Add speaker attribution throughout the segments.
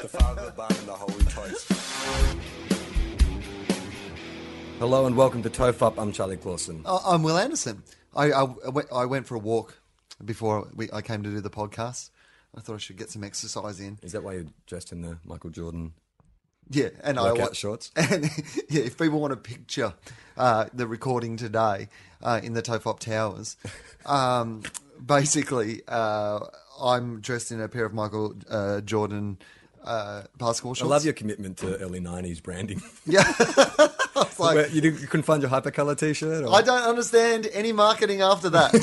Speaker 1: The Father, the Son, and the Holy Ghost. Hello and welcome to Tofop. I'm Charlie Clausen.
Speaker 2: I- Uh, I'm Will Anderson. I, I, I went- I went for a walk before we, I came to do the podcast. I thought I should get some exercise in.
Speaker 1: Is that why you're dressed in the Michael Jordan
Speaker 2: Yeah, and I
Speaker 1: workout
Speaker 2: watched.
Speaker 1: shorts?
Speaker 2: And yeah, if people want a picture, uh, the recording today uh, in the Tofop Towers, um, basically uh, I'm dressed in a pair of Michael uh, Jordan uh, basketball
Speaker 1: I
Speaker 2: shorts.
Speaker 1: love your commitment to early '90s branding.
Speaker 2: Yeah, it's like
Speaker 1: Where you, didn't- you couldn't find your hypercolor T-shirt. Or...
Speaker 2: I don't understand any marketing after that.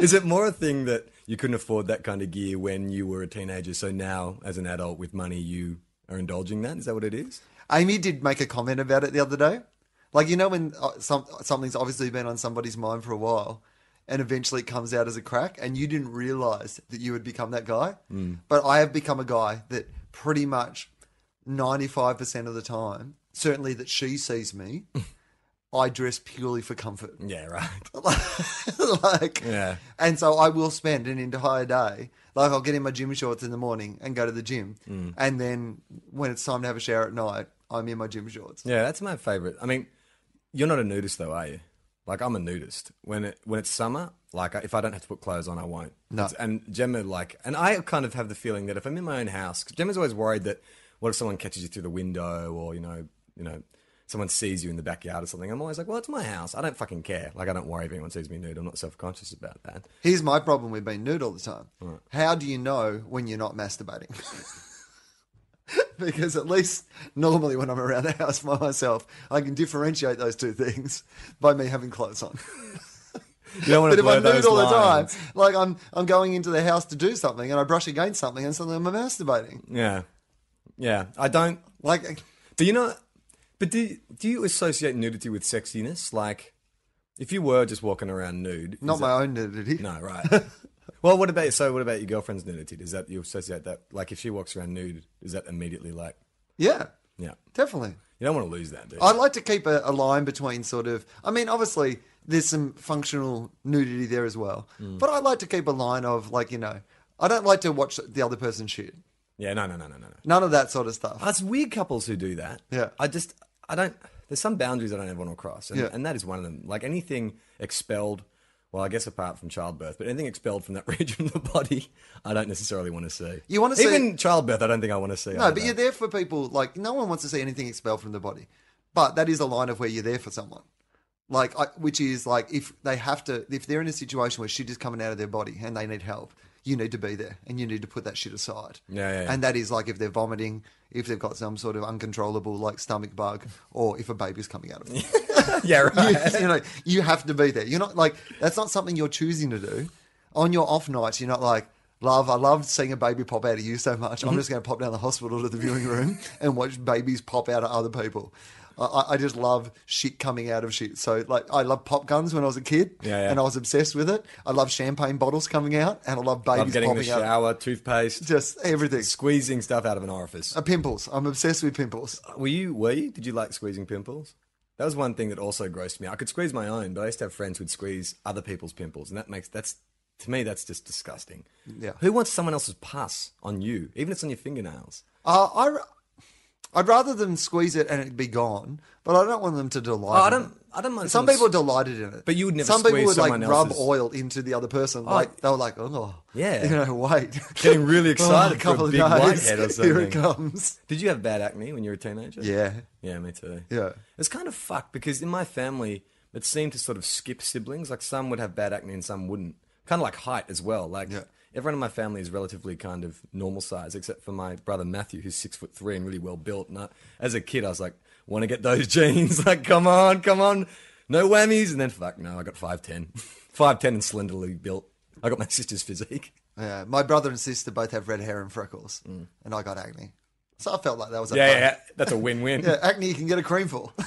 Speaker 1: Is it more a thing that you couldn't afford that kind of gear when you were a teenager? So now, as an adult with money, you are indulging that. Is that what it is?
Speaker 2: Amy did make a comment about it the other day. Like you know when uh, some something's obviously been on somebody's mind for a while, and eventually it comes out as a crack, and you didn't realize that you had become that guy. But I have become a guy that pretty much ninety five percent of the time, certainly that she sees me, I dress purely for comfort.
Speaker 1: Yeah, right.
Speaker 2: like
Speaker 1: Yeah.
Speaker 2: and so I will spend an entire day. Like I'll get in my gym shorts in the morning and go to the gym, and then when it's time to have a shower at night, I'm in my gym shorts.
Speaker 1: Yeah, that's my favorite. I mean, you're not a nudist though, are you? Like I'm a nudist. When it when it's summer, like I- if I don't have to put clothes on, I won't.
Speaker 2: No.
Speaker 1: It's- and Gemma like, and I kind of have the feeling that if I'm in my own house, 'cause Gemma's always worried that what if someone catches you through the window or you know you know someone sees you in the backyard or something. I'm always like, well, it's my house. I don't fucking care. Like I don't worry if anyone sees me nude. I'm not self conscious about that.
Speaker 2: Here's my problem with being nude all the time. How do you know when you're not masturbating? because at least normally when I'm around the house by myself, I can differentiate those two things by me having clothes on.
Speaker 1: You don't want
Speaker 2: But
Speaker 1: to
Speaker 2: if
Speaker 1: blow
Speaker 2: I'm nude
Speaker 1: those
Speaker 2: all the time,
Speaker 1: lines.
Speaker 2: like I'm I'm going into the house to do something and I brush against something and suddenly I'm masturbating.
Speaker 1: Yeah, yeah. I don't
Speaker 2: Like
Speaker 1: Do you know? But do do you associate nudity with sexiness? Like, if you were just walking around nude, is
Speaker 2: not
Speaker 1: that-
Speaker 2: my own nudity.
Speaker 1: no, right. well, what about so? What about your girlfriend's nudity? Does that you associate that? Like, if she walks around nude, is that immediately like,
Speaker 2: Yeah,
Speaker 1: yeah,
Speaker 2: definitely.
Speaker 1: you don't want to lose that, do you?
Speaker 2: I'd like to keep a, a line between sort of. I mean, obviously, there's some functional nudity there as well, but I like to keep a line of like you know, I don't like to watch the other person shit.
Speaker 1: yeah, no, no, no, no, no, no.
Speaker 2: None of that sort of stuff.
Speaker 1: Us weird couples who do that.
Speaker 2: Yeah.
Speaker 1: I just I don't. There's some boundaries I don't ever want to cross, and,
Speaker 2: Yeah.
Speaker 1: and that is one of them. Like anything expelled. Well, I guess apart from childbirth, but anything expelled from that region of the body, I don't necessarily want to see.
Speaker 2: You want to see-
Speaker 1: even childbirth? I don't think I want to see.
Speaker 2: no,
Speaker 1: either.
Speaker 2: but you're there for people. Like no one wants to see anything expelled from the body, but that is a line of where you're there for someone. Like, I, which is like if they have to, if they're in a situation where shit is coming out of their body and they need help, you need to be there and you need to put that shit aside.
Speaker 1: Yeah, yeah, yeah.
Speaker 2: And that is like if they're vomiting, if they've got some sort of uncontrollable like stomach bug, or if a baby's coming out of them.
Speaker 1: Yeah, right.
Speaker 2: you know, you have to be there. You're not like that's not something you're choosing to do. On your off nights, you're not like, love, I loved seeing a baby pop out of you so much.
Speaker 1: Mm-hmm.
Speaker 2: I'm just going to pop down the hospital to the viewing room and watch babies pop out of other people. I- I, I just love shit coming out of shit. So like, I love pop guns when I was a kid,
Speaker 1: Yeah, yeah.
Speaker 2: and I was obsessed with it. I love champagne bottles coming out, and I love babies
Speaker 1: I'm getting in the
Speaker 2: popping out.
Speaker 1: shower, toothpaste,
Speaker 2: Just everything.
Speaker 1: squeezing stuff out of an orifice.
Speaker 2: Uh, pimples. I'm obsessed with pimples.
Speaker 1: Were you? Were you? Did you like squeezing pimples? That was one thing that also grossed me. out. I could squeeze my own, but I used to have friends who'd squeeze other people's pimples, and that makes that's to me that's just disgusting.
Speaker 2: Yeah.
Speaker 1: Who wants someone else's pus on you, even if it's on your fingernails?
Speaker 2: Uh, I, r- I'd rather them squeeze it and it be gone, but I don't want them to delight.
Speaker 1: Oh, I
Speaker 2: in
Speaker 1: don't.
Speaker 2: it.
Speaker 1: I don't mind.
Speaker 2: Some
Speaker 1: someone
Speaker 2: people are
Speaker 1: s-
Speaker 2: delighted in it,
Speaker 1: But you would never
Speaker 2: Some people
Speaker 1: squeeze
Speaker 2: would like
Speaker 1: someone
Speaker 2: rub
Speaker 1: else's-
Speaker 2: oil into the other person. like they were like, oh,
Speaker 1: Yeah.
Speaker 2: you know, wait,
Speaker 1: Getting
Speaker 2: Oh,
Speaker 1: really excited for a big
Speaker 2: days,
Speaker 1: whitehead or
Speaker 2: Here
Speaker 1: something.
Speaker 2: it comes.
Speaker 1: Did you have bad acne when you were a teenager?
Speaker 2: Yeah,
Speaker 1: Yeah, me too.
Speaker 2: Yeah.
Speaker 1: It's kind of fucked because in my family, it seemed to sort of skip siblings. Like some would have bad acne and some wouldn't. Kind of like height as well. Like
Speaker 2: Yeah.
Speaker 1: everyone in my family is relatively kind of normal size, except for my brother Matthew, who's six foot three and really well built. And I, as a kid, I was like, want to get those jeans? like, come on, come on, no whammies. And then fuck, no, I got five ten, five ten and slenderly built. I got my sister's physique.
Speaker 2: Yeah, my brother and sister both have red hair and freckles, and I got acne. So I felt like that was a
Speaker 1: Mm. Yeah, yeah, yeah. that's a win-win.
Speaker 2: yeah. Acne you can get a cream for.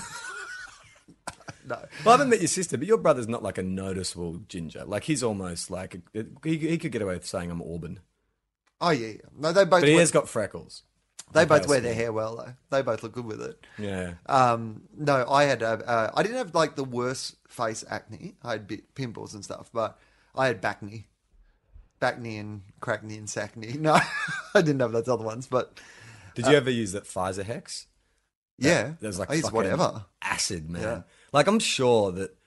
Speaker 2: no,
Speaker 1: Well, I haven't met your sister, but your brother's not like a noticeable ginger. Like he's almost like a, he, he could get away with saying I'm Auburn,
Speaker 2: oh yeah, yeah. no, they both
Speaker 1: but he
Speaker 2: wear,
Speaker 1: has got freckles.
Speaker 2: they both wear their hair well though. They both look good with it.
Speaker 1: Yeah,
Speaker 2: Um, no, I had uh, uh, I didn't have like the worst face acne. I had bit pimples and stuff, but I had back knee, back knee and crack knee and sack knee. No, I didn't have those other ones, but
Speaker 1: Did you ever use that Pfizer hex?
Speaker 2: yeah,
Speaker 1: There's like
Speaker 2: I used
Speaker 1: fucking
Speaker 2: whatever.
Speaker 1: acid, man.
Speaker 2: Yeah.
Speaker 1: Like I'm sure that,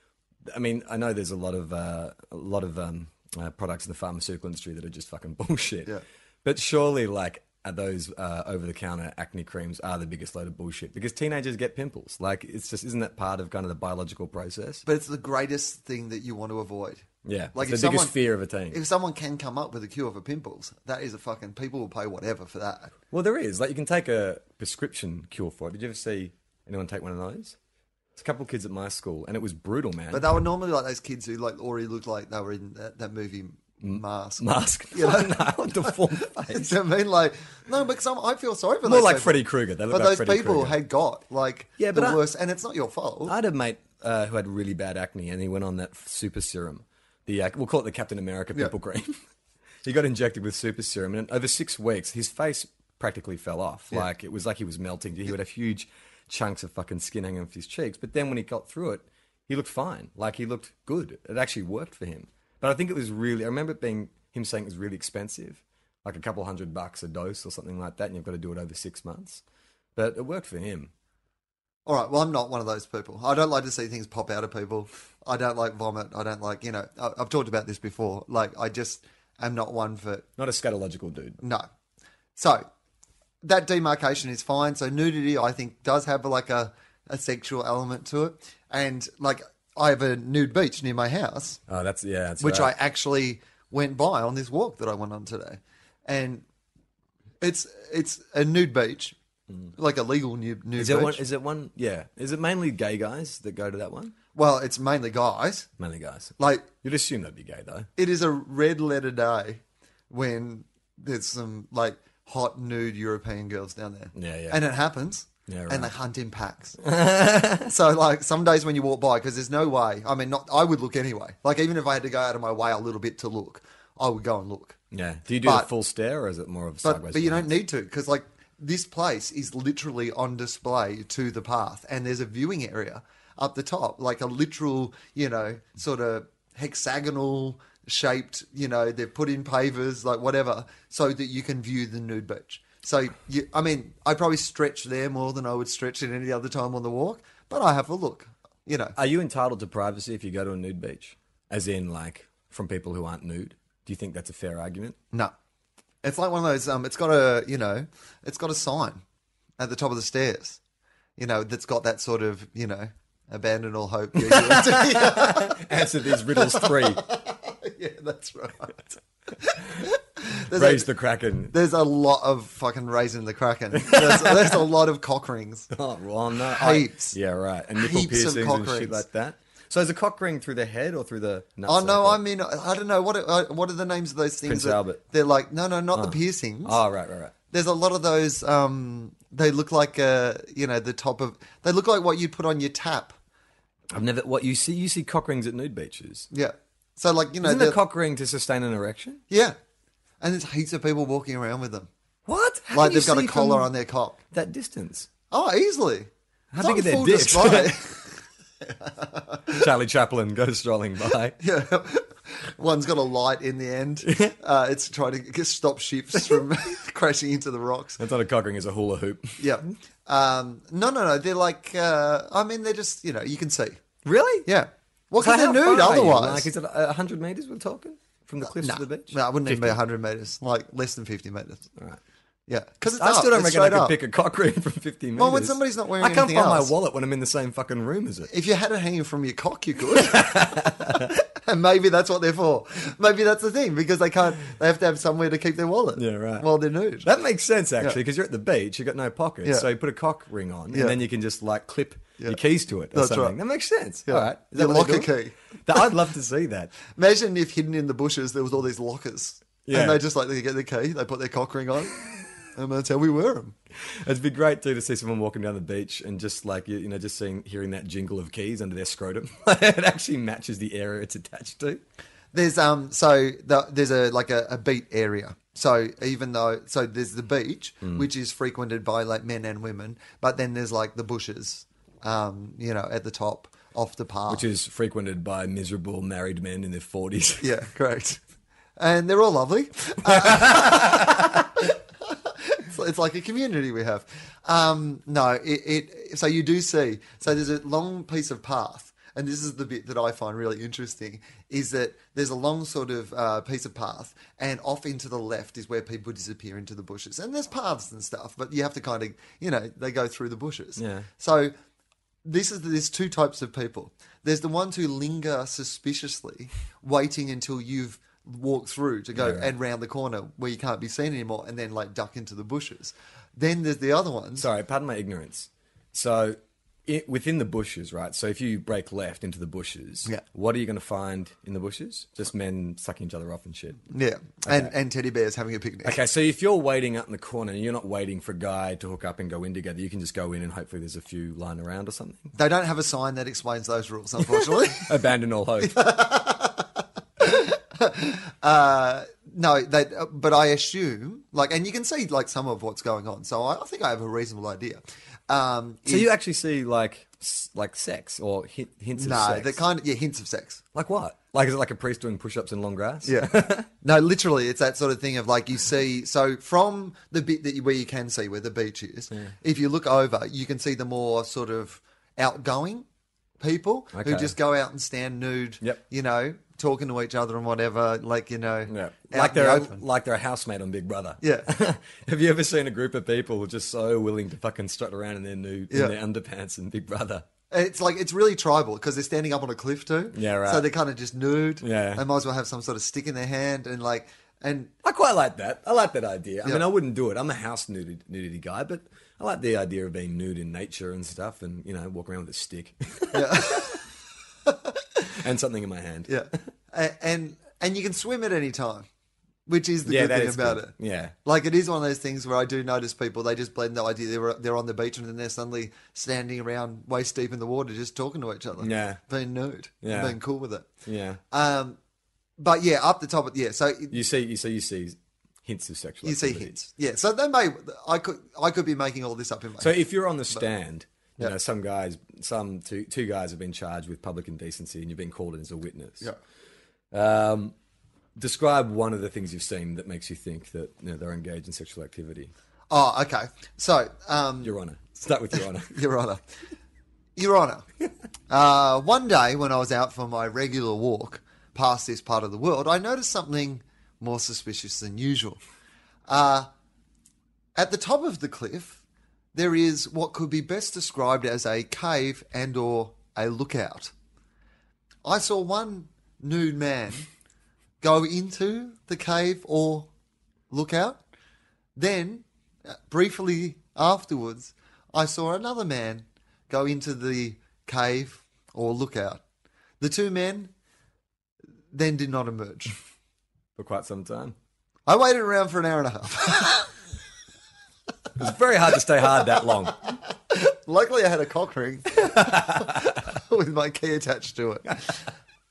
Speaker 1: I mean, I know there's a lot of uh, a lot of um, uh, products in the pharmaceutical industry that are just fucking bullshit.
Speaker 2: Yeah.
Speaker 1: But surely, like, are those uh, over-the-counter acne creams are the biggest load of bullshit because teenagers get pimples. Like, it's just isn't that part of kind of the biological process?
Speaker 2: But it's the greatest thing that you want to avoid.
Speaker 1: yeah,
Speaker 2: Like
Speaker 1: like it's
Speaker 2: if
Speaker 1: the biggest
Speaker 2: someone-
Speaker 1: fear of a teen.
Speaker 2: If someone can come up with a cure for pimples, that is a fucking people will pay whatever for that.
Speaker 1: Well, there is. Like, you can take a prescription cure for it. Did you ever see anyone take one of those? It's a couple of kids at my school, and it was brutal, man.
Speaker 2: But they were normally like those kids who like already looked like they were in that, that movie Mask.
Speaker 1: mask,
Speaker 2: You know?
Speaker 1: no, deformed face.
Speaker 2: Do you know what I mean like no? Because I'm, I feel sorry for
Speaker 1: More
Speaker 2: those
Speaker 1: like
Speaker 2: people.
Speaker 1: Freddy Krueger. They look
Speaker 2: But
Speaker 1: like
Speaker 2: those
Speaker 1: Freddy
Speaker 2: people
Speaker 1: Krueger.
Speaker 2: had got like
Speaker 1: Yeah,
Speaker 2: the
Speaker 1: but I-
Speaker 2: worst, and it's not your fault.
Speaker 1: I had a mate uh, who had really bad acne, and he went on that f- super serum. The uh, we'll call it the Captain America
Speaker 2: Yeah.
Speaker 1: pimple cream. he got injected with super serum, and over six weeks, his face practically fell off. Like it was like he was melting. He would have huge chunks of fucking skin hanging off his cheeks. But then when he got through it, he looked fine. Like he looked good. It actually worked for him. But I think it was really. I remember it being him saying it was really expensive, like a couple hundred bucks a dose or something like that, and you've got to do it over six months. But it worked for him.
Speaker 2: All right, well, I'm not one of those people. I don't like to see things pop out of people. I don't like vomit. I don't like you know. I, I've talked about this before. Like I just am not one for
Speaker 1: Not a scatological dude.
Speaker 2: No. So that demarcation is fine. So nudity, I think, does have like a, a sexual element to it. And like, I have a nude beach near my house,
Speaker 1: Oh, that's yeah. That's
Speaker 2: which
Speaker 1: right.
Speaker 2: I actually went by on this walk that I went on today. And it's it's a nude beach, like a legal nude,
Speaker 1: Mm.
Speaker 2: nude
Speaker 1: Is
Speaker 2: beach.
Speaker 1: it one? Is it one? Yeah. Is it mainly gay guys that go to that one?
Speaker 2: well, it's mainly guys.
Speaker 1: Mainly guys.
Speaker 2: Like,
Speaker 1: You'd assume they'd be gay though.
Speaker 2: it is a red letter day when there's some like hot nude European girls down there.
Speaker 1: Yeah, yeah.
Speaker 2: And it happens.
Speaker 1: Yeah, right.
Speaker 2: And they hunt in packs. so like some days when you walk by, because there's no way. I mean, not I would look anyway. Like even if I had to go out of my way a little bit to look, I would go and look.
Speaker 1: Yeah. Do you do
Speaker 2: But-
Speaker 1: the full stare or is it more of a
Speaker 2: But
Speaker 1: sideways?
Speaker 2: but you
Speaker 1: glance?
Speaker 2: don't need to because like this place is literally on display to the path, and there's a viewing area up the top, like a literal you know
Speaker 1: Mm.
Speaker 2: sort of hexagonal shaped. You know they've put in pavers like whatever so that you can view the nude beach. So you, I mean, I probably stretch there more than I would stretch at any other time on the walk, but I have a look. You know,
Speaker 1: Are you entitled to privacy if you go to a nude beach? As in, like from people who aren't nude? Do you think that's a fair argument?
Speaker 2: No. It's like one of those um it's got a you know, it's got a sign at the top of the stairs. You know, that's got that sort of, you know, abandon all hope. yeah,
Speaker 1: Answer these riddles three.
Speaker 2: that's right. There's
Speaker 1: Raise
Speaker 2: a,
Speaker 1: the kraken.
Speaker 2: there's a lot of fucking raising the kraken. There's, there's a lot of cock rings.
Speaker 1: Oh, well, no.
Speaker 2: Heaps.
Speaker 1: I, yeah, right. And nipple
Speaker 2: Heaps of
Speaker 1: piercings
Speaker 2: cock
Speaker 1: and shit
Speaker 2: rings.
Speaker 1: like that. So is a cock ring through the head or through the? nut
Speaker 2: Oh no!
Speaker 1: circle?
Speaker 2: I mean, I don't know what are, what are the names of those things.
Speaker 1: Prince
Speaker 2: that-
Speaker 1: Albert.
Speaker 2: They're like no, no, not the piercings.
Speaker 1: Oh right, right, right.
Speaker 2: there's a lot of those um they look like uh you know the top of they look like what you'd put on your tap
Speaker 1: I've never. What you see? You see cock rings at nude beaches.
Speaker 2: yeah so like you know
Speaker 1: Isn't a
Speaker 2: they're-
Speaker 1: cock ring to sustain an erection?
Speaker 2: yeah and there's heaps of people walking around with them
Speaker 1: What? How
Speaker 2: like
Speaker 1: can you
Speaker 2: they've got a
Speaker 1: see
Speaker 2: collar
Speaker 1: from
Speaker 2: on their cock
Speaker 1: that distance.
Speaker 2: oh easily
Speaker 1: How
Speaker 2: It's
Speaker 1: big
Speaker 2: on
Speaker 1: are their
Speaker 2: full
Speaker 1: dicks?
Speaker 2: display.
Speaker 1: Charlie Chaplin goes strolling by.
Speaker 2: yeah one's got a light in the end uh it's trying to g- stop ships from crashing into the rocks
Speaker 1: That's not a cock ring; it's a hula hoop.
Speaker 2: yeah
Speaker 1: Mm-hmm.
Speaker 2: um no no no they're like uh i mean they're just you know you can see
Speaker 1: Really?
Speaker 2: yeah what
Speaker 1: So
Speaker 2: kind
Speaker 1: how
Speaker 2: of nude
Speaker 1: far are you?
Speaker 2: otherwise
Speaker 1: like, is it uh, hundred meters we're talking from the cliffs
Speaker 2: No,
Speaker 1: to the beach?
Speaker 2: No, it wouldn't even be 100 meters, like less than 50 meters.
Speaker 1: Right.
Speaker 2: Yeah. Because it's
Speaker 1: I
Speaker 2: up,
Speaker 1: still don't
Speaker 2: it's
Speaker 1: reckon I
Speaker 2: straight
Speaker 1: could
Speaker 2: up.
Speaker 1: pick a cock ring from fifty meters.
Speaker 2: Well, when somebody's not wearing
Speaker 1: I can't
Speaker 2: anything
Speaker 1: find
Speaker 2: else.
Speaker 1: my wallet when I'm in the same fucking room as it.
Speaker 2: If you had it hanging from your cock, you could. and maybe that's what they're for. Maybe that's the thing because they can't. They have to have somewhere to keep their wallet.
Speaker 1: Yeah, right.
Speaker 2: While they're nude.
Speaker 1: That makes sense actually, because you're at the beach, you've got no pockets,
Speaker 2: Yeah.
Speaker 1: so you put a cock ring on,
Speaker 2: Yeah.
Speaker 1: and then you can just like clip
Speaker 2: Yeah.
Speaker 1: your keys to it or
Speaker 2: That's
Speaker 1: something.
Speaker 2: right.
Speaker 1: That makes sense.
Speaker 2: Yeah.
Speaker 1: All right, Is
Speaker 2: Your
Speaker 1: that what they're
Speaker 2: locker
Speaker 1: doing?
Speaker 2: key.
Speaker 1: That- I'd love to see that.
Speaker 2: Imagine if hidden in the bushes there was all these lockers.
Speaker 1: Yeah.
Speaker 2: And they just like they get the key, they put their cock ring on, and that's how we wear them.
Speaker 1: It'd be great too to see someone walking down the beach and just like you, you know, just seeing hearing that jingle of keys under their scrotum. it actually matches the area it's attached to.
Speaker 2: There's um so the, there's a like a, a beat area. So even though so there's the beach
Speaker 1: Mm.
Speaker 2: which is frequented by like men and women, but then there's like the bushes, um you know at the top off the path.
Speaker 1: Which is frequented by miserable married men in their forties.
Speaker 2: yeah, correct. And they're all lovely. it's, it's like a community we have. Um, no, it, it. So you do see. So there's a long piece of path, and this is the bit that I find really interesting. Is that there's a long sort of uh, piece of path, and off into the left is where people disappear into the bushes. And there's paths and stuff, but you have to kind of, you know, they go through the bushes.
Speaker 1: Yeah.
Speaker 2: So this is there's two types of people. There's the ones who linger suspiciously, waiting until you've walked through to go and round the corner where you can't be seen anymore, and then like duck into the bushes. Then there's the other ones.
Speaker 1: Sorry, pardon my ignorance. So, it, within the bushes, right? So, if you break left into the bushes,
Speaker 2: Yeah.
Speaker 1: what are you going to find in the bushes? Just men sucking each other off and shit.
Speaker 2: Yeah, and and teddy bears having a picnic.
Speaker 1: Okay, so if you're waiting up in the corner and you're not waiting for a guy to hook up and go in together, you can just go in and hopefully there's a few lying around or something.
Speaker 2: They don't have a sign that explains those rules, unfortunately.
Speaker 1: Abandon all hope.
Speaker 2: no, they. uh, But I assume, like, and you can see like some of what's going on. So I, I think I have a reasonable idea. Um,
Speaker 1: so, you actually see like s- like sex or hint, hints
Speaker 2: no,
Speaker 1: of sex.
Speaker 2: the kind of yeah hints of sex.
Speaker 1: like what? Like, is it like a priest doing push ups in long grass?
Speaker 2: Yeah. no, literally, it's that sort of thing of like you see. So from the bit that you, where you can see where the beach is, if you look over, you can see the more sort of outgoing people who
Speaker 1: Okay.
Speaker 2: just go out and stand nude.
Speaker 1: Yep.
Speaker 2: You know, talking to each other and whatever. Like you know,
Speaker 1: Yeah.
Speaker 2: out
Speaker 1: Like
Speaker 2: in the
Speaker 1: they're
Speaker 2: open.
Speaker 1: like they're a housemate on Big Brother.
Speaker 2: Yeah.
Speaker 1: Have you ever seen a group of people who are just so willing to fucking strut around in their new
Speaker 2: Yeah.
Speaker 1: in their underpants and Big Brother?
Speaker 2: It's like it's really tribal because they're standing up on a cliff too.
Speaker 1: Yeah, right.
Speaker 2: So they're kind of just nude.
Speaker 1: Yeah.
Speaker 2: They might as well have some sort of stick in their hand and like and
Speaker 1: I quite like that. I like that idea. I
Speaker 2: Yeah.
Speaker 1: mean, I wouldn't do it. I'm a house nudity, nudity guy, but I like the idea of being nude in nature and stuff, and you know, walk around with a stick and something in my hand.
Speaker 2: yeah, A- and and you can swim at any time, which is the
Speaker 1: Yeah,
Speaker 2: good
Speaker 1: that
Speaker 2: thing
Speaker 1: is
Speaker 2: about
Speaker 1: good.
Speaker 2: it.
Speaker 1: Yeah.
Speaker 2: Like it is one of those things where I do notice people they just blend the idea they're they're on the beach and then they're suddenly standing around waist deep in the water just talking to each other.
Speaker 1: Yeah.
Speaker 2: being nude.
Speaker 1: Yeah.
Speaker 2: being cool with it.
Speaker 1: yeah.
Speaker 2: Um, but yeah, up the top. Of, yeah, so it-
Speaker 1: You see, you see, you see hints of sexual.
Speaker 2: you see
Speaker 1: activity.
Speaker 2: hints. Yeah, so they may. I could I could be making all this up in my.
Speaker 1: So if you're on the stand, you
Speaker 2: Yeah.
Speaker 1: know some guys, some two two guys have been charged with public indecency, and you've been called in as a witness.
Speaker 2: yeah.
Speaker 1: Um, describe one of the things you've seen that makes you think that you know, they're engaged in sexual activity.
Speaker 2: Oh, okay. So um,
Speaker 1: Your Honour. Start with Your Honour.
Speaker 2: Your Honour. Your Honour. Uh, one day when I was out for my regular walk past this part of the world, I noticed something more suspicious than usual. Uh, at the top of the cliff, there is what could be best described as a cave and or a lookout. I saw one nude man go into the cave or lookout. Then, uh, briefly afterwards, I saw another man go into the cave or lookout. The two men then did not emerge.
Speaker 1: for quite some time.
Speaker 2: I waited around for an hour and a half.
Speaker 1: It's very hard to stay hard that long.
Speaker 2: Luckily, I had a cock ring with my key attached to it.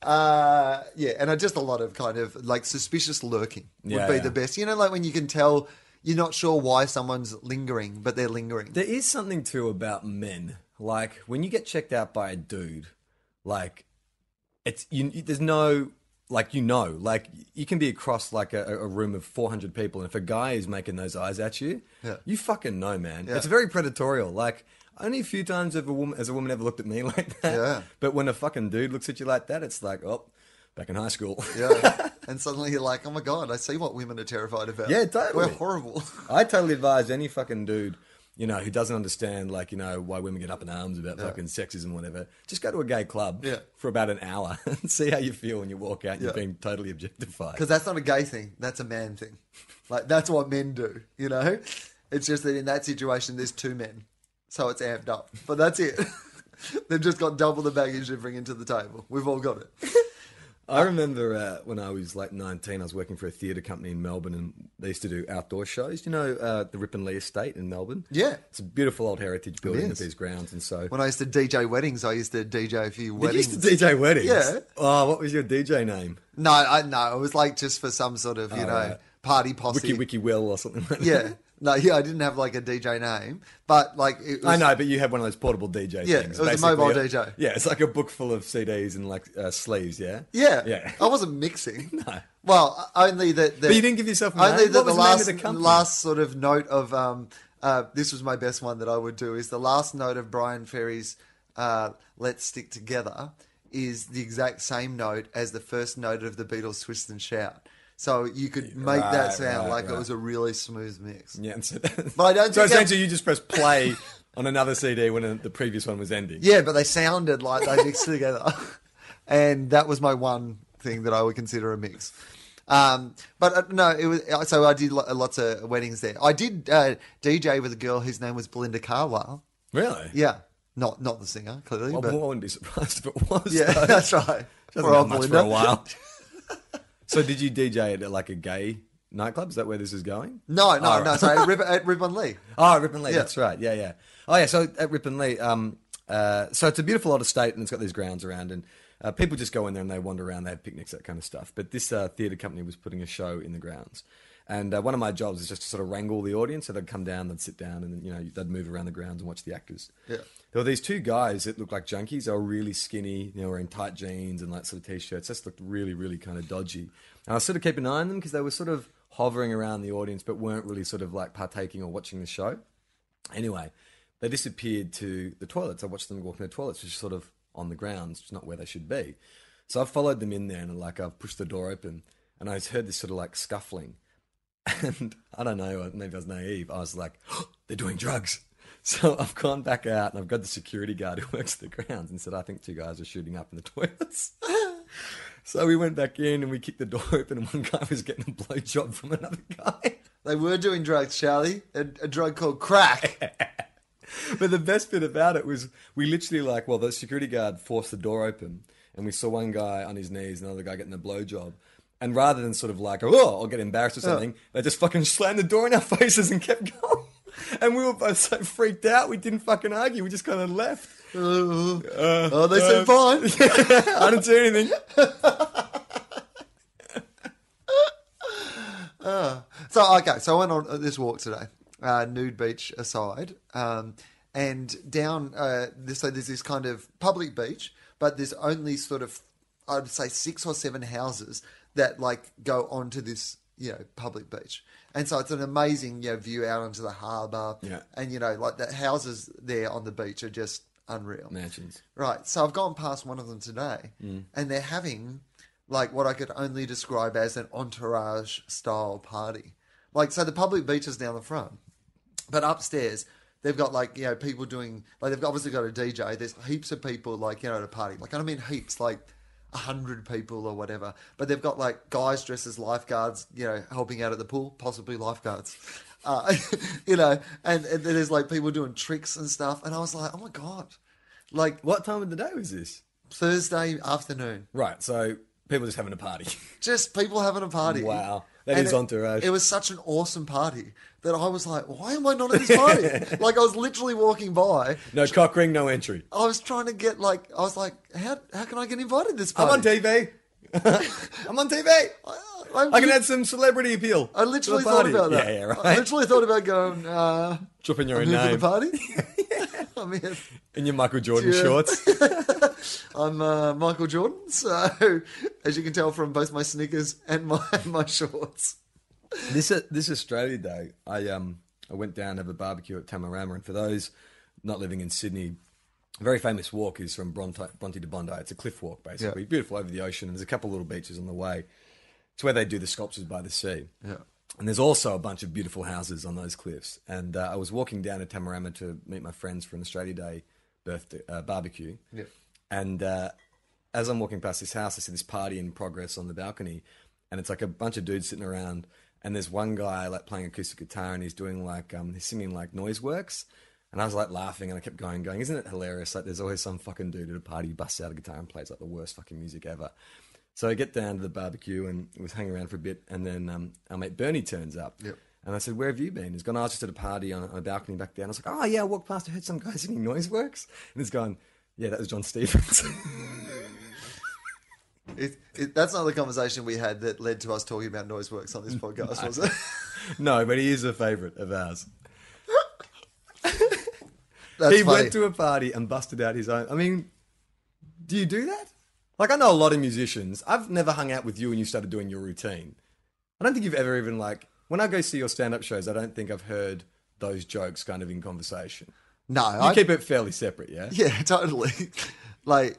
Speaker 2: Uh, yeah, and I just a lot of kind of like suspicious lurking would
Speaker 1: Yeah,
Speaker 2: be
Speaker 1: yeah.
Speaker 2: the best. You know, like when you can tell you're not sure why someone's lingering, but they're lingering.
Speaker 1: There is something too about men. Like when you get checked out by a dude, like it's you. you- There's no like you know. Like you can be across like a, a room of 400 people, and if a guy is making those eyes at you,
Speaker 2: Yeah.
Speaker 1: you fucking know, man. It's very predatorial. Like only a few times have a woman as a woman ever looked at me like that.
Speaker 2: Yeah.
Speaker 1: But when a fucking dude looks at you like that, it's like oh, back in high school.
Speaker 2: Yeah. and suddenly you're like, oh my God, I see what women are terrified about.
Speaker 1: Yeah, totally.
Speaker 2: We're horrible.
Speaker 1: I totally advise any fucking dude you know, who doesn't understand, like, you know, why women get up in arms about fucking sexism, whatever, just go to a gay club
Speaker 2: Yeah.
Speaker 1: for about an hour and see how you feel when you walk out and you're
Speaker 2: Yeah.
Speaker 1: being totally objectified.
Speaker 2: Because that's not a gay thing. That's a man thing. Like that's what men do. You know, it's just that in that situation, there's two men, so it's amped up. But that's it. They've just got double the baggage they bring into the table. We've all got it.
Speaker 1: I remember uh, when I was like 19, I was working for a theatre company in Melbourne and they used to do outdoor shows. You know, uh, the Rip and Lee Estate in Melbourne?
Speaker 2: Yeah.
Speaker 1: It's a beautiful old heritage building
Speaker 2: is.
Speaker 1: with these grounds. And so.
Speaker 2: When I used to DJ weddings, I used to DJ a few
Speaker 1: Did you
Speaker 2: weddings.
Speaker 1: used to DJ weddings?
Speaker 2: Yeah.
Speaker 1: Oh, what was your DJ name?
Speaker 2: no, I no, it was like just for some sort of you know
Speaker 1: Oh, right.
Speaker 2: party posse.
Speaker 1: Wiki Wiki Will or something like that.
Speaker 2: Yeah, no, yeah, I didn't have like a DJ name, but like it was,
Speaker 1: I know, but you had one of those portable DJ
Speaker 2: Yeah,
Speaker 1: things.
Speaker 2: it was a
Speaker 1: basically.
Speaker 2: mobile DJ.
Speaker 1: Yeah, it's like a book full of CDs and like uh, sleeves, yeah?
Speaker 2: Yeah,
Speaker 1: Yeah.
Speaker 2: I wasn't mixing.
Speaker 1: No.
Speaker 2: Well, only that. that
Speaker 1: But you didn't give yourself a name?
Speaker 2: only that
Speaker 1: What
Speaker 2: the
Speaker 1: was the name
Speaker 2: last
Speaker 1: of the company?
Speaker 2: last sort of note of um uh this was my best one that I would do is the last note of Brian Ferry's uh Let's Stick Together is the exact same note as the first note of the Beatles Twist and Shout. So you could make that
Speaker 1: Right,
Speaker 2: sound
Speaker 1: right,
Speaker 2: like it
Speaker 1: right.
Speaker 2: was a really smooth mix.
Speaker 1: Yeah, and so
Speaker 2: But I
Speaker 1: So
Speaker 2: don't think that-
Speaker 1: essentially, you just press play on another CD when the previous one was ending.
Speaker 2: Yeah, but they sounded like they mixed together. And that was my one thing that I would consider a mix. Um, but uh, no, it was so I did lo- uh, lots of weddings there. I did uh, DJ with a girl whose name was Belinda Carlisle.
Speaker 1: Really?
Speaker 2: Yeah, not not the singer clearly,
Speaker 1: Well,
Speaker 2: but
Speaker 1: I wouldn't be surprised if it was.
Speaker 2: yeah,
Speaker 1: though.
Speaker 2: that's right.
Speaker 1: Doesn't
Speaker 2: Poor
Speaker 1: have
Speaker 2: old
Speaker 1: much for a while. so did you DJ at like a gay nightclub? Is that where this is going?
Speaker 2: No, no,
Speaker 1: All
Speaker 2: no.
Speaker 1: right.
Speaker 2: Sorry, at Rib- at Ribbon Lee.
Speaker 1: Oh, Rip and Lee.
Speaker 2: Yeah.
Speaker 1: That's right. Yeah, yeah. Oh, yeah. So at Rip and Lee, um, uh, so it's a beautiful old estate, and it's got these grounds around, and uh, people just go in there and they wander around, they have picnics, that kind of stuff. But this uh, theatre company was putting a show in the grounds, and uh, one of my jobs is just to sort of wrangle the audience. So they'd come down, they'd sit down, and then, you know they'd move around the grounds and watch the actors.
Speaker 2: Yeah.
Speaker 1: There were these two guys that looked like junkies. They were really skinny, you know, wearing tight jeans and like sort of t-shirts. Just looked really, really kind of dodgy. And I sort of keep an eye on them because they were sort of hovering around the audience, but weren't really sort of like partaking or watching the show. Anyway, they disappeared to the toilets. I watched them walk in the toilets, which is sort of on the ground, which is not where they should be. So I followed them in there and like I've pushed the door open and I just heard this sort of like scuffling. And I don't know, maybe I was naive. I was like, "Oh, they're doing drugs. So I've gone back out and I've got the security guard who works the grounds and said, I think two guys are shooting up in the toilets. so we went back in and we kicked the door open and one guy was getting a blowjob from another guy.
Speaker 2: They were doing drugs, Charlie. A, a drug called crack.
Speaker 1: But the best bit about it was we literally like, well, the security guard forced the door open, and we saw one guy on his knees, another guy getting a blowjob. And rather than sort of like, oh, I'll get embarrassed or something, they just fucking slammed the door in our faces and kept going. And we were both so freaked out, we didn't fucking argue. We just kind of left.
Speaker 2: oh, they said fine.
Speaker 1: I didn't do anything.
Speaker 2: So okay, so I went on this walk today, uh, nude beach aside, um, and down uh, this so there's this kind of public beach, but there's only sort of I'd say six or seven houses that like go onto this you know public beach, and so it's an amazing you know, view out onto the harbour,
Speaker 1: Yeah.
Speaker 2: and you know like the houses there on the beach are just unreal.
Speaker 1: Mansions.
Speaker 2: Right. So I've gone past one of them today, and they're having like what I could only describe as an entourage style party. Like, so the public beach is down the front, but upstairs they've got like you know people doing like they've obviously got a DJ. There's heaps of people like you know at a party. Like I don't mean heaps like. a hundred people or whatever, but they've got like guys dressed as lifeguards, you know, helping out at the pool, possibly lifeguards, uh, you know, and, and there's like people doing tricks and stuff, and I was like, oh my god, like
Speaker 1: What time of the day was this?
Speaker 2: Thursday afternoon.
Speaker 1: Right, so people just having a party.
Speaker 2: Just people having a party.
Speaker 1: Wow. That is
Speaker 2: it,
Speaker 1: entourage.
Speaker 2: It was such an awesome party that I was like, why am I not at this party? like I was literally walking by.
Speaker 1: No cock ring, no entry.
Speaker 2: I was trying to get like I was like, how how can I get invited to this
Speaker 1: I'm
Speaker 2: party?
Speaker 1: on TV. I'm on TV.
Speaker 2: I'm-
Speaker 1: I can add some celebrity appeal.
Speaker 2: I literally
Speaker 1: to the party.
Speaker 2: thought about that.
Speaker 1: Yeah, yeah,
Speaker 2: I
Speaker 1: right.
Speaker 2: literally thought about going, uh,
Speaker 1: Dropping your
Speaker 2: I'm
Speaker 1: own
Speaker 2: here for the
Speaker 1: name
Speaker 2: party. I mean,
Speaker 1: in your Michael Jordan
Speaker 2: Yeah.
Speaker 1: shorts.
Speaker 2: I'm uh, Michael Jordan, so as you can tell from both my sneakers and my my shorts.
Speaker 1: this uh, this Australia Day, I um I went down to have a barbecue at Tamarama, and for those not living in Sydney, a very famous walk is from Bronte, Bronte to Bondi. It's a cliff walk, basically,
Speaker 2: Yeah.
Speaker 1: beautiful over the ocean. There's a couple little beaches on the way. It's where they do the sculptures by the sea.
Speaker 2: Yeah.
Speaker 1: And there's also a bunch of beautiful houses on those cliffs. And uh, I was walking down to Tamarama to meet my friends for an Australia Day birthday uh, barbecue.
Speaker 2: Yep.
Speaker 1: And uh, as I'm walking past this house, I see this party in progress on the balcony, and it's like a bunch of dudes sitting around. And there's one guy like playing acoustic guitar, and he's doing like um, he's singing like noise works. And I was like laughing, and I kept going, going. Isn't it hilarious? Like there's always some fucking dude at a party who busts out a guitar and plays like the worst fucking music ever. So I get down to the barbecue and was hanging around for a bit, and then um, our mate Bernie turns up.
Speaker 2: Yep.
Speaker 1: And I said, "Where have you been?" He's gone. "Oh, I was just at a party on a, on a balcony back there. And I was like, "Oh yeah, I walked past. I heard some guy singing noise works." And he's gone. Yeah, that was John Stevens.
Speaker 2: It, it, that's not the conversation we had that led to us talking about noise works on this podcast, was it?
Speaker 1: no, but he is a favourite of ours.
Speaker 2: That's
Speaker 1: he
Speaker 2: funny.
Speaker 1: went to a party and busted out his own. I mean, do you do that? Like, I know a lot of musicians. I've never hung out with you and you started doing your routine. I don't think you've ever even, like, when I go see your stand up shows, I don't think I've heard those jokes kind of in conversation.
Speaker 2: no,
Speaker 1: You
Speaker 2: I,
Speaker 1: keep it fairly separate, yeah?
Speaker 2: yeah, totally. like,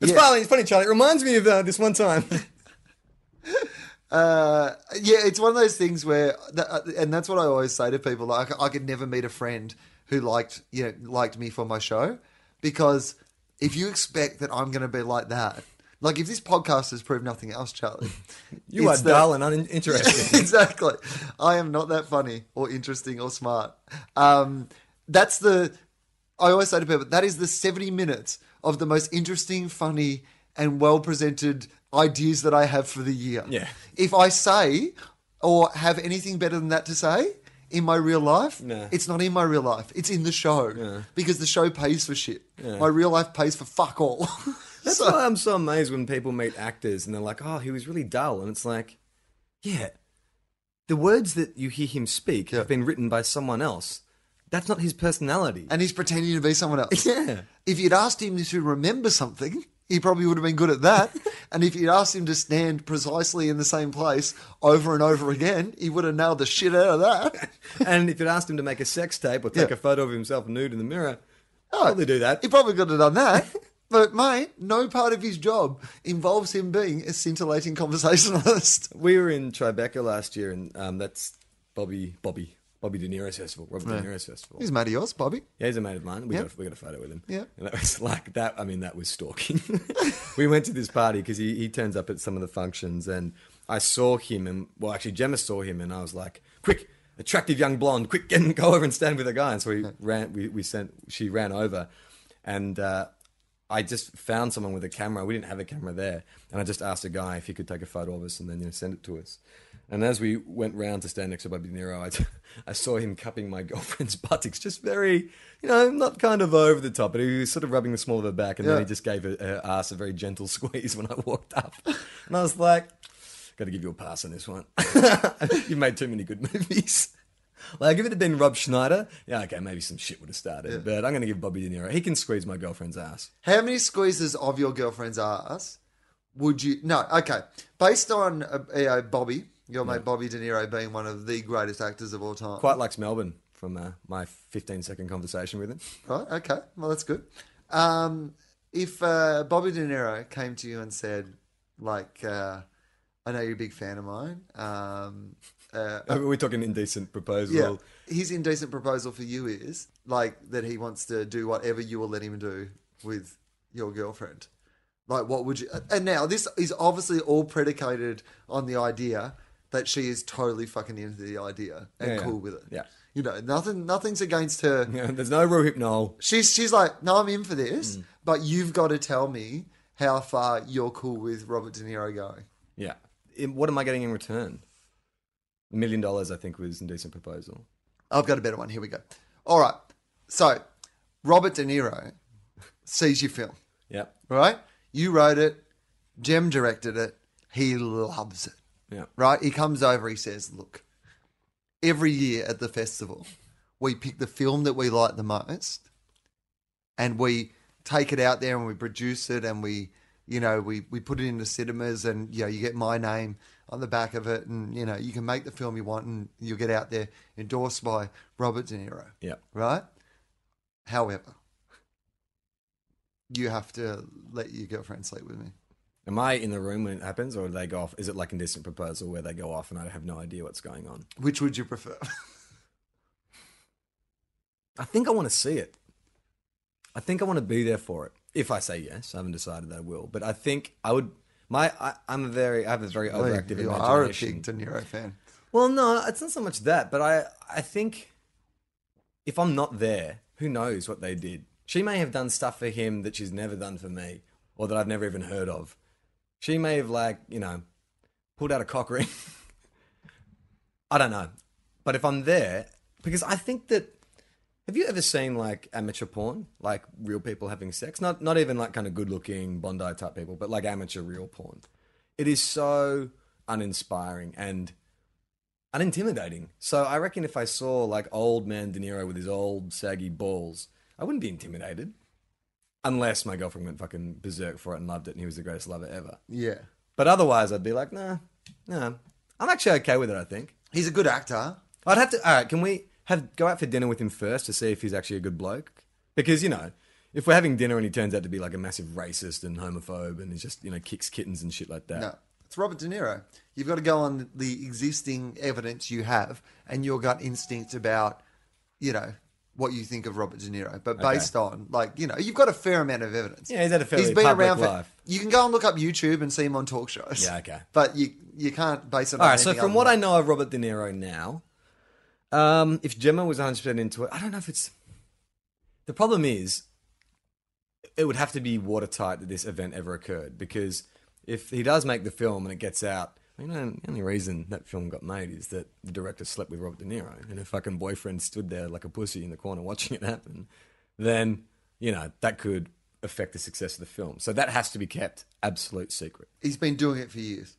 Speaker 1: It's
Speaker 2: yeah.
Speaker 1: funny, it's funny, Charlie. It reminds me of uh, this one time.
Speaker 2: Uh, yeah, it's one of those things where, that, uh, and that's what I always say to people. Like, I could never meet a friend who liked, you know, liked me for my show, because if you expect that I'm going to be like that, like if this podcast has proved nothing else, Charlie,
Speaker 1: you are
Speaker 2: it's that-
Speaker 1: dull and uninteresting.
Speaker 2: exactly. I am not that funny or interesting or smart. Um, that's the. I always say to people that is the seventy minutes of the most interesting, funny, and well presented ideas that I have for the year.
Speaker 1: Yeah.
Speaker 2: If I say or have anything better than that to say in my real life,
Speaker 1: No.
Speaker 2: it's not in my real life. It's in the show because the show pays for shit. My real life pays for fuck all.
Speaker 1: That's why I'm so amazed when people meet actors and they're like, "Oh, he was really dull," and it's like, yeah, the words that you hear him speak
Speaker 2: Yeah.
Speaker 1: have been written by someone else. That's not his personality.
Speaker 2: and he's pretending to be someone else.
Speaker 1: yeah,
Speaker 2: If you'd asked him to remember something, he probably would have been good at that. and if you'd asked him to stand precisely in the same place over and over again, he would have nailed the shit out of that.
Speaker 1: and if you'd asked him to make a sex tape or take
Speaker 2: Yeah.
Speaker 1: a photo of himself nude in the mirror, oh, probably do that.
Speaker 2: He probably could have done that. But mate, no part of his job involves him being a scintillating conversationalist.
Speaker 1: we were in Tribeca last year, and um, that's Bobby, Bobby, Bobby De Niro's festival, Robert De Niro's festival.
Speaker 2: He's mate of yours, Bobby.
Speaker 1: Yeah, he's a mate of mine. We,
Speaker 2: Yeah.
Speaker 1: got, a, we got a photo with him.
Speaker 2: Yeah.
Speaker 1: And that was like that. I mean, that was stalking. we went to this party because he, he turns up at some of the functions and I saw him. And well, actually, Gemma saw him and I was like, quick, attractive young blonde, quick, get and go over and stand with the guy. And so we ran, we, we sent, she ran over and uh, I just found someone with a camera. We didn't have a camera there. And I just asked a guy if he could take a photo of us and then you know, send it to us. And as we went round to stand next to Bobby De Niro, I, I saw him cupping my girlfriend's buttocks, just very, you know, not kind of over the top, but he was sort of rubbing the small of her back. And
Speaker 2: Yeah.
Speaker 1: then he just gave her, her ass a very gentle squeeze when I walked up. And I was like, got to give you a pass on this one. You've made too many good movies. Like, if it had been Rob Schneider, yeah, okay, maybe some shit would have started. But I'm going to give Bobby De Niro. He can squeeze my girlfriend's ass.
Speaker 2: How many squeezes of your girlfriend's ass would you? No, okay. Based on uh, you know, Bobby, your mate Bobby De Niro being one of the greatest actors of all time.
Speaker 1: quite likes Melbourne from uh, my 15 second conversation with him.
Speaker 2: Right. Okay. Well, that's good. Um, if uh, Bobby De Niro came to you and said, like, uh, I know you're a big fan of mine. Um, uh,
Speaker 1: Uh, We're talking indecent proposal.
Speaker 2: yeah. His indecent proposal for you is like that he wants to do whatever you will let him do with your girlfriend. Like, what would you? And now this is obviously all predicated on the idea that she is totally fucking into the idea and
Speaker 1: Yeah, yeah.
Speaker 2: cool with it.
Speaker 1: Yeah. Mm-hmm.
Speaker 2: You know, nothing. Nothing's against her
Speaker 1: Yeah, There's no real hypnol.
Speaker 2: she's she's like, no, I'm in for this, but you've got to tell me how far you're cool with Robert De Niro going.
Speaker 1: Yeah. In- what am I getting in return? A million dollars, I think, was indecent proposal.
Speaker 2: I've got a better one. Here we go. All right. So Robert De Niro sees your film,
Speaker 1: Yeah.
Speaker 2: right? You wrote it, Jem directed it. He loves it.
Speaker 1: Yeah.
Speaker 2: right? He comes over, he says, Look, every year at the festival, we pick the film that we like the most and we take it out there and we produce it and we, you know, we, we put it into cinemas and, you know, you get my name on the back of it and, you know, you can make the film you want and you'll get out there endorsed by Robert De Niro,
Speaker 1: Yeah.
Speaker 2: right? However, you have to let your girlfriend sleep with me.
Speaker 1: Am I in the room when it happens, or do they go off? Is it like indecent proposal where they go off and I have no idea what's going on?
Speaker 2: Which would you prefer?
Speaker 1: I think I want to see it. I think I want to be there for it. If I say yes, I haven't decided that I will, but I think I would. My, I, I'm a very, I have a very overactive
Speaker 2: you
Speaker 1: imagination.
Speaker 2: are a big De Niro fan.
Speaker 1: Well, no, it's not so much that, but I I think if I'm not there, who knows what they did? She may have done stuff for him that she's never done for me, or that I've never even heard of. She may have like you know pulled out a cock ring. I don't know, but if I'm there, because I think that. Have you ever seen like amateur porn, like real people having sex? Not not even like kind of good looking Bondi type people, but like amateur real porn. It is so uninspiring and unintimidating. So I reckon if I saw like old man De Niro with his old saggy balls, I wouldn't be intimidated. Unless my girlfriend went fucking berserk for it and loved it and he was the greatest lover ever.
Speaker 2: Yeah.
Speaker 1: But otherwise, I'd be like, nah, nah. I'm actually okay with it, I think.
Speaker 2: He's a good actor.
Speaker 1: I'd have to. All right, can we have go out for dinner with him first to see if he's actually a good bloke? Because you know, if we're having dinner and he turns out to be like a massive racist and homophobe and he's just you know kicks kittens and shit like that.
Speaker 2: No, it's Robert De Niro. You've got to go on the existing evidence you have and your gut instinct about, you know, what you think of Robert De Niro. But based on, like, you know, you've got a fair amount of evidence.
Speaker 1: Yeah, he's had a fairly public life.
Speaker 2: You can go and look up YouTube and see him on talk shows.
Speaker 1: Yeah, okay.
Speaker 2: But you you can't base it on.
Speaker 1: All right, so from what I know of Robert De Niro now, um, if Gemma was 100% into it, I don't know if it's. The problem is, it would have to be watertight that this event ever occurred because if he does make the film and it gets out, you know, the only reason that film got made is that the director slept with Robert De Niro and her fucking boyfriend stood there like a pussy in the corner watching it happen, then, you know, that could affect the success of the film. So that has to be kept absolute secret.
Speaker 2: he's been doing it for years.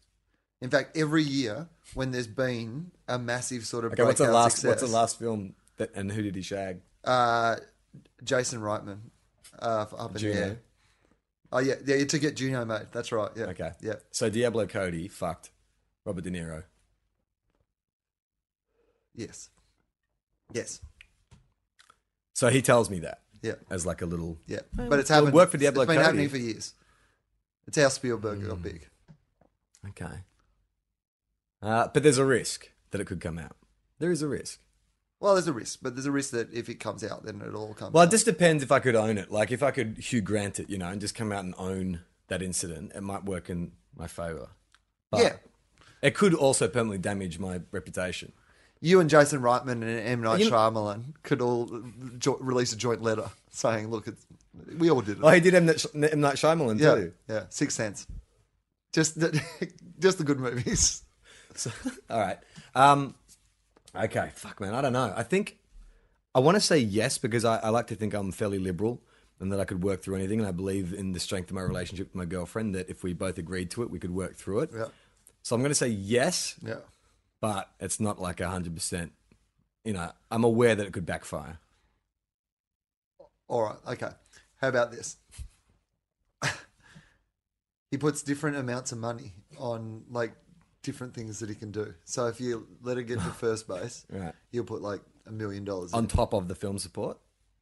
Speaker 2: In fact, every year when there's been a massive sort of
Speaker 1: Okay, what's the
Speaker 2: breakout
Speaker 1: last
Speaker 2: success,
Speaker 1: what's the last film that and who did he shag?
Speaker 2: Uh, Jason Reitman, uh, for up in the
Speaker 1: Juno.
Speaker 2: air. Oh yeah, yeah, to get Juno, mate. That's right. Yeah.
Speaker 1: Okay.
Speaker 2: Yeah.
Speaker 1: So Diablo Cody fucked Robert De Niro.
Speaker 2: Yes. Yes.
Speaker 1: So he tells me that
Speaker 2: Yeah.
Speaker 1: as like a little.
Speaker 2: Yeah.
Speaker 1: Well,
Speaker 2: But it's
Speaker 1: well,
Speaker 2: happened.
Speaker 1: work for Diablo Mm.
Speaker 2: It's been
Speaker 1: Cody.
Speaker 2: happening for years. It's how Spielberg got big.
Speaker 1: Okay. Uh, but there's a risk that it could come out. There is a risk.
Speaker 2: Well, there's a risk, but there's a risk that if it comes out, then it all comes.
Speaker 1: Well, it
Speaker 2: out.
Speaker 1: just depends if I could own it. Like if I could Hugh Grant it, you know, and just come out and own that incident, it might work in my favor. But
Speaker 2: yeah.
Speaker 1: It could also permanently damage my reputation.
Speaker 2: You and Jason Reitman and M Night
Speaker 1: You know-
Speaker 2: Shyamalan could all jo- release a joint letter saying, "Look, it's, we all did it."
Speaker 1: Oh, he did M. Night, Sh- M. Night Shyamalan
Speaker 2: yeah.
Speaker 1: too.
Speaker 2: Yeah. Six cents. Just the, just the good movies.
Speaker 1: So, all right. Um, okay. Fuck, man. I don't know. I think I want to say yes because I, I like to think I'm fairly liberal and that I could work through anything. And I believe in the strength of my relationship with my girlfriend that if we both agreed to it, we could work through it.
Speaker 2: Yeah.
Speaker 1: So I'm going to say yes,
Speaker 2: Yeah.
Speaker 1: but it's not like 100%. You know, I'm aware that it could backfire.
Speaker 2: All right, okay. How about this? he puts different amounts of money on like different things that he can do. So if you let it get to first base,
Speaker 1: Right.
Speaker 2: you'll put like a million dollars in,
Speaker 1: On top of the film support?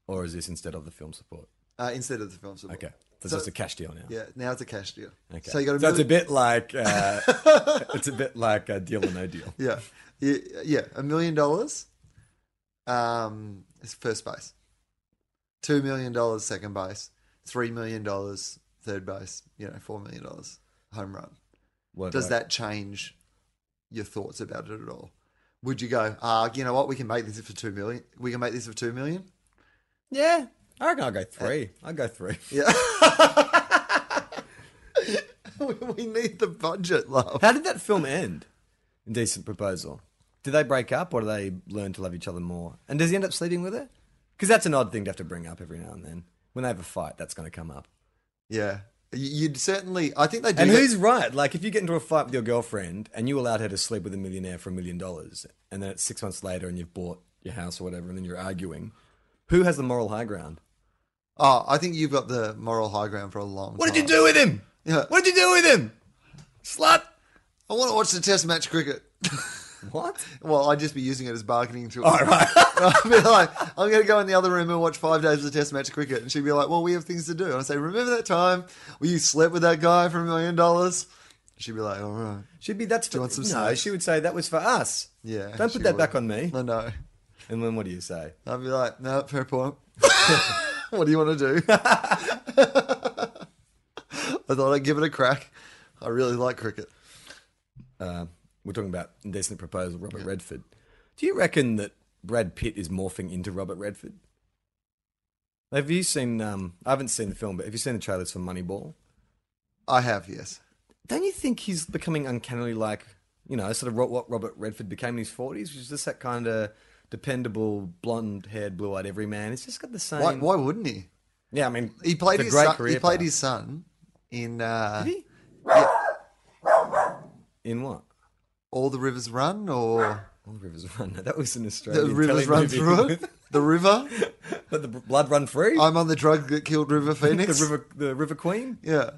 Speaker 1: Or is this instead of the film support?
Speaker 2: uh, instead of the film support.
Speaker 1: Okay. So it's
Speaker 2: So-
Speaker 1: just a cash deal now.
Speaker 2: Yeah, now it's a cash deal.
Speaker 1: Okay.
Speaker 2: So you got a
Speaker 1: it's a
Speaker 2: million.
Speaker 1: bit like uh, it's a bit like a deal or no deal.
Speaker 2: yeah, yeah, yeah, a million dollars. Um, is first base. Two million dollars second base. Three million dollars third base. You know, four million dollars home run.
Speaker 1: What
Speaker 2: does
Speaker 1: about-
Speaker 2: that change your thoughts about it at all? Would you go, ah, you know what, we can make this for two million? We can make this for two million?
Speaker 1: Yeah. I reckon I'll go three. I'll go three.
Speaker 2: Yeah. we we need the budget, love.
Speaker 1: How did that film end? Indecent proposal. Do they break up or do they learn to love each other more? And does he end up sleeping with her? Because that's an odd thing to have to bring up every now and then. When they have a fight, that's going to come up.
Speaker 2: Yeah. Y- You'd certainly, I think they do.
Speaker 1: And
Speaker 2: get-
Speaker 1: who's right? Like, if you get into a fight with your girlfriend and you allowed her to sleep with a millionaire for a million dollars, and then it's six months later and you've bought your house or whatever, and then you're arguing, who has the moral high ground?
Speaker 2: Oh, I think you've got the moral high ground for a long
Speaker 1: What
Speaker 2: time.
Speaker 1: did you do with him?
Speaker 2: Yeah.
Speaker 1: What did you do with him? Slut.
Speaker 2: I want to watch the test match cricket.
Speaker 1: What?
Speaker 2: Well, I'd just be using it as bargaining tool. All right. I'd be like, I'm going to go in the other room and watch five days of the test match cricket. And she'd be like, well, we have things to do. And I say, remember that time where you slept with that guy for a million dollars? She'd be like, all right.
Speaker 1: She'd be that's for,
Speaker 2: you want some
Speaker 1: no.
Speaker 2: snacks?
Speaker 1: She would say that was for us.
Speaker 2: Yeah.
Speaker 1: Don't
Speaker 2: she
Speaker 1: put that
Speaker 2: would.
Speaker 1: back on me.
Speaker 2: I know.
Speaker 1: And then what do you say?
Speaker 2: I'd be like, no, fair point. what do you want to do? I thought I'd give it a crack. I really like cricket.
Speaker 1: Uh, we're talking about indecent proposal. Robert Redford. Do you reckon that Brad Pitt is morphing into Robert Redford? Have you seen? Um, I haven't seen the film, but have you seen the trailers for Moneyball?
Speaker 2: I have, yes.
Speaker 1: Don't you think he's becoming uncannily like you know sort of ro- what Robert Redford became in his forties, which is just that kind of dependable, blonde-haired, blue-eyed everyman. It's just got the same.
Speaker 2: Why, why wouldn't he?
Speaker 1: Yeah, I mean,
Speaker 2: He played
Speaker 1: it's a
Speaker 2: his
Speaker 1: great
Speaker 2: son.
Speaker 1: career
Speaker 2: He played
Speaker 1: path.
Speaker 2: his son in uh,
Speaker 1: Did he? In what?
Speaker 2: All the Rivers Run or
Speaker 1: All the rivers run. That was an Australian.
Speaker 2: The Rivers Run
Speaker 1: telemovie.
Speaker 2: Through It, Oh, The River.
Speaker 1: Let the blood run free.
Speaker 2: I'm on the drug that killed River
Speaker 1: the
Speaker 2: Phoenix.
Speaker 1: river, the river queen.
Speaker 2: Yeah.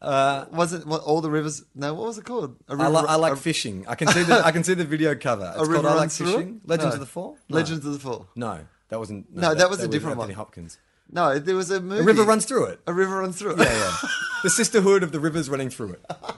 Speaker 2: Uh, Wasn't what, all the rivers? No, what was it called? A
Speaker 1: I,
Speaker 2: river,
Speaker 1: li- I like
Speaker 2: a-
Speaker 1: fishing. I can see the I can see the video cover. It's
Speaker 2: a river
Speaker 1: called I like
Speaker 2: runs through it?
Speaker 1: fishing. Legends
Speaker 2: No.
Speaker 1: of the Fall. No.
Speaker 2: Legends of the Fall.
Speaker 1: No, that wasn't.
Speaker 2: No, that was a different
Speaker 1: Anthony
Speaker 2: one.
Speaker 1: Hopkins.
Speaker 2: No, there was a movie.
Speaker 1: The river runs through it.
Speaker 2: A river runs through. It.
Speaker 1: Yeah, yeah. the sisterhood of the rivers running through it. Uh,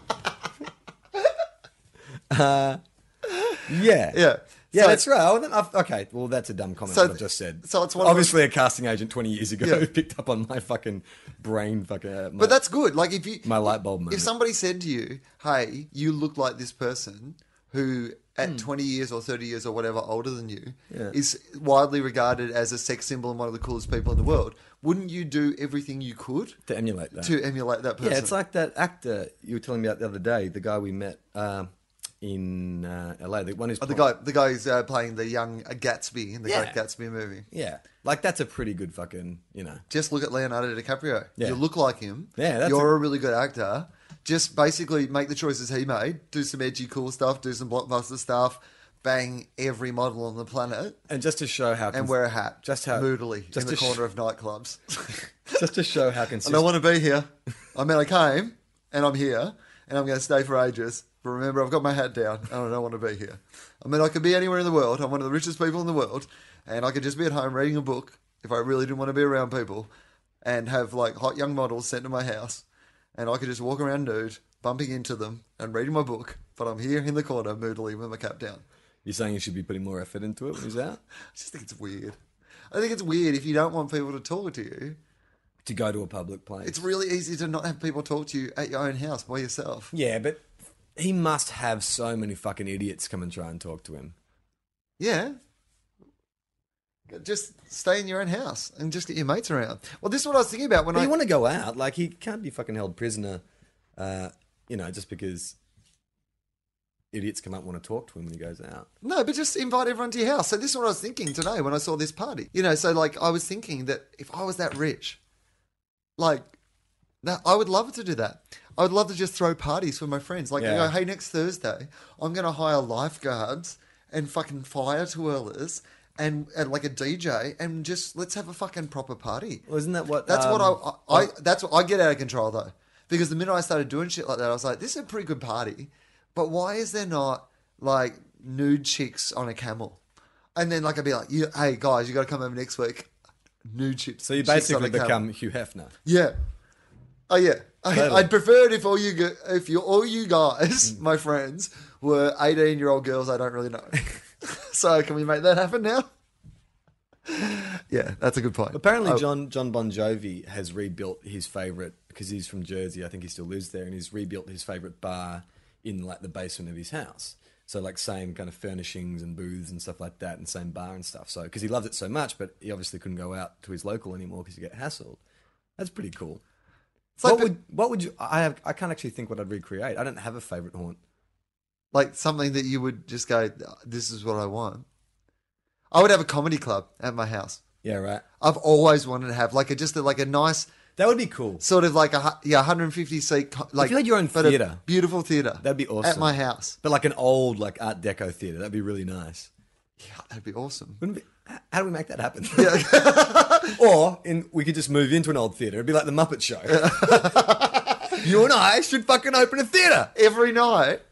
Speaker 1: yeah.
Speaker 2: Yeah.
Speaker 1: Yeah,
Speaker 2: So-
Speaker 1: that's right. Well, then I've, okay, well, that's a dumb comment
Speaker 2: So
Speaker 1: what I've
Speaker 2: th-
Speaker 1: just said.
Speaker 2: so it's one of
Speaker 1: obviously a casting agent twenty years ago
Speaker 2: Yeah.
Speaker 1: who picked up on my fucking brain, fucking. Uh, my,
Speaker 2: But that's good. Like if you
Speaker 1: my light bulb moment.
Speaker 2: if somebody said to you, "Hey, you look like this person who at 20 years or 30 years or whatever older than you
Speaker 1: Hmm. Yeah.
Speaker 2: is widely regarded as a sex symbol and one of the coolest people in the world," wouldn't you do everything you could
Speaker 1: to emulate that.
Speaker 2: to emulate that person?
Speaker 1: yeah, it's like that actor you were telling me about the other day, the guy we met um in uh, LA. The one who's
Speaker 2: Oh, the guy, the guy who's uh, playing the young uh, Gatsby in the
Speaker 1: Yeah.
Speaker 2: Great Gatsby movie.
Speaker 1: Yeah, like that's a pretty good fucking. You know,
Speaker 2: Just look at Leonardo DiCaprio.
Speaker 1: Yeah.
Speaker 2: You look like him.
Speaker 1: Yeah, that's
Speaker 2: you're a... really good actor. Just basically make the choices he made. Do some edgy, cool stuff. Do some blockbuster stuff. Bang every model on the planet.
Speaker 1: and just to show how
Speaker 2: and
Speaker 1: cons-
Speaker 2: wear a hat.
Speaker 1: just how
Speaker 2: moodily
Speaker 1: just
Speaker 2: in the
Speaker 1: to sh-
Speaker 2: corner of nightclubs.
Speaker 1: just to show how
Speaker 2: I
Speaker 1: consistent.
Speaker 2: don't want to be here. I mean, I came and I'm here and I'm going to stay for ages. But remember, I've got my hat down and I don't want to be here. I mean, I could be anywhere in the world. I'm one of the richest people in the world, and I could just be at home reading a book if I really didn't want to be around people, and have like hot young models sent to my house, and I could just walk around nude, bumping into them and reading my book. But I'm here in the corner moodily with my cap down.
Speaker 1: You're saying you should be putting more effort into it when he's out
Speaker 2: I just think it's weird. I think it's weird if you don't want people to talk to you.
Speaker 1: to go to a public place.
Speaker 2: It's really easy to not have people talk to you at your own house by yourself.
Speaker 1: yeah, but he must have so many fucking idiots come and try and talk to him.
Speaker 2: Yeah. Just stay in your own house and just get your mates around. Well, this is what I was thinking about when
Speaker 1: But
Speaker 2: I.
Speaker 1: you want to go out, like he can't be fucking held prisoner. Uh, you know, just because idiots come up and want to talk to him when he goes out.
Speaker 2: No, but just invite everyone to your house. So this is what I was thinking today when I saw this party. You know, so like I was thinking that if I was that rich, like that I would love to do that. I would love to just throw parties for my friends. Like,
Speaker 1: Yeah.
Speaker 2: you go, hey, next Thursday, I'm going to hire lifeguards and fucking fire twirlers and, and like a DJ and just let's have a fucking proper party.
Speaker 1: Well, isn't that what?
Speaker 2: That's what
Speaker 1: um,
Speaker 2: I, I, I that's what I get out of control though, because the minute I started doing shit like that, I was like, this is a pretty good party, but why is there not like nude chicks on a camel? And then like I'd be like, you, hey guys, you got to come over next week, nude chicks.
Speaker 1: So you
Speaker 2: chicks on
Speaker 1: basically
Speaker 2: a
Speaker 1: become
Speaker 2: camel."
Speaker 1: Hugh Hefner.
Speaker 2: yeah, oh yeah. I,
Speaker 1: Totally. Mm.
Speaker 2: I'd prefer it if all you g- if you all you guys, my friends, were eighteen year old girls I don't really know. so can we make that happen now? Yeah, that's a good point.
Speaker 1: Apparently,
Speaker 2: Oh,
Speaker 1: John John Bon Jovi has rebuilt his favorite because he's from Jersey. I think he still lives there, and he's rebuilt his favorite bar in like the basement of his house. So like same kind of furnishings and booths and stuff like that, and same bar and stuff. So because he loved it so much, but he obviously couldn't go out to his local anymore because he get hassled. That's pretty cool.
Speaker 2: it's like
Speaker 1: what
Speaker 2: the-
Speaker 1: would what would you? I have I can't actually think what I'd recreate. I don't have a favorite haunt.
Speaker 2: like something that you would just go, "This is what I want." I would have a comedy club at my house.
Speaker 1: Yeah, right.
Speaker 2: I've always wanted to have like a just a, like a nice
Speaker 1: That would be cool.
Speaker 2: sort of like a hu- yeah 150 seat co- like
Speaker 1: you had your own
Speaker 2: but a
Speaker 1: theatre.
Speaker 2: beautiful theater
Speaker 1: That'd be
Speaker 2: at
Speaker 1: awesome.
Speaker 2: my house.
Speaker 1: But like an old like Art Deco theater. That'd be really nice.
Speaker 2: Yeah, that'd be awesome.
Speaker 1: Wouldn't be, h- how do we make that happen? or in, we could just move into an old theatre. It'd be like the Muppet Show. you and I should fucking open a theatre.
Speaker 2: Every night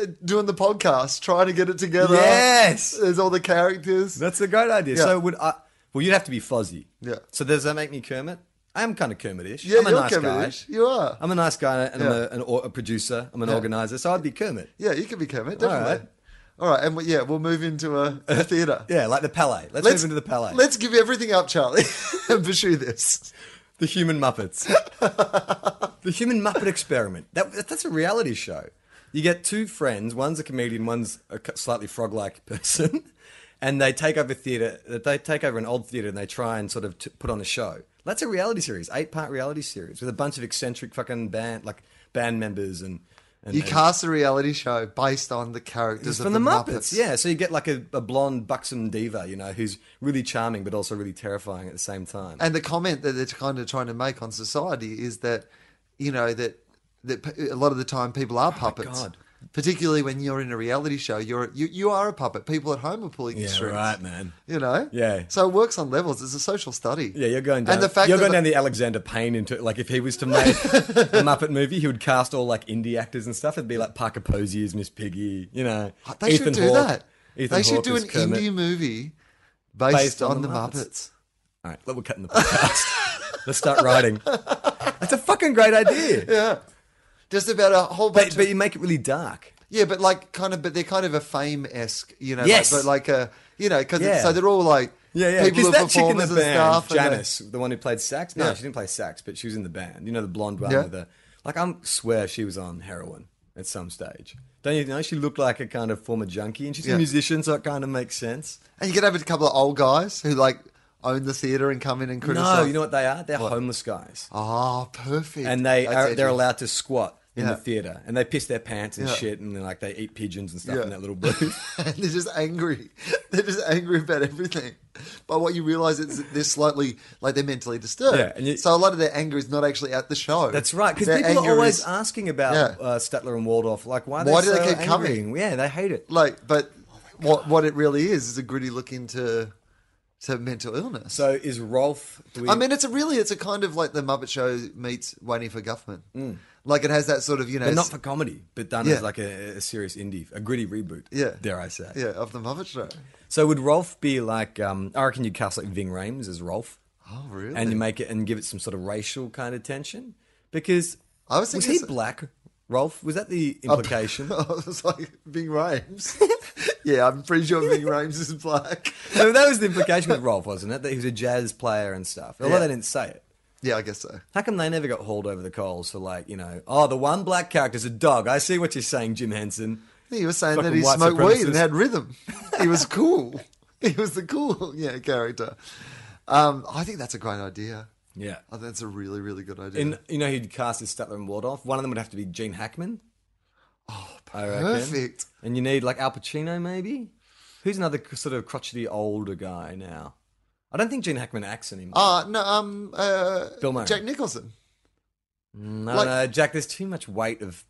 Speaker 2: uh, doing the podcast, trying to get it together.
Speaker 1: Yes.
Speaker 2: There's all the characters.
Speaker 1: That's a great idea.
Speaker 2: Yeah.
Speaker 1: So would I? Well, you'd have to be fuzzy.
Speaker 2: Yeah.
Speaker 1: So does that make me Kermit? I am kind of Kermitish.
Speaker 2: Yeah,
Speaker 1: I'm a
Speaker 2: you're
Speaker 1: nice
Speaker 2: Kermit-ish.
Speaker 1: guy.
Speaker 2: You are.
Speaker 1: I'm a nice guy, and I'm
Speaker 2: Yeah.
Speaker 1: a, an, or- a producer. I'm an organizer, so I'd be Kermit.
Speaker 2: yeah, you can be Kermit,
Speaker 1: All
Speaker 2: definitely. All right,
Speaker 1: right.
Speaker 2: and we, yeah, we'll move into a, a theatre.
Speaker 1: Yeah, like the Palais. Let's, move into the Palais.
Speaker 2: Let's give everything up, Charlie, and pursue this.
Speaker 1: The Human Muppets. the Human Muppet Experiment. That, that's a reality show. You get two friends, one's a comedian, one's a c- slightly frog like person, and they take over theatre, they take over an old theatre and they try and sort of t- put on a show. That's a reality series, eight part reality series with a bunch of eccentric fucking band, like band members and. and
Speaker 2: You
Speaker 1: and-
Speaker 2: cast a reality show based on the characters
Speaker 1: it's
Speaker 2: of
Speaker 1: from
Speaker 2: the,
Speaker 1: the, Muppets.
Speaker 2: Muppets.
Speaker 1: Yeah, so you get like a, a blonde, buxom diva, you know, who's really charming but also really terrifying at the same time.
Speaker 2: and the comment that they're kind of trying to make on society is that you know that that p- a lot of the time people are puppets
Speaker 1: Oh God.
Speaker 2: particularly when you're in a reality show you're you, you are a puppet people at home are pulling you
Speaker 1: yeah,
Speaker 2: strings
Speaker 1: right, man.
Speaker 2: you know
Speaker 1: Yeah.
Speaker 2: so it works on levels it's a social study
Speaker 1: Yeah, you're going down.
Speaker 2: and the fact
Speaker 1: you're
Speaker 2: that
Speaker 1: going down the Alexander Payne into like if he was to make a Muppet movie, he would cast all like indie actors and stuff. It'd be like Parker Posey as Miss Piggy, you know.
Speaker 2: Oh, Ah, they should do
Speaker 1: Hawke-
Speaker 2: that
Speaker 1: Ethan
Speaker 2: they should
Speaker 1: Hawke
Speaker 2: do
Speaker 1: as
Speaker 2: an
Speaker 1: Kermit.
Speaker 2: indie movie based, on, the muppets,
Speaker 1: All right, look, we're cutting the podcast. Let's start writing. That's a fucking great idea.
Speaker 2: just about a whole bunch
Speaker 1: But,
Speaker 2: of
Speaker 1: but you make it really dark.
Speaker 2: Yeah, but like kind of, but they're kind of a fame esque, you know.
Speaker 1: Yes.
Speaker 2: Like, but like a, you know, because
Speaker 1: Yeah.
Speaker 2: so they're all like,
Speaker 1: Yeah, yeah. Because
Speaker 2: people who are
Speaker 1: that chick in the
Speaker 2: performers and
Speaker 1: band,
Speaker 2: stuff. and uh, they-
Speaker 1: Janice, the one who played sax. No,
Speaker 2: Yeah.
Speaker 1: she didn't play sax, but she was in the band. You know, the blonde one
Speaker 2: Yeah.
Speaker 1: with the like. I swear she was on heroin at some stage. Don't you know? She looked like a kind of former junkie, and she's
Speaker 2: Yeah.
Speaker 1: a musician, so it kind of makes sense.
Speaker 2: And you could have a couple of old guys who like own the theater and come in and criticize.
Speaker 1: No, you know what they are? They're homeless guys,
Speaker 2: Oh, perfect.
Speaker 1: and they
Speaker 2: That's
Speaker 1: are,
Speaker 2: edgy.
Speaker 1: they're allowed to squat in
Speaker 2: Yeah.
Speaker 1: the theater, and they piss their pants and
Speaker 2: Yeah.
Speaker 1: shit, and then, like they eat pigeons and stuff
Speaker 2: Yeah.
Speaker 1: in that little booth.
Speaker 2: And they're just angry. They're just angry about everything. But what you realize is that they're slightly like they're mentally disturbed.
Speaker 1: Yeah, and you-
Speaker 2: so a lot of their anger is not actually at the show.
Speaker 1: That's right, because
Speaker 2: Their
Speaker 1: people are
Speaker 2: anger
Speaker 1: always
Speaker 2: is-
Speaker 1: asking about
Speaker 2: Yeah.
Speaker 1: uh, Statler and Waldorf. Like, why? Are
Speaker 2: Why
Speaker 1: they
Speaker 2: do they
Speaker 1: so
Speaker 2: keep
Speaker 1: angry?
Speaker 2: coming?
Speaker 1: Yeah, they hate it.
Speaker 2: like, but what what it really is is a gritty look into to mental illness.
Speaker 1: So is Rolf? Do we,
Speaker 2: I mean, it's a really, it's a kind of like the Muppet Show meets Waiting for Guffman. Like it has that sort of, you know,
Speaker 1: Mm. But not for comedy, but done
Speaker 2: Yeah.
Speaker 1: as like a, a serious indie, a gritty reboot.
Speaker 2: yeah,
Speaker 1: Dare I say.
Speaker 2: yeah, of the Muppet Show.
Speaker 1: So would Rolf be like, um, I reckon you'd cast like Ving Rhames as Rolf
Speaker 2: Oh, really?
Speaker 1: and you make it and give it some sort of racial kind of tension? Because
Speaker 2: I was thinking Oh,
Speaker 1: he
Speaker 2: so-
Speaker 1: black, Rolf? Was that the implication?
Speaker 2: I was like Bing Rames. yeah, I'm pretty sure Bing Rames is black.
Speaker 1: no, that was the implication with Rolf, wasn't it? That he was a jazz player and stuff. Although
Speaker 2: Yeah.
Speaker 1: they didn't say it.
Speaker 2: Yeah, I guess so.
Speaker 1: How come they never got hauled over the coals for like, you know, oh, the one black character's a dog. I see what you're saying, Jim Henson.
Speaker 2: Yeah, You were saying that
Speaker 1: Fucking
Speaker 2: he
Speaker 1: white
Speaker 2: smoked weed
Speaker 1: supremacist.
Speaker 2: and had rhythm. He was cool. he was the cool, yeah, character. Um, I think that's a great idea.
Speaker 1: Yeah.
Speaker 2: I think Oh, that's a really, really good idea.
Speaker 1: And you know who'd cast as Statler and Waldorf? One of them would have to be Gene Hackman. Oh,
Speaker 2: Perfect.
Speaker 1: And you need like Al Pacino, maybe. Who's another c- sort of crotchety older guy now? I don't think Gene Hackman acts anymore.
Speaker 2: Ah, no, um, uh,
Speaker 1: Bill Murray.
Speaker 2: Jack Nicholson.
Speaker 1: no,
Speaker 2: like-
Speaker 1: no, Jack. There's too much weight of.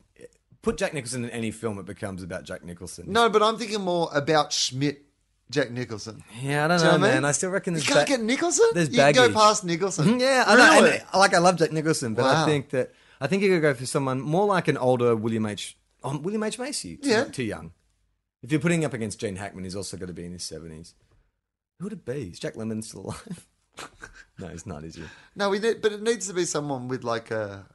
Speaker 1: Put Jack Nicholson in any film, it becomes about Jack Nicholson.
Speaker 2: No, but I'm thinking more about Schmidt, Jack Nicholson.
Speaker 1: Yeah, I don't
Speaker 2: Do
Speaker 1: know,
Speaker 2: you know what I
Speaker 1: man.
Speaker 2: mean?
Speaker 1: I still reckon
Speaker 2: You
Speaker 1: there's
Speaker 2: can't
Speaker 1: ba-
Speaker 2: get Nicholson.
Speaker 1: There's
Speaker 2: you can go
Speaker 1: baggage.
Speaker 2: past Nicholson.
Speaker 1: Yeah, I know.
Speaker 2: Mm-hmm. Really?
Speaker 1: And, uh, like I love Jack Nicholson, but
Speaker 2: Wow.
Speaker 1: I think that I think you could go for someone more like an older William H. Um, William H Macy. Too,
Speaker 2: Yeah.
Speaker 1: too young. If you're putting up against Gene Hackman, he's also got to be in his seventies. Who would it be? Is Jack Lemmon still alive? no, he's not. Is he?
Speaker 2: No, we need, but it needs to be someone with like a.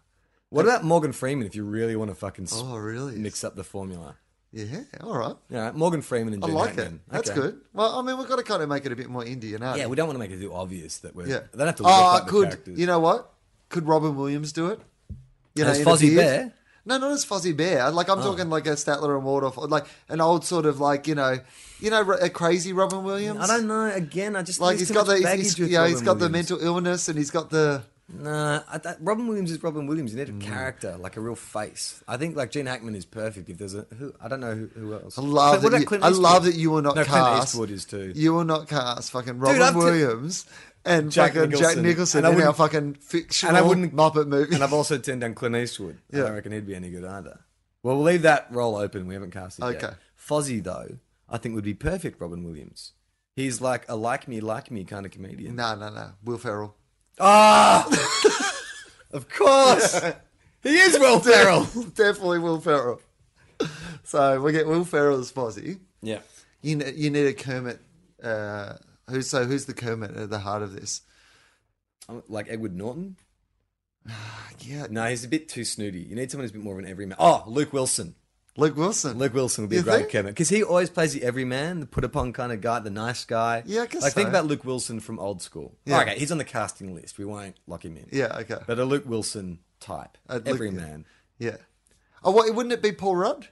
Speaker 1: What about Morgan Freeman? If you really want to fucking s-
Speaker 2: Oh, really?
Speaker 1: mix up the formula,
Speaker 2: Yeah, all right.
Speaker 1: yeah, Morgan Freeman and
Speaker 2: I
Speaker 1: Gene
Speaker 2: like it.
Speaker 1: Hackman.
Speaker 2: That's
Speaker 1: Okay.
Speaker 2: good. Well, I mean, we've got to kind of make it a bit more Indian, aren't
Speaker 1: Yeah,
Speaker 2: we?
Speaker 1: we don't want to make it too obvious that we're.
Speaker 2: Yeah.
Speaker 1: They don't have to
Speaker 2: oh,
Speaker 1: look like the
Speaker 2: could
Speaker 1: characters.
Speaker 2: you know what? Could Robin Williams do it? You
Speaker 1: As
Speaker 2: in a
Speaker 1: Fozzie
Speaker 2: beard?
Speaker 1: Bear? Oh.
Speaker 2: No, not as Fozzie Bear. Like I'm talking like a Statler and Waldorf, or like an old sort of like you know, you know, a crazy Robin Williams.
Speaker 1: I don't know. Again, I just
Speaker 2: like
Speaker 1: there's
Speaker 2: he's
Speaker 1: too
Speaker 2: got the
Speaker 1: much
Speaker 2: he's,
Speaker 1: baggage
Speaker 2: he's-
Speaker 1: with
Speaker 2: yeah, he's
Speaker 1: Robin
Speaker 2: got the
Speaker 1: Williams.
Speaker 2: mental illness and he's got the
Speaker 1: Nah, I, that, Robin Williams is Robin Williams. You need a
Speaker 2: Mm.
Speaker 1: character, like a real face. I think like Gene Hackman is perfect. If there's a who, I don't know who, who else.
Speaker 2: I love
Speaker 1: Clint- what
Speaker 2: that.
Speaker 1: about
Speaker 2: You,
Speaker 1: Clint
Speaker 2: I
Speaker 1: Eastwood?
Speaker 2: love that you will not
Speaker 1: No, Clint
Speaker 2: cast.
Speaker 1: Eastwood is too.
Speaker 2: You will not cast fucking Robin
Speaker 1: I'm t-
Speaker 2: Williams and
Speaker 1: Jack
Speaker 2: fucking Jack
Speaker 1: Nicholson.
Speaker 2: Nicholson
Speaker 1: And I
Speaker 2: in our
Speaker 1: wouldn't-
Speaker 2: fucking fictional
Speaker 1: and I wouldn't-
Speaker 2: Muppet movie.
Speaker 1: and I've also turned down Clint Eastwood.
Speaker 2: Yeah.
Speaker 1: I don't reckon he'd be any good either. Well, we'll leave that role open. We haven't cast it
Speaker 2: Okay.
Speaker 1: yet. Fozzie though, I think would be perfect. Robin Williams. He's like a like me, like me kind of comedian.
Speaker 2: no, no, no. Will Ferrell.
Speaker 1: Ah, of course. He is Will Ferrell.
Speaker 2: Definitely Will Ferrell. So we get Will Ferrell as Fozzie.
Speaker 1: Yeah.
Speaker 2: You ne- you need a Kermit. Uh, who's so who's the Kermit at the heart of this?
Speaker 1: I'm- Like Edward Norton?
Speaker 2: Yeah,
Speaker 1: No, he's a bit too snooty. You need someone who's a bit more of an everyman. Oh, Luke Wilson.
Speaker 2: Luke Wilson.
Speaker 1: Luke Wilson would be
Speaker 2: You
Speaker 1: a great
Speaker 2: think?
Speaker 1: Kermit because he always plays the everyman, the put upon kind of guy, the nice guy.
Speaker 2: Yeah, I guess
Speaker 1: like think
Speaker 2: so.
Speaker 1: about Luke Wilson from old school.
Speaker 2: Yeah.
Speaker 1: Okay, he's on the casting list. We won't lock him in.
Speaker 2: Yeah, okay.
Speaker 1: but a Luke Wilson type,
Speaker 2: A Luke-
Speaker 1: everyman.
Speaker 2: yeah. Oh, what, wouldn't it be Paul Rudd?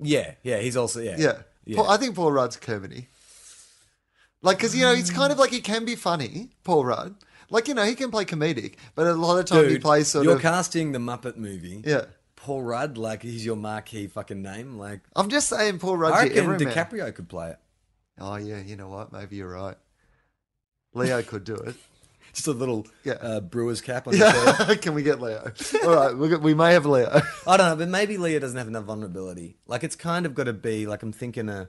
Speaker 1: Yeah, yeah, he's also yeah,
Speaker 2: Yeah. Paul, I think Paul Rudd's comedy. Like, because, you know, it's kind of like he can be funny, Paul Rudd. Like, you know, he can play comedic, but a lot of time
Speaker 1: Dude,
Speaker 2: he plays sort
Speaker 1: you're
Speaker 2: of.
Speaker 1: casting the Muppet movie.
Speaker 2: yeah.
Speaker 1: Paul Rudd, like he's your marquee fucking name. Like
Speaker 2: I'm just saying Paul Rudd's
Speaker 1: I
Speaker 2: your
Speaker 1: reckon
Speaker 2: everyman.
Speaker 1: DiCaprio could play it.
Speaker 2: Oh, yeah, you know what? Maybe you're right. Leo could do it.
Speaker 1: Just a little
Speaker 2: Yeah.
Speaker 1: uh, brewer's cap on his head.
Speaker 2: can we get Leo? All right, we'll get, we may have Leo.
Speaker 1: I don't know, but maybe Leah doesn't have enough vulnerability. Like it's kind of got to be like I'm thinking a,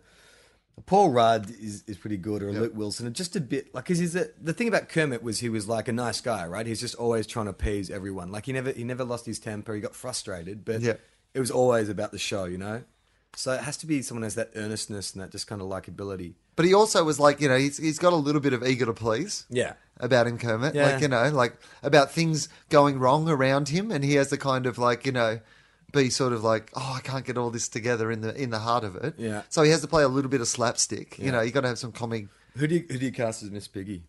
Speaker 1: a Paul Rudd is, is pretty good or a Luke Wilson, just a bit like because he's a, the thing about Kermit was he was like a nice guy, right? He's just always trying to appease everyone. Like he never he never lost his temper. He got frustrated, but
Speaker 2: Yeah.
Speaker 1: it was always about the show, you know. So it has to be someone who has that earnestness and that just kind of likability.
Speaker 2: But he also was like, you know, he's, he's got a little bit of eager to please.
Speaker 1: Yeah.
Speaker 2: about him, Kermit.
Speaker 1: Yeah.
Speaker 2: Like, you know, like about things going wrong around him and he has the kind of like, you know, be sort of like, Oh, I can't get all this together in the in the heart of it.
Speaker 1: Yeah.
Speaker 2: So he has to play a little bit of slapstick. You
Speaker 1: Yeah.
Speaker 2: know, you gotta have some comic
Speaker 1: Who do you, who do you cast as Miss Piggy?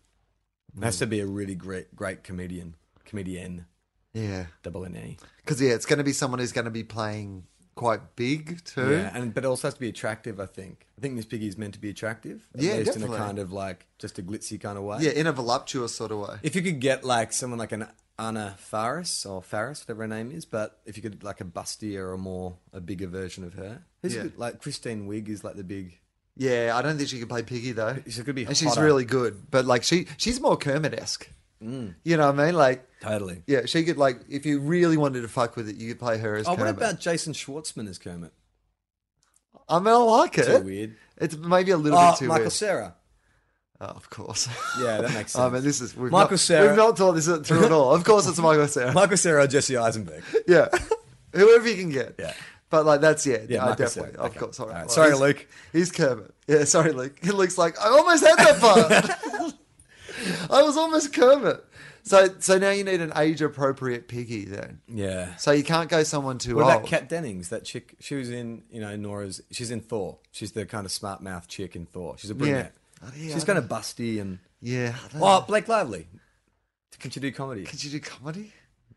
Speaker 1: Has to be a really great great comedian, comedian,
Speaker 2: Yeah.
Speaker 1: double N E.
Speaker 2: Cause yeah, it's gonna be someone who's gonna be playing quite big too.
Speaker 1: Yeah, and but it also has to be attractive. I think. I think Miss Piggy is meant to be attractive. At
Speaker 2: Yeah,
Speaker 1: least
Speaker 2: definitely.
Speaker 1: in a kind of like just a glitzy kind of way.
Speaker 2: Yeah, in a voluptuous sort of way.
Speaker 1: If you could get like someone like an Anna Faris or Faris, whatever her name is, but if you could like a bustier or a more a bigger version of her, who's
Speaker 2: Yeah.
Speaker 1: good, like Christine Wig is like the big.
Speaker 2: Yeah, I don't think she can play Piggy though.
Speaker 1: She could be
Speaker 2: and she's
Speaker 1: hotter.
Speaker 2: really good. But like she she's more Kermit esque.
Speaker 1: Mm.
Speaker 2: You know what I mean? Like
Speaker 1: Totally.
Speaker 2: yeah, she could like if you really wanted to fuck with it, you could play her as
Speaker 1: Oh, what
Speaker 2: Kermit.
Speaker 1: about Jason Schwartzman as Kermit?
Speaker 2: I mean, I like it.
Speaker 1: Too weird.
Speaker 2: It's maybe a little
Speaker 1: Oh,
Speaker 2: bit too
Speaker 1: Michael
Speaker 2: weird.
Speaker 1: Sarah.
Speaker 2: Oh, of course.
Speaker 1: Yeah, that makes sense.
Speaker 2: I mean, this is we've
Speaker 1: Michael
Speaker 2: not,
Speaker 1: Cera.
Speaker 2: We've not thought this through at all. Of course, it's Michael Sarah.
Speaker 1: Michael Sarah, Jesse Eisenberg.
Speaker 2: yeah, whoever you can get.
Speaker 1: Yeah.
Speaker 2: But like that's yeah,
Speaker 1: Yeah,
Speaker 2: I
Speaker 1: Michael
Speaker 2: definitely,
Speaker 1: Cera.
Speaker 2: of
Speaker 1: Okay.
Speaker 2: course. All right.
Speaker 1: All right.
Speaker 2: Well,
Speaker 1: Sorry,
Speaker 2: he's-
Speaker 1: Luke.
Speaker 2: He's Kermit. Yeah, sorry, Luke. He looks like I almost had that part. I was almost Kermit. So, so now you need an age-appropriate piggy then.
Speaker 1: Yeah.
Speaker 2: So you can't go someone too
Speaker 1: What
Speaker 2: old.
Speaker 1: about Kat Dennings? That chick, she was in, you know, Nora's. She's in Thor. She's the kind of smart mouth chick in Thor. She's a brunette.
Speaker 2: Oh, yeah,
Speaker 1: she's
Speaker 2: I
Speaker 1: kind of busty and.
Speaker 2: yeah. I don't
Speaker 1: Oh,
Speaker 2: know.
Speaker 1: Blake Lively. Can she do comedy?
Speaker 2: could you do comedy?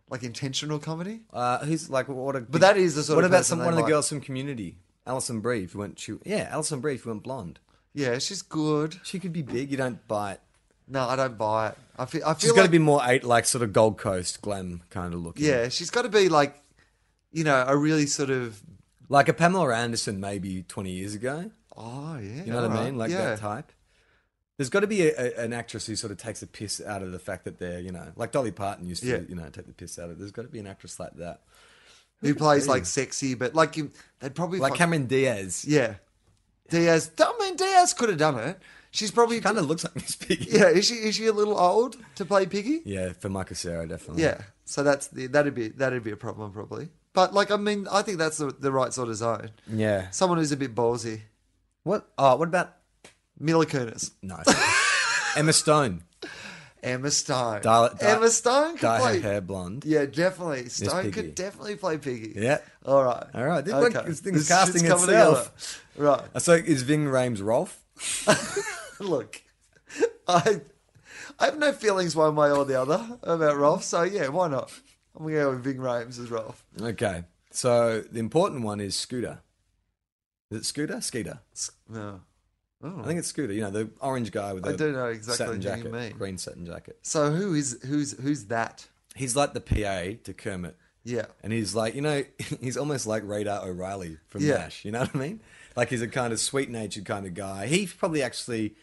Speaker 2: Like intentional comedy?
Speaker 1: Uh, who's like what? A,
Speaker 2: But that is the sort
Speaker 1: What
Speaker 2: of
Speaker 1: about
Speaker 2: person
Speaker 1: some
Speaker 2: they
Speaker 1: one of the
Speaker 2: like.
Speaker 1: girls from Community? Alison Breve who went. She yeah, Alison Breve who went blonde.
Speaker 2: Yeah, she's good.
Speaker 1: She could be big. You don't buy it.
Speaker 2: No, I don't buy it. I feel. I feel
Speaker 1: She's
Speaker 2: like,
Speaker 1: got to be more eight, like sort of Gold Coast glam kind of looking.
Speaker 2: Yeah, she's got to be like, you know, a really sort of.
Speaker 1: like a Pamela Anderson maybe twenty years ago.
Speaker 2: Oh yeah,
Speaker 1: You know what I
Speaker 2: alright,
Speaker 1: mean? Like
Speaker 2: yeah.
Speaker 1: that type. There's got to be a, a, an actress who sort of takes the piss out of the fact that they're, you know, like Dolly Parton used to,
Speaker 2: Yeah.
Speaker 1: you know, take the piss out of. There's got to be an actress like that,
Speaker 2: Who plays like sexy, but like you, they'd probably
Speaker 1: like
Speaker 2: fuck-
Speaker 1: Cameron Diaz.
Speaker 2: Yeah, Diaz. I mean, Diaz could have done it. She's probably
Speaker 1: Kind of looks like Miss Piggy.
Speaker 2: Yeah, is she is she a little old to play Piggy?
Speaker 1: Yeah, for Michael Sarah, definitely.
Speaker 2: Yeah, so that's the, that'd be that'd be a problem probably. But like, I mean, I think that's the, the right sort of zone.
Speaker 1: yeah.
Speaker 2: Someone who's a bit ballsy.
Speaker 1: What? Oh, what about?
Speaker 2: Mila Kunis,
Speaker 1: No. Emma Stone.
Speaker 2: Emma Stone.
Speaker 1: Dial- di-
Speaker 2: Emma Stone could
Speaker 1: Dye
Speaker 2: play.
Speaker 1: her hair blonde.
Speaker 2: Yeah, definitely. Stone
Speaker 1: Piggy.
Speaker 2: could definitely play Piggy.
Speaker 1: Yeah.
Speaker 2: All right.
Speaker 1: All right. This- look, this thing's casting
Speaker 2: shit's coming
Speaker 1: itself.
Speaker 2: together. Right.
Speaker 1: So is Ving Rhames Rolf?
Speaker 2: Look, I I have no feelings one way or the other about Rolf. So yeah, why not? I'm gonna go with Ving Rhames as Rolf.
Speaker 1: Okay. So the important one is Scooter. Is it Scooter? Skeeter.
Speaker 2: S- No. Oh.
Speaker 1: I think it's Scooter. You know the orange guy with the
Speaker 2: I do know exactly
Speaker 1: satin
Speaker 2: who you
Speaker 1: jacket,
Speaker 2: mean.
Speaker 1: green satin jacket.
Speaker 2: So who is who's who's that?
Speaker 1: He's like the PA to Kermit,
Speaker 2: Yeah.
Speaker 1: and he's like you know he's almost like Radar O'Reilly from
Speaker 2: Yeah.
Speaker 1: Nash. You know what I mean? Like he's a kind of sweet natured kind of guy. He's probably actually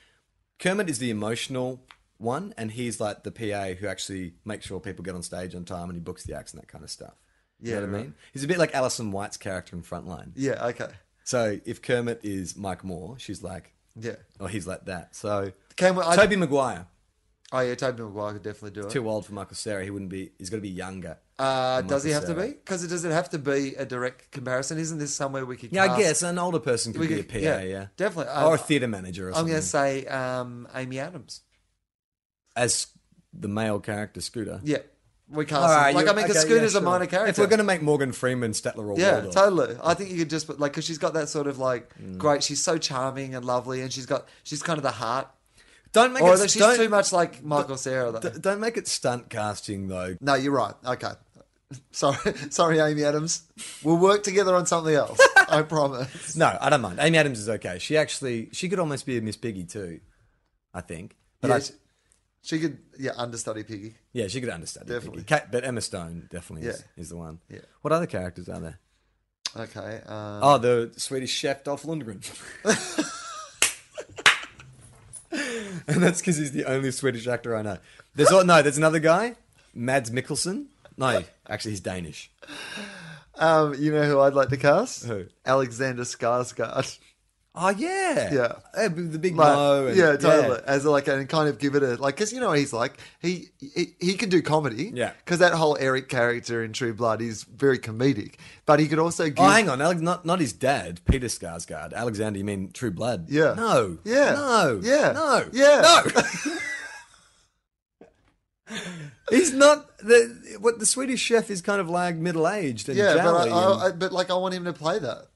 Speaker 1: Kermit is the emotional one, and he's like the PA who actually makes sure people get on stage on time and he books the acts and that kind of stuff. You
Speaker 2: Yeah,
Speaker 1: know what I
Speaker 2: right.
Speaker 1: mean? He's a bit like Alison White's character in Frontline.
Speaker 2: Yeah. Okay.
Speaker 1: So if Kermit is Mike Moore, she's like,
Speaker 2: Yeah.
Speaker 1: or he's like that. So
Speaker 2: Can we, I,
Speaker 1: Toby Maguire.
Speaker 2: Oh yeah, Toby Maguire could definitely do it.
Speaker 1: Too old for Michael Sarah. He wouldn't be. He's got to be younger.
Speaker 2: Uh, does he have to
Speaker 1: Sarah.
Speaker 2: be? Because it does it have to be a direct comparison? Isn't this somewhere we could?
Speaker 1: yeah, I
Speaker 2: cast-
Speaker 1: guess an older person could
Speaker 2: we
Speaker 1: be a
Speaker 2: could-
Speaker 1: PA.
Speaker 2: yeah,
Speaker 1: Yeah,
Speaker 2: definitely.
Speaker 1: or
Speaker 2: Um,
Speaker 1: a theatre manager or
Speaker 2: I'm
Speaker 1: something.
Speaker 2: going to say um, Amy Adams.
Speaker 1: As the male character, Scooter.
Speaker 2: Yeah, we can't.
Speaker 1: All right,
Speaker 2: like
Speaker 1: you-
Speaker 2: I mean, because
Speaker 1: okay,
Speaker 2: Scooter's
Speaker 1: yeah,
Speaker 2: a minor
Speaker 1: sure.
Speaker 2: character.
Speaker 1: If we're going to make Morgan Freeman, Statler, or
Speaker 2: Yeah,
Speaker 1: Waldorf,
Speaker 2: totally. I think you could just put like because she's got that sort of like great. She's so charming and lovely, and she's got she's kind of the heart.
Speaker 1: don't make
Speaker 2: Or
Speaker 1: it.
Speaker 2: that she's
Speaker 1: don't,
Speaker 2: too much like Michael Sarah. Though.
Speaker 1: d- don't make it stunt casting though.
Speaker 2: no, you're right. Okay, sorry, sorry, Amy Adams. We'll work together on something else. I promise.
Speaker 1: No, I don't mind. Amy Adams is okay. She actually she could almost be a Miss Piggy too, I think. But
Speaker 2: yeah,
Speaker 1: I,
Speaker 2: she, she could yeah understudy Piggy.
Speaker 1: yeah, she could understand
Speaker 2: Definitely.
Speaker 1: Piggy. Cat, but Emma Stone definitely is,
Speaker 2: Yeah.
Speaker 1: is the one.
Speaker 2: Yeah.
Speaker 1: What other characters are there?
Speaker 2: Okay. Um,
Speaker 1: Oh, the Swedish chef Dolph Lundgren. and that's because he's the only Swedish actor I know. There's al- no, there's another guy, Mads Mikkelsen. No, actually he's Danish.
Speaker 2: Um, you know who I'd like to cast?
Speaker 1: Who?
Speaker 2: Alexander Skarsgård.
Speaker 1: Oh yeah,
Speaker 2: Yeah.
Speaker 1: Eh, with the big
Speaker 2: Like,
Speaker 1: mo. and-
Speaker 2: yeah, totally. As like, and kind of give it a like, because you know what he's like he he, he can do comedy.
Speaker 1: Yeah.
Speaker 2: because that whole Eric character in True Blood is very comedic, but he could also give.
Speaker 1: Oh, hang on, Alex, not not his dad, Peter Skarsgård. Alexander, you mean True Blood?
Speaker 2: Yeah.
Speaker 1: No.
Speaker 2: Yeah.
Speaker 1: No.
Speaker 2: Yeah.
Speaker 1: No.
Speaker 2: Yeah.
Speaker 1: No. He's not the what the Swedish chef is kind of like middle aged and
Speaker 2: yeah, but I,
Speaker 1: jolly. and-
Speaker 2: I, I, but like I want him to play that.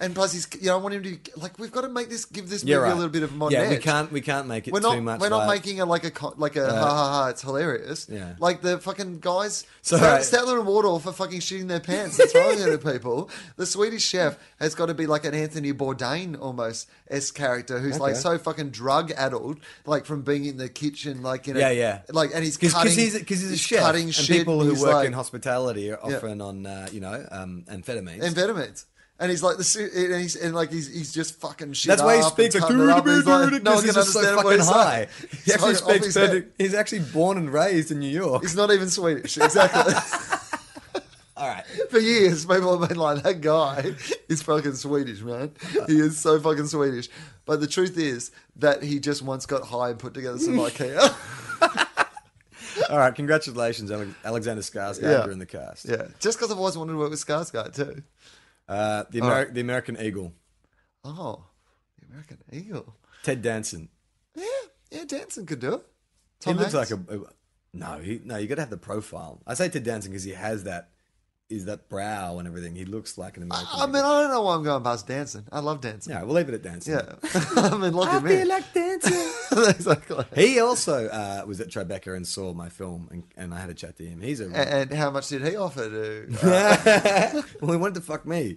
Speaker 2: And plus, he's you know I want him to like we've got to make this give this movie
Speaker 1: yeah, right.
Speaker 2: a little bit of modern.
Speaker 1: yeah, we
Speaker 2: edge.
Speaker 1: can't we can't make it
Speaker 2: We're
Speaker 1: too
Speaker 2: not
Speaker 1: much.
Speaker 2: we're not
Speaker 1: like-
Speaker 2: making a like a co- like a ha ha ha. It's hilarious.
Speaker 1: Yeah.
Speaker 2: Like the fucking guys.
Speaker 1: So-
Speaker 2: Stat- Statler and Waldorf are fucking shooting their pants and throwing it at people. The Swedish chef has got to be like an Anthony Bourdain almost s character who's like
Speaker 1: Okay.
Speaker 2: so fucking drug addled, like from being in the kitchen, like you know,
Speaker 1: Yeah, yeah.
Speaker 2: like and he's
Speaker 1: because
Speaker 2: cutting
Speaker 1: he's because he's a chef
Speaker 2: cutting
Speaker 1: and
Speaker 2: shit.
Speaker 1: people who
Speaker 2: he's
Speaker 1: work
Speaker 2: like,
Speaker 1: in hospitality are often on uh, you know um, amphetamines.
Speaker 2: amphetamines. And he's like the su- and he's and like he's, he's just fucking shit.
Speaker 1: That's why he
Speaker 2: up and
Speaker 1: speaks like
Speaker 2: cutting it up, and he's like,
Speaker 1: because
Speaker 2: no one
Speaker 1: he's
Speaker 2: can
Speaker 1: just so
Speaker 2: understand what
Speaker 1: fucking
Speaker 2: he's
Speaker 1: high.
Speaker 2: saying.
Speaker 1: He actually
Speaker 2: He's like off
Speaker 1: speaks
Speaker 2: his head.
Speaker 1: perfect. He's actually born and raised in New York.
Speaker 2: He's not even Swedish, exactly.
Speaker 1: All right.
Speaker 2: For years, people have been like, that guy is fucking Swedish, man. He is so fucking Swedish. But the truth is that he just once got high and put together some IKEA.
Speaker 1: All right. Congratulations, Ale- Alexander Skarsgård.
Speaker 2: Yeah.
Speaker 1: You're in the cast.
Speaker 2: yeah. Just because I've always wanted to work with Skarsgård, too.
Speaker 1: Uh, the, Ameri-
Speaker 2: right.
Speaker 1: the American Eagle,
Speaker 2: Oh, the American Eagle.
Speaker 1: Ted Danson.
Speaker 2: Yeah, yeah, Danson could do it.
Speaker 1: He
Speaker 2: Tom
Speaker 1: looks
Speaker 2: Hanks.
Speaker 1: like a. a- no, he, no. You got to have the profile. I say Ted Danson because he has that. Is that brow and everything? He looks like an American.
Speaker 2: I mean,
Speaker 1: Eagle.
Speaker 2: I don't know why I'm going past Danson. I love Danson.
Speaker 1: yeah, we'll leave it at Danson.
Speaker 2: Yeah. I mean, look
Speaker 1: I
Speaker 2: at me.
Speaker 1: feel like dancing.
Speaker 2: exactly.
Speaker 1: He also uh, was at Tribeca and saw my film, and, and I had a chat to him. He's a
Speaker 2: And, and how much did he offer to. uh,
Speaker 1: well, he wanted to fuck me,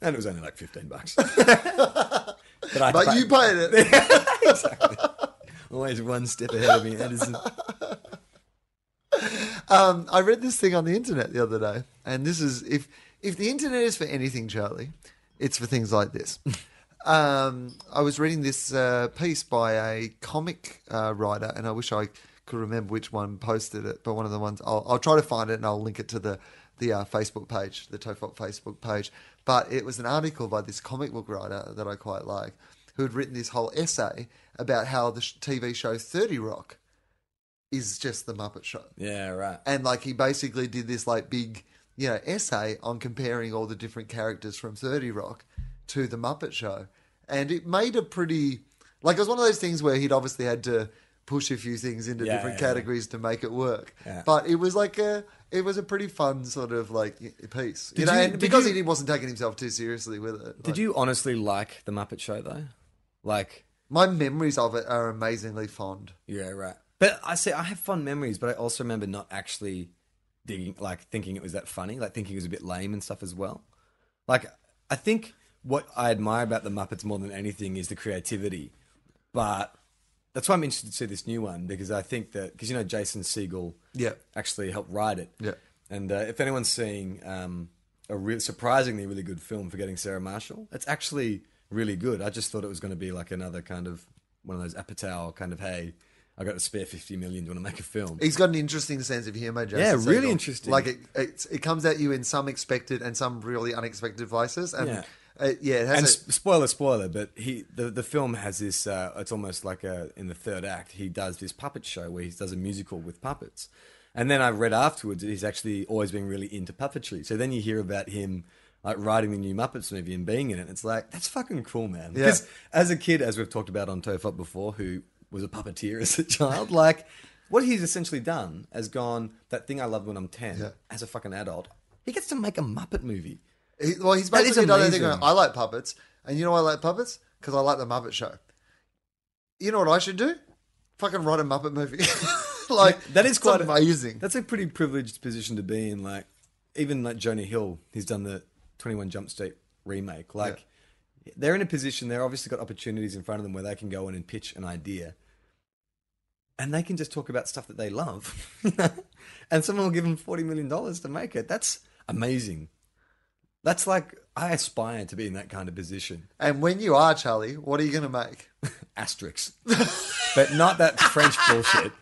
Speaker 1: and it was only like fifteen bucks. but I
Speaker 2: but you paid it.
Speaker 1: always one step ahead of me, Anderson.
Speaker 2: Um, I read this thing on the internet the other day, and this is if if the internet is for anything, Charlie, it's for things like this. um, I was reading this uh, piece by a comic uh, writer, and I wish I could remember which one posted it, but one of the ones I'll, I'll try to find it and I'll link it to the the uh, Facebook page, the Tofop Facebook page. But it was an article by this comic book writer that I quite like, who had written this whole essay about how the sh- TV show Thirty Rock is just the Muppet Show
Speaker 1: Yeah, right.
Speaker 2: and like he basically did this like big you know essay on comparing all the different characters from 30 rock to the muppet show and it made a pretty like it was one of those things where he'd obviously had to push a few things into
Speaker 1: Yeah,
Speaker 2: different
Speaker 1: yeah, yeah.
Speaker 2: categories to make it work
Speaker 1: Yeah.
Speaker 2: but it was like a it was a pretty fun sort of like y- piece you
Speaker 1: Did
Speaker 2: know
Speaker 1: you-
Speaker 2: and
Speaker 1: did
Speaker 2: because
Speaker 1: you-
Speaker 2: he wasn't taking himself too seriously with it
Speaker 1: Did
Speaker 2: Like,
Speaker 1: you honestly like the Muppet Show though? Like,
Speaker 2: my memories of it are amazingly fond
Speaker 1: yeah, right. But I say I have fond memories, but I also remember not actually digging, like thinking it was that funny, like thinking it was a bit lame and stuff as well. Like, I think what I admire about the Muppets more than anything is the creativity, but. That's why I'm interested to see this new one because I think that because you know Jason Siegel
Speaker 2: Yeah.
Speaker 1: actually helped write it.
Speaker 2: Yeah.
Speaker 1: And uh, if anyone's seeing um, a re- surprisingly really good film, Forgetting Sarah Marshall, it's actually really good. I just thought it was going to be like another kind of one of those Apatow kind of, hey, I got a spare 50 million, do you want to make a film?
Speaker 2: He's got an interesting sense of humor, Jason.
Speaker 1: Yeah, really
Speaker 2: Segel.
Speaker 1: interesting.
Speaker 2: Like it, it, it comes at you in some expected and some really unexpected places, and
Speaker 1: Yeah.
Speaker 2: Uh, yeah, it has
Speaker 1: and
Speaker 2: a-
Speaker 1: sp- spoiler, spoiler, but he the, the film has this. Uh, it's almost like a in the third act he does this puppet show where he does a musical with puppets, and then I read afterwards that he's actually always been really into puppetry. So then you hear about him like writing the new Muppets movie and being in it. It's like that's fucking cool, man.
Speaker 2: Yeah.
Speaker 1: Because as a kid, as we've talked about on Tofop before, who was a puppeteer as a child, like what he's essentially done has gone that thing I loved when I'm ten
Speaker 2: Yeah.
Speaker 1: as a fucking adult. He gets to make a Muppet movie.
Speaker 2: He, well, he's
Speaker 1: That is
Speaker 2: basically done that thing.
Speaker 1: amazing.
Speaker 2: going, I like puppets, and you know why I like puppets because I like the Muppet Show. You know what I should do? Fucking write a Muppet movie. like
Speaker 1: that is
Speaker 2: it's
Speaker 1: quite a-
Speaker 2: amazing.
Speaker 1: That's a pretty privileged position to be in. Like, even like Jonah Hill, he's done the Twenty One Jump Street remake. Like, they're in a position. They're obviously got opportunities in front of them where they can go in and pitch an idea, and they can just talk about stuff that they love, and someone will give them forty million dollars to make it. That's amazing. That's like I aspire to be in that kind of position.
Speaker 2: and when you are Charlie, what are you going to make?
Speaker 1: Asterix, but not that French bullshit.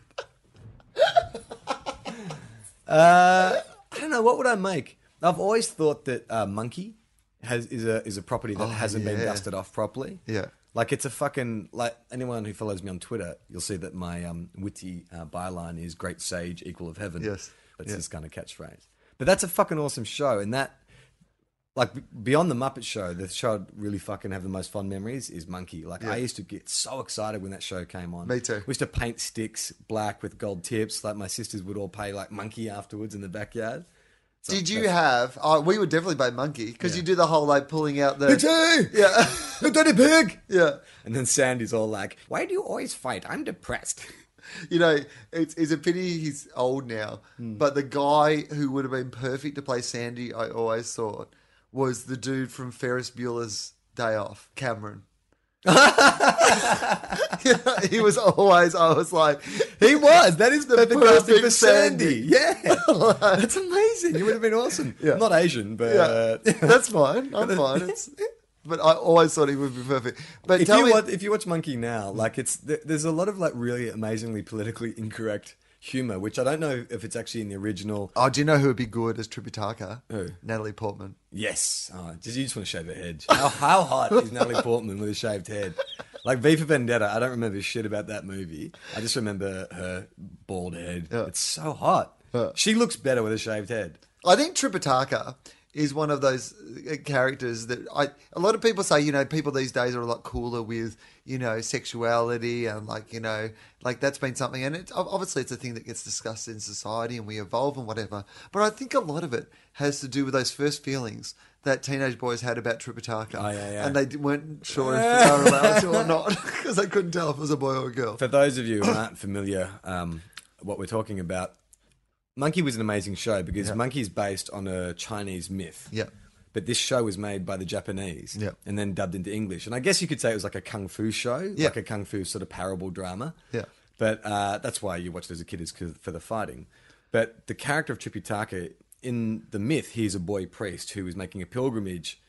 Speaker 1: Uh, I don't know. What would I make? I've always thought that uh, monkey has is a is a property that
Speaker 2: Oh,
Speaker 1: hasn't been
Speaker 2: yeah.
Speaker 1: dusted off properly.
Speaker 2: Yeah.
Speaker 1: Like it's a fucking like anyone who follows me on Twitter, you'll see that my um, witty uh, byline is "Great Sage, Equal of Heaven."
Speaker 2: Yes.
Speaker 1: that's
Speaker 2: Yeah.
Speaker 1: this kind of catchphrase. But that's a fucking awesome show, and that like b- beyond the Muppet Show, the show I'd really fucking have the most fond memories is Monkey. Like I used to get so excited when that show came on.
Speaker 2: Me too.
Speaker 1: We used to paint sticks black with gold tips. Like my sisters would all play like Monkey afterwards in the backyard. So
Speaker 2: Did you
Speaker 1: that's-
Speaker 2: have? Oh, we would definitely play monkey because you do the whole like pulling out
Speaker 1: Me
Speaker 2: the
Speaker 1: too.
Speaker 2: yeah
Speaker 1: The Daddy Pig.
Speaker 2: yeah.
Speaker 1: And then Sandy's all like, "Why do you always fight? I'm depressed."
Speaker 2: You know, it's, it's a pity he's old now.
Speaker 1: Hmm.
Speaker 2: But the guy who would have been perfect to play Sandy, I always thought, was the dude from Ferris Bueller's Day Off, Cameron. he was always. I was like, uh,
Speaker 1: He was. That is the perfect casting for
Speaker 2: perfect
Speaker 1: Sandy. Yeah, that's amazing. He would have been awesome.
Speaker 2: Yeah.
Speaker 1: Not Asian, but
Speaker 2: yeah,
Speaker 1: uh,
Speaker 2: that's fine. I'm fine. It's, but I always thought he would be perfect. But
Speaker 1: if
Speaker 2: tell
Speaker 1: you
Speaker 2: me, Mm.
Speaker 1: watch, if you watch Monkey now, like it's th- there's a lot of like really amazingly politically incorrect humor, which I don't know if it's actually in the original.
Speaker 2: oh, do you know who would be good as Tripitaka?
Speaker 1: Who?
Speaker 2: Natalie Portman.
Speaker 1: Yes, oh, just you just want to shave her head. How, how hot is Natalie Portman with a shaved head? Like V for Vendetta, I don't remember shit about that movie. I just remember her bald head.
Speaker 2: Yeah.
Speaker 1: It's so hot.
Speaker 2: Yeah.
Speaker 1: She looks better with a shaved head.
Speaker 2: I think Tripitaka is one of those uh, characters that I a lot of people say you know people these days are a lot cooler with you know sexuality and like you know like that's been something and it ob- obviously it's a thing that gets discussed in society and we evolve and whatever but I think a lot of it has to do with those first feelings that teenage boys had about Tripitaka
Speaker 1: Oh, yeah, yeah.
Speaker 2: and they d- weren't sure if they were allowed to or not because they couldn't tell if it was a boy or a girl
Speaker 1: For those of you who aren't familiar, um, what we're talking about, Monkey was an amazing show because Monkey is based on a Chinese myth.
Speaker 2: Yeah.
Speaker 1: But this show was made by the Japanese
Speaker 2: Yeah.
Speaker 1: and then dubbed into English. And I guess you could say it was like a kung fu show,
Speaker 2: Yeah.
Speaker 1: like a kung fu sort of parable drama.
Speaker 2: Yeah.
Speaker 1: But uh, that's why you watched it as a kid is 'cause- for the fighting. But the character of Tripitaka in the myth, he's a boy priest who is making a pilgrimage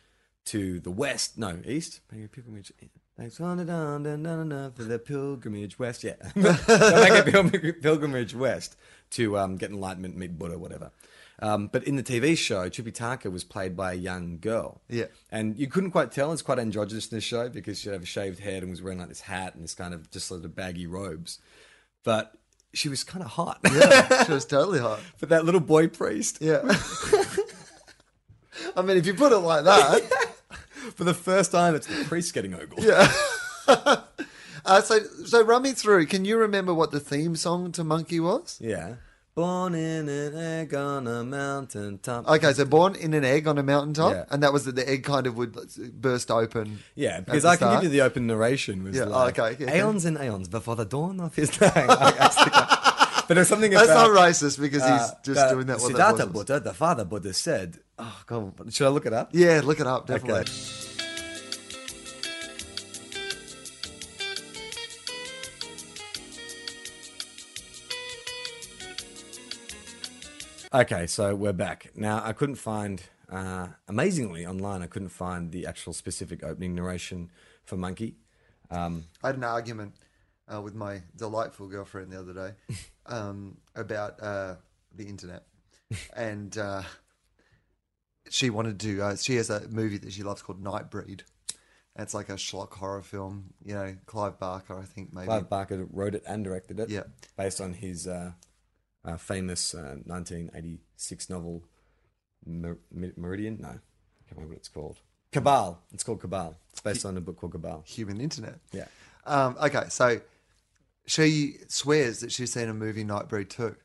Speaker 1: to the west. No, east. Making a pilgrimage. Thanks for the dun- dun- dun- dun for the pilgrimage west. Yeah, They're making a pilgrim- pilgrimage west to um, get enlightenment, meet Buddha, whatever. Um, but in the TV show, Tripitaka was played by a young girl.
Speaker 2: Yeah.
Speaker 1: And you couldn't quite tell. It's quite androgynous in the show because she had a shaved head and was wearing like this hat and this kind of just sort of baggy robes. But she was kind of hot.
Speaker 2: yeah she was totally hot
Speaker 1: but that little boy priest,
Speaker 2: yeah I mean if you put it like that
Speaker 1: for the first time, it's the priest getting ogled.
Speaker 2: Uh, so, so run me through. Can you remember what the theme song to Monkey was?
Speaker 1: Yeah. Born in an egg on a mountain top.
Speaker 2: Okay, so born in an egg on a mountaintop,
Speaker 1: Yeah.
Speaker 2: and that was that the egg kind of would burst open.
Speaker 1: Yeah,
Speaker 2: at
Speaker 1: because
Speaker 2: the
Speaker 1: I can
Speaker 2: start.
Speaker 1: give you the open narration. Was
Speaker 2: Yeah,
Speaker 1: like,
Speaker 2: okay, yeah, okay.
Speaker 1: Aeons and aeons before the dawn of his day. Like, I stick up- but it was something
Speaker 2: That's
Speaker 1: about,
Speaker 2: not racist because
Speaker 1: uh,
Speaker 2: he's just
Speaker 1: that
Speaker 2: doing that. What that
Speaker 1: Siddhartha
Speaker 2: was.
Speaker 1: Buddha, the father Buddha, said, "Oh God, what- should I look it up?"
Speaker 2: Yeah, look it up definitely.
Speaker 1: Okay. Okay, so we're back. Now, I couldn't find, uh, amazingly online, I couldn't find the actual specific opening narration for Monkey.
Speaker 2: I had an argument uh, with my delightful girlfriend the other day um, about uh, the internet, and uh, she wanted to. Uh, she has a movie that she loves called Nightbreed. And it's like a schlock horror film. You know, Clive Barker, I think maybe.
Speaker 1: Clive Barker wrote it and directed it.
Speaker 2: Yeah.
Speaker 1: Based on his uh, uh, famous uh, 1986 novel Mer- Mer- Meridian. No, I can't remember what it's called. Cabal. It's called Cabal. It's based on a book called Cabal.
Speaker 2: Human Internet.
Speaker 1: Yeah.
Speaker 2: Um, okay, so she swears that she's seen a movie Nightbreed too.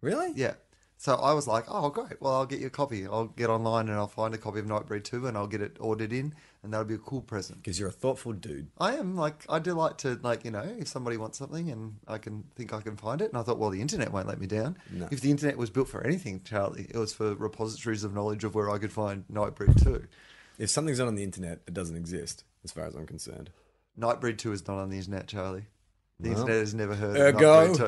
Speaker 1: Really?
Speaker 2: Yeah. So I was like, oh, great. Well, I'll get you a copy. I'll get online and I'll find a copy of Nightbreed 2 and I'll get it ordered in and that'll be a cool present.
Speaker 1: Because you're a thoughtful dude.
Speaker 2: I am like, I do like to, like, you know, if somebody wants something and I can think I can find it. And I thought, well, the internet won't let me down.
Speaker 1: No.
Speaker 2: If the internet was built for anything, Charlie, it was for repositories of knowledge of where I could find Nightbreed 2.
Speaker 1: If something's not on the internet, it doesn't exist, as far as I'm concerned.
Speaker 2: Nightbreed 2 is not on the internet, Charlie. The
Speaker 1: Well.
Speaker 2: internet has never heard
Speaker 1: Ergo.
Speaker 2: of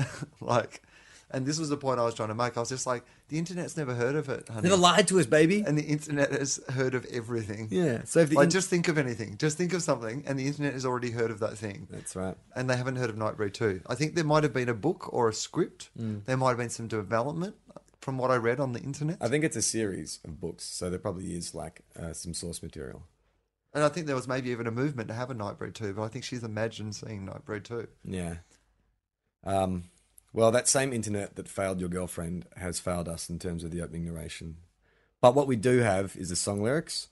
Speaker 2: Nightbreed 2. like, and this was the point I was trying to make. I was just like, the internet's never heard of it, honey.
Speaker 1: Never lied to us, baby.
Speaker 2: and the internet has heard of everything.
Speaker 1: Yeah. So if the
Speaker 2: Like,
Speaker 1: in-
Speaker 2: just think of anything. Just think of something, and the internet has already heard of that thing.
Speaker 1: That's right.
Speaker 2: And they haven't heard of Nightbreed 2. I think there might have been a book or a script.
Speaker 1: Mm.
Speaker 2: There might have been some development from what I read on the internet.
Speaker 1: I think it's a series of books, so there probably is like uh, some source material.
Speaker 2: And I think there was maybe even a movement to have a Nightbreed 2, but I think she's imagined seeing Nightbreed 2.
Speaker 1: Yeah. Um, well, that same internet that failed your girlfriend has failed us in terms of the opening narration. But what we do have is the song lyrics,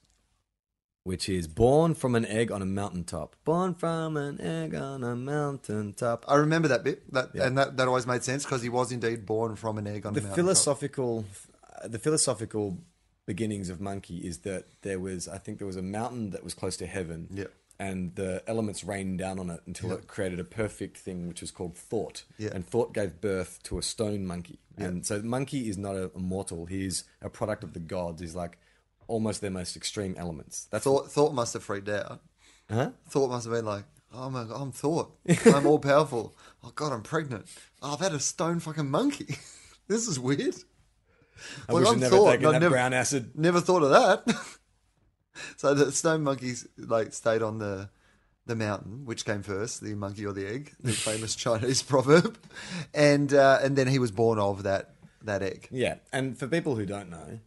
Speaker 1: which is born from an egg on a mountaintop. Born from an egg on a mountaintop.
Speaker 2: I remember that bit, that,
Speaker 1: Yeah.
Speaker 2: and that, that always made sense because he was indeed born from an egg on
Speaker 1: The
Speaker 2: a mountain.
Speaker 1: philosophical, uh, the philosophical beginnings of Monkey is that there was, I think, there was a mountain that was close to heaven.
Speaker 2: Yeah.
Speaker 1: And the elements rained down on it until it created a perfect thing, which was called thought.
Speaker 2: Yeah.
Speaker 1: And thought gave birth to a stone monkey. And so, the monkey is not a, a mortal. He is a product of the gods. He's like almost their most extreme elements. That's
Speaker 2: Thought, thought must have freaked out.
Speaker 1: Huh?
Speaker 2: Thought must have been like, oh my, I'm Thought. I'm all powerful. Oh God, I'm pregnant. Oh, I've had a stone fucking monkey. this is weird.
Speaker 1: I
Speaker 2: Like,
Speaker 1: wish
Speaker 2: I'm
Speaker 1: I'd never
Speaker 2: Thought,
Speaker 1: taken
Speaker 2: I've
Speaker 1: that
Speaker 2: never-
Speaker 1: brown acid.
Speaker 2: Never thought of that. so the stone monkeys like stayed on the the mountain, which came first, the monkey or the egg, the famous Chinese proverb, and uh, and then he was born of that that egg.
Speaker 1: Yeah, and for people who don't know,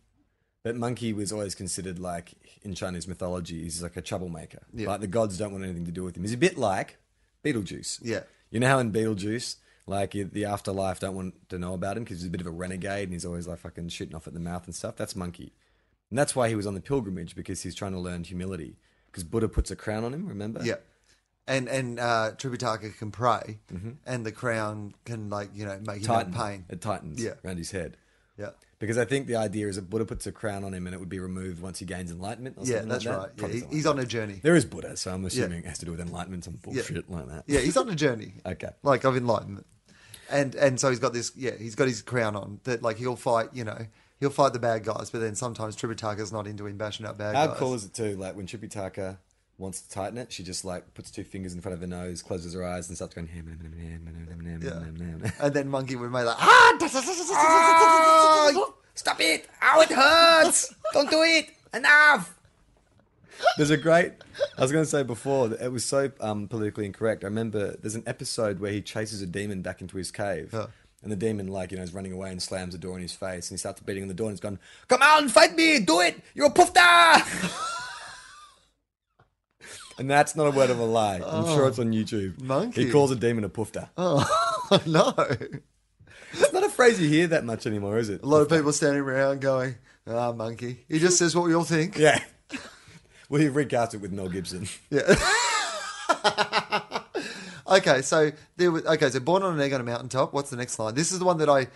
Speaker 1: that monkey was always considered like in Chinese mythology, he's like a troublemaker.
Speaker 2: Yeah.
Speaker 1: Like the gods don't want anything to do with him. He's a bit like Beetlejuice.
Speaker 2: Yeah.
Speaker 1: you know how in Beetlejuice, like i- the afterlife don't want to know about him because he's a bit of a renegade and he's always like fucking shitting off at the mouth and stuff. That's monkey, and that's why he was on the pilgrimage because he's trying to learn humility. Because Buddha puts a crown on him. Remember?
Speaker 2: Yeah. And and uh, Tripitaka can pray, and the crown can like you know make
Speaker 1: tighten.
Speaker 2: him have pain.
Speaker 1: It tightens.
Speaker 2: Yeah.
Speaker 1: around his head.
Speaker 2: Yeah,
Speaker 1: Because I think the idea is that Buddha puts a crown on him and it would be removed once he gains enlightenment. Or
Speaker 2: yeah,
Speaker 1: something
Speaker 2: that's
Speaker 1: like that.
Speaker 2: right. Yeah,
Speaker 1: Probably
Speaker 2: he-
Speaker 1: something
Speaker 2: he's
Speaker 1: like
Speaker 2: on a journey.
Speaker 1: that. There is Buddha, so I'm assuming it has to do with enlightenment, some bullshit like that.
Speaker 2: Yeah, he's on a journey.
Speaker 1: Okay.
Speaker 2: Like of enlightenment. And and so he's got this yeah, he's got his crown on that like he'll fight, you know, he'll fight the bad guys, but then sometimes Tripitaka's not into him bashing up bad
Speaker 1: How
Speaker 2: guys.
Speaker 1: cool is it too? Like when Tripitaka wants to tighten it, she just like puts two fingers in front of her nose, closes her eyes, and starts going. "Ham, ham, ham, ham, ham, ham, ham, ham, ham, ham."
Speaker 2: and then Monkey would make like ah, da- da- da- da- da- da- da- da- da-
Speaker 1: Stop it! Ow, it hurts! Don't do it! Enough! There's a great. I was going to say before that it was so um, politically incorrect. I remember there's an episode where he chases a demon back into his cave,
Speaker 2: Yeah.
Speaker 1: and the demon like you know is running away and slams the door in his face, and he starts beating on the door and he's gone, "Come out and fight me! Do it! You're a poofta!" and that's not a word of a lie. I'm sure it's on YouTube.
Speaker 2: Oh. Monkey.
Speaker 1: He calls a demon a poofta.
Speaker 2: Oh, no.
Speaker 1: It's not a phrase you hear that much anymore, is it?
Speaker 2: A lot of people standing around going, ah, Monkey. He just says what we all think.
Speaker 1: Yeah. Well, you recast it with Mel Gibson.
Speaker 2: Okay, so there was okay, so born on an egg on a mountaintop. What's the next line? This is the one that I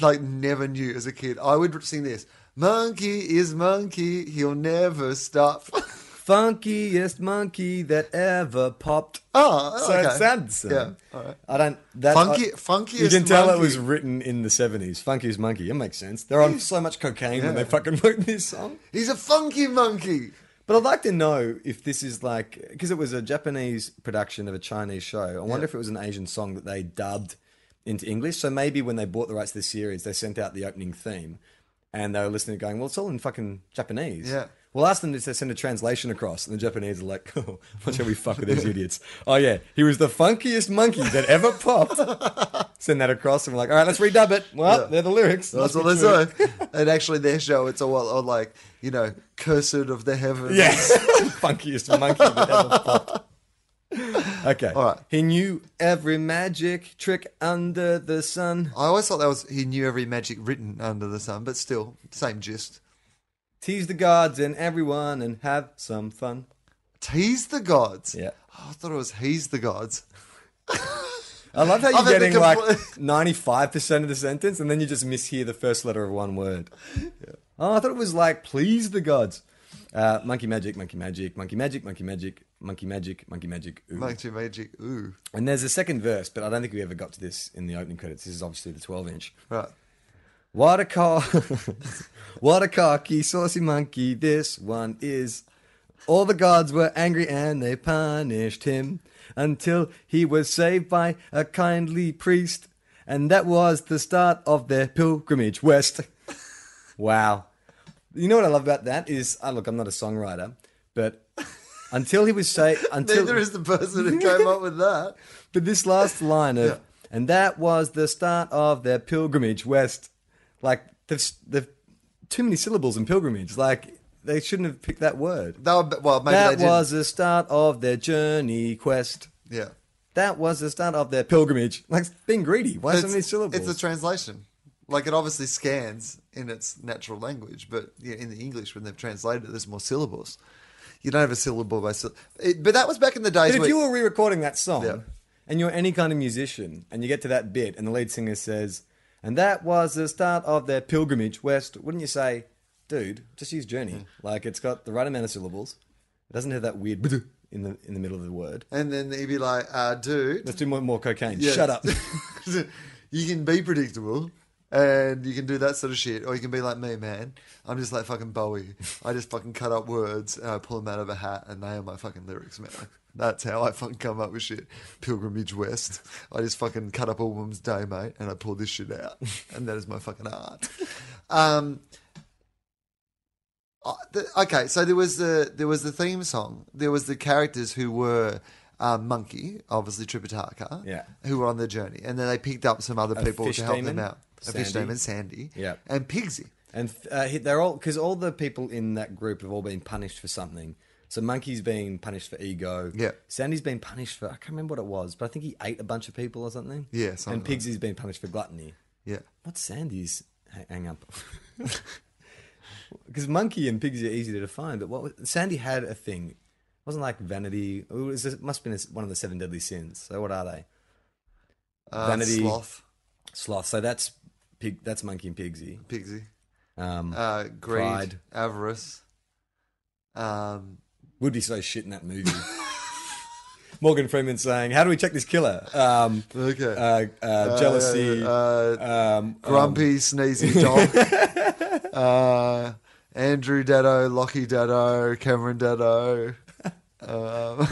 Speaker 2: like never knew as a kid. I would sing this. Monkey is monkey, he'll never stop.
Speaker 1: Funkiest monkey that ever popped.
Speaker 2: Oh,
Speaker 1: so
Speaker 2: okay.
Speaker 1: it sounds. the same.
Speaker 2: Yeah, all right.
Speaker 1: Ah, I don't. That,
Speaker 2: Funky-
Speaker 1: I,
Speaker 2: funkiest
Speaker 1: You can tell
Speaker 2: monkey.
Speaker 1: it was written in the seventies. Funkiest monkey. It makes sense. They're on so much cocaine when
Speaker 2: Yeah.
Speaker 1: they fucking wrote this song.
Speaker 2: He's a funky monkey.
Speaker 1: But I'd like to know if this is like because it was a Japanese production of a Chinese show. I wonder if it was an Asian song that they dubbed into English. So maybe when they bought the rights to the series, they sent out the opening theme, and they were listening, going, "Well, it's all in fucking Japanese."
Speaker 2: Yeah.
Speaker 1: We'll ask them to send a translation across, and the Japanese are like, "Oh, what shall we fuck with these idiots?" Oh yeah, he was the funkiest monkey that ever popped. send that across, and we're like, all right, let's redub it. Well,
Speaker 2: Yeah.
Speaker 1: they're the lyrics.
Speaker 2: That's
Speaker 1: Must
Speaker 2: all
Speaker 1: be
Speaker 2: they
Speaker 1: true.
Speaker 2: say. And actually, their show, it's all, all like, you know, cursed of the heavens.
Speaker 1: Yes. Funkiest monkey that ever popped. Okay.
Speaker 2: All right.
Speaker 1: He knew every magic trick under the sun.
Speaker 2: I always thought that was, he knew every magic written under the sun, but still, same gist.
Speaker 1: Tease the gods and everyone and have some fun.
Speaker 2: Tease the gods.
Speaker 1: Yeah.
Speaker 2: Oh, I thought it was he's the gods.
Speaker 1: I love how you're
Speaker 2: I've had the
Speaker 1: getting like
Speaker 2: compl-
Speaker 1: 95% of the sentence and then you just mishear the first letter of one word. Oh, I thought it was like, please the gods. Uh, monkey magic, monkey magic, monkey magic, monkey magic, monkey magic, monkey magic. Ooh.
Speaker 2: Monkey magic. Ooh.
Speaker 1: And there's a second verse, but I don't think we ever got to this in the opening credits. This is obviously the 12 inch.
Speaker 2: Right.
Speaker 1: What a car. what a cocky, saucy monkey. This one is. All the gods were angry and they punished him until he was saved by a kindly priest. And that was the start of their pilgrimage west. Wow. You know what I love about that is, oh, look, I'm not a songwriter, but until he was saved, until
Speaker 2: Neither is the person who came up with that.
Speaker 1: but this last line of, and that was the start of their pilgrimage west. Like, they've, they've too many syllables in pilgrimage. Like, they shouldn't have picked that word.
Speaker 2: That would, well, maybe
Speaker 1: that
Speaker 2: they did.
Speaker 1: was the start of their journey quest.
Speaker 2: Yeah.
Speaker 1: That was the start of their pilgrimage. Like, it's being greedy. Why so many syllables?
Speaker 2: It's a translation. Like it obviously scans in its natural language, but yeah, in the English when they've translated it, there's more syllables. You don't have a syllable by syllable. But that was back in the days.
Speaker 1: But if
Speaker 2: where-
Speaker 1: you were re-recording that song,
Speaker 2: Yeah.
Speaker 1: and you're any kind of musician, and you get to that bit, and the lead singer says, "And that was the start of their pilgrimage west," wouldn't you say, "Dude, just use journey.
Speaker 2: Hmm.
Speaker 1: Like it's got the right amount of syllables. It doesn't have that weird in the in the middle of the word.
Speaker 2: and then he'd be like, uh, dude,
Speaker 1: Let's do more, more cocaine.
Speaker 2: yeah.
Speaker 1: Shut up."
Speaker 2: you can be predictable, and you can do that sort of shit, or you can be like me, man. I'm just like fucking Bowie. I just fucking cut up words and I pull them out of a hat, and they are my fucking lyrics, man. That's how I fucking come up with shit. Pilgrimage West. I just fucking cut up a woman's day, mate, and I pull this shit out, and that is my fucking art. Um, uh, the, okay, so there was the there was the theme song. There was the characters who were uh, monkey, obviously Tripitaka,
Speaker 1: Yeah.
Speaker 2: who were on the journey, and then they picked up some other people
Speaker 1: fish
Speaker 2: to help
Speaker 1: demon,
Speaker 2: them out. A fish
Speaker 1: Sandy.
Speaker 2: demon, Sandy,
Speaker 1: Yeah.
Speaker 2: and Pigsy.
Speaker 1: And uh, he- they're all because all the people in that group have all been punished for something. So monkey's been punished for ego.
Speaker 2: Yeah.
Speaker 1: Sandy's been punished for I can't remember what it was, but I think he ate a bunch of people or something.
Speaker 2: Yeah, something
Speaker 1: and
Speaker 2: like
Speaker 1: Pigsy's been punished for gluttony.
Speaker 2: Yeah,
Speaker 1: What's Sandy's ha- hang up? Because monkey and Pigsy are easy to define, but what was, Sandy had a thing. It wasn't like vanity. It, was, it must have been one of the seven deadly sins. So what are they?
Speaker 2: uh,
Speaker 1: Vanity.
Speaker 2: sloth,
Speaker 1: Sloth. So that's pig. That's monkey and Pigsy.
Speaker 2: Pigsy,
Speaker 1: Um,
Speaker 2: uh, greed,
Speaker 1: Pride.
Speaker 2: avarice. Um,
Speaker 1: would be so shit in that movie. Morgan Freeman saying, "How do we check this killer?" Um,
Speaker 2: okay,
Speaker 1: uh, uh, jealousy,
Speaker 2: uh, uh,
Speaker 1: um, um,
Speaker 2: grumpy, sneezy dog. uh, Andrew Dado, Lockie Dado, Cameron Dado. Um,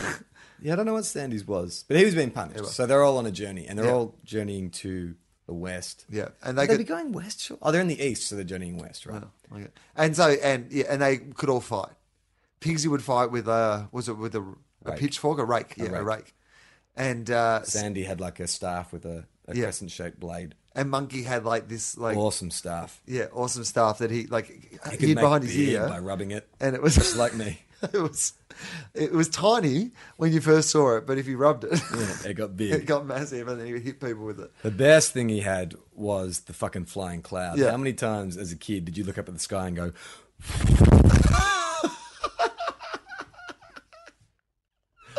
Speaker 1: yeah, I don't know what Sandy's was, but he was being punished. So they're all on a journey, and they're
Speaker 2: Yeah.
Speaker 1: all journeying to the west.
Speaker 2: yeah, and
Speaker 1: they
Speaker 2: they
Speaker 1: would
Speaker 2: could
Speaker 1: be going west. Sure. Oh, they're in the east, so they're journeying west, right?
Speaker 2: Okay. And so and yeah, and they could all fight. Pigsy would fight with a was it with a, a
Speaker 1: Rake.
Speaker 2: pitchfork, a rake, yeah, a
Speaker 1: rake.
Speaker 2: rake. And uh,
Speaker 1: Sandy had like a staff with a, a
Speaker 2: Yeah.
Speaker 1: crescent-shaped blade.
Speaker 2: and Monkey had like this like
Speaker 1: Awesome staff.
Speaker 2: yeah awesome stuff that he like
Speaker 1: He
Speaker 2: hid
Speaker 1: could make
Speaker 2: behind his
Speaker 1: beer
Speaker 2: ear,
Speaker 1: by rubbing it,
Speaker 2: and it was
Speaker 1: just like me.
Speaker 2: it was it was tiny when you first saw it, but if you rubbed it,
Speaker 1: It got big.
Speaker 2: it got massive, and then he would hit people with it.
Speaker 1: The best thing he had was the fucking flying cloud.
Speaker 2: Yeah.
Speaker 1: How many times as a kid did you look up at the sky and go,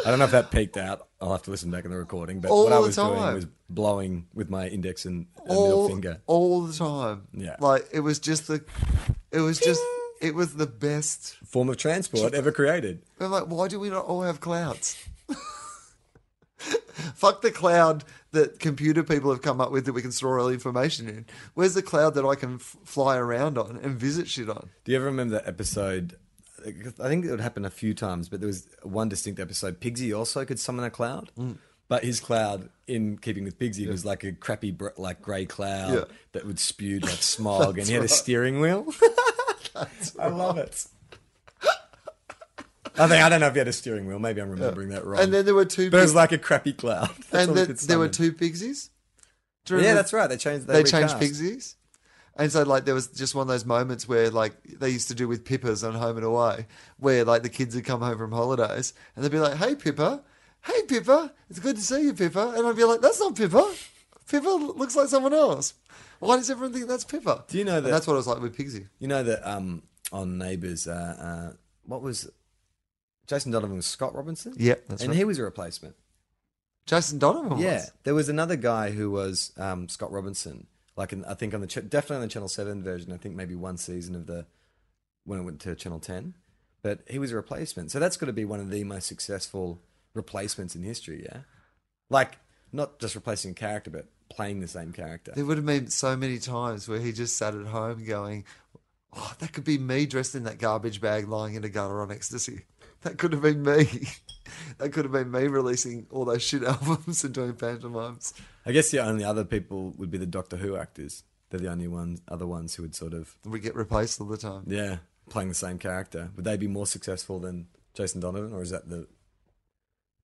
Speaker 1: I don't know if that peaked out. I'll have to listen back in the recording. But
Speaker 2: All
Speaker 1: what I
Speaker 2: the
Speaker 1: was doing
Speaker 2: time.
Speaker 1: was blowing with my index and, and middle
Speaker 2: all,
Speaker 1: finger.
Speaker 2: all the time.
Speaker 1: Yeah.
Speaker 2: like it was just the it was just it was the best.
Speaker 1: Form of transport ever created.
Speaker 2: I'm like, why do we not all have clouds? Fuck the cloud that computer people have come up with that we can store all information in. Where's the cloud that I can f- fly around on and visit shit on?
Speaker 1: Do you ever remember that episode? I think it would happen a few times, but there was one distinct episode. Pigsy also could summon a cloud,
Speaker 2: Mm.
Speaker 1: but his cloud, in keeping with Pigsy, was like a crappy, br- like grey cloud
Speaker 2: Yeah.
Speaker 1: that would spew like smog, and he had a steering wheel. I love it. I think I don't know if he had a steering wheel. Maybe I'm remembering that wrong.
Speaker 2: And then there were two.
Speaker 1: Mm. but it
Speaker 2: Pig-
Speaker 1: was like a crappy cloud. That's all
Speaker 2: and
Speaker 1: he
Speaker 2: then
Speaker 1: could
Speaker 2: there were
Speaker 1: summon.
Speaker 2: two pigsies. Do
Speaker 1: Yeah,
Speaker 2: you remember-
Speaker 1: that's right. They changed. They,
Speaker 2: they changed
Speaker 1: recast.
Speaker 2: pig's ears. And so, like, there was just one of those moments where, like, they used to do with Pippas on Home and Away, where, like, the kids would come home from holidays and they'd be like, hey, Pippa, hey, Pippa, it's good to see you, Pippa. And I'd be like, that's not Pippa. Pippa looks like someone else. Why does everyone think that's Pippa?
Speaker 1: Do you know
Speaker 2: And
Speaker 1: that-
Speaker 2: that's what it was like with Pigsy.
Speaker 1: You know that um, on Neighbours, uh, uh, what was Jason Donovan was Scott Robinson?
Speaker 2: Yeah, that's
Speaker 1: and
Speaker 2: right. Oh,
Speaker 1: he was a replacement.
Speaker 2: Jason Donovan was.
Speaker 1: Yeah, there was another guy who was um, Scott Robinson. Like in, I think on the ch- definitely on the Channel Seven version. I think maybe one season of the when it went to Channel Ten, but he was a replacement. So that's got to be one of the most successful replacements in history. Yeah, like not just replacing a character, but playing the same character.
Speaker 2: There would have been so many times where he just sat at home going, oh, that could be me dressed in that garbage bag lying in a gutter on ecstasy. That could have been me. that could have been me releasing all those shit albums and doing pantomimes.
Speaker 1: I guess the only other people would be the Doctor Who actors. They're the only ones, other ones who would sort of
Speaker 2: We get replaced all the time.
Speaker 1: Yeah, playing the same character. Would they be more successful than Jason Donovan, or is that the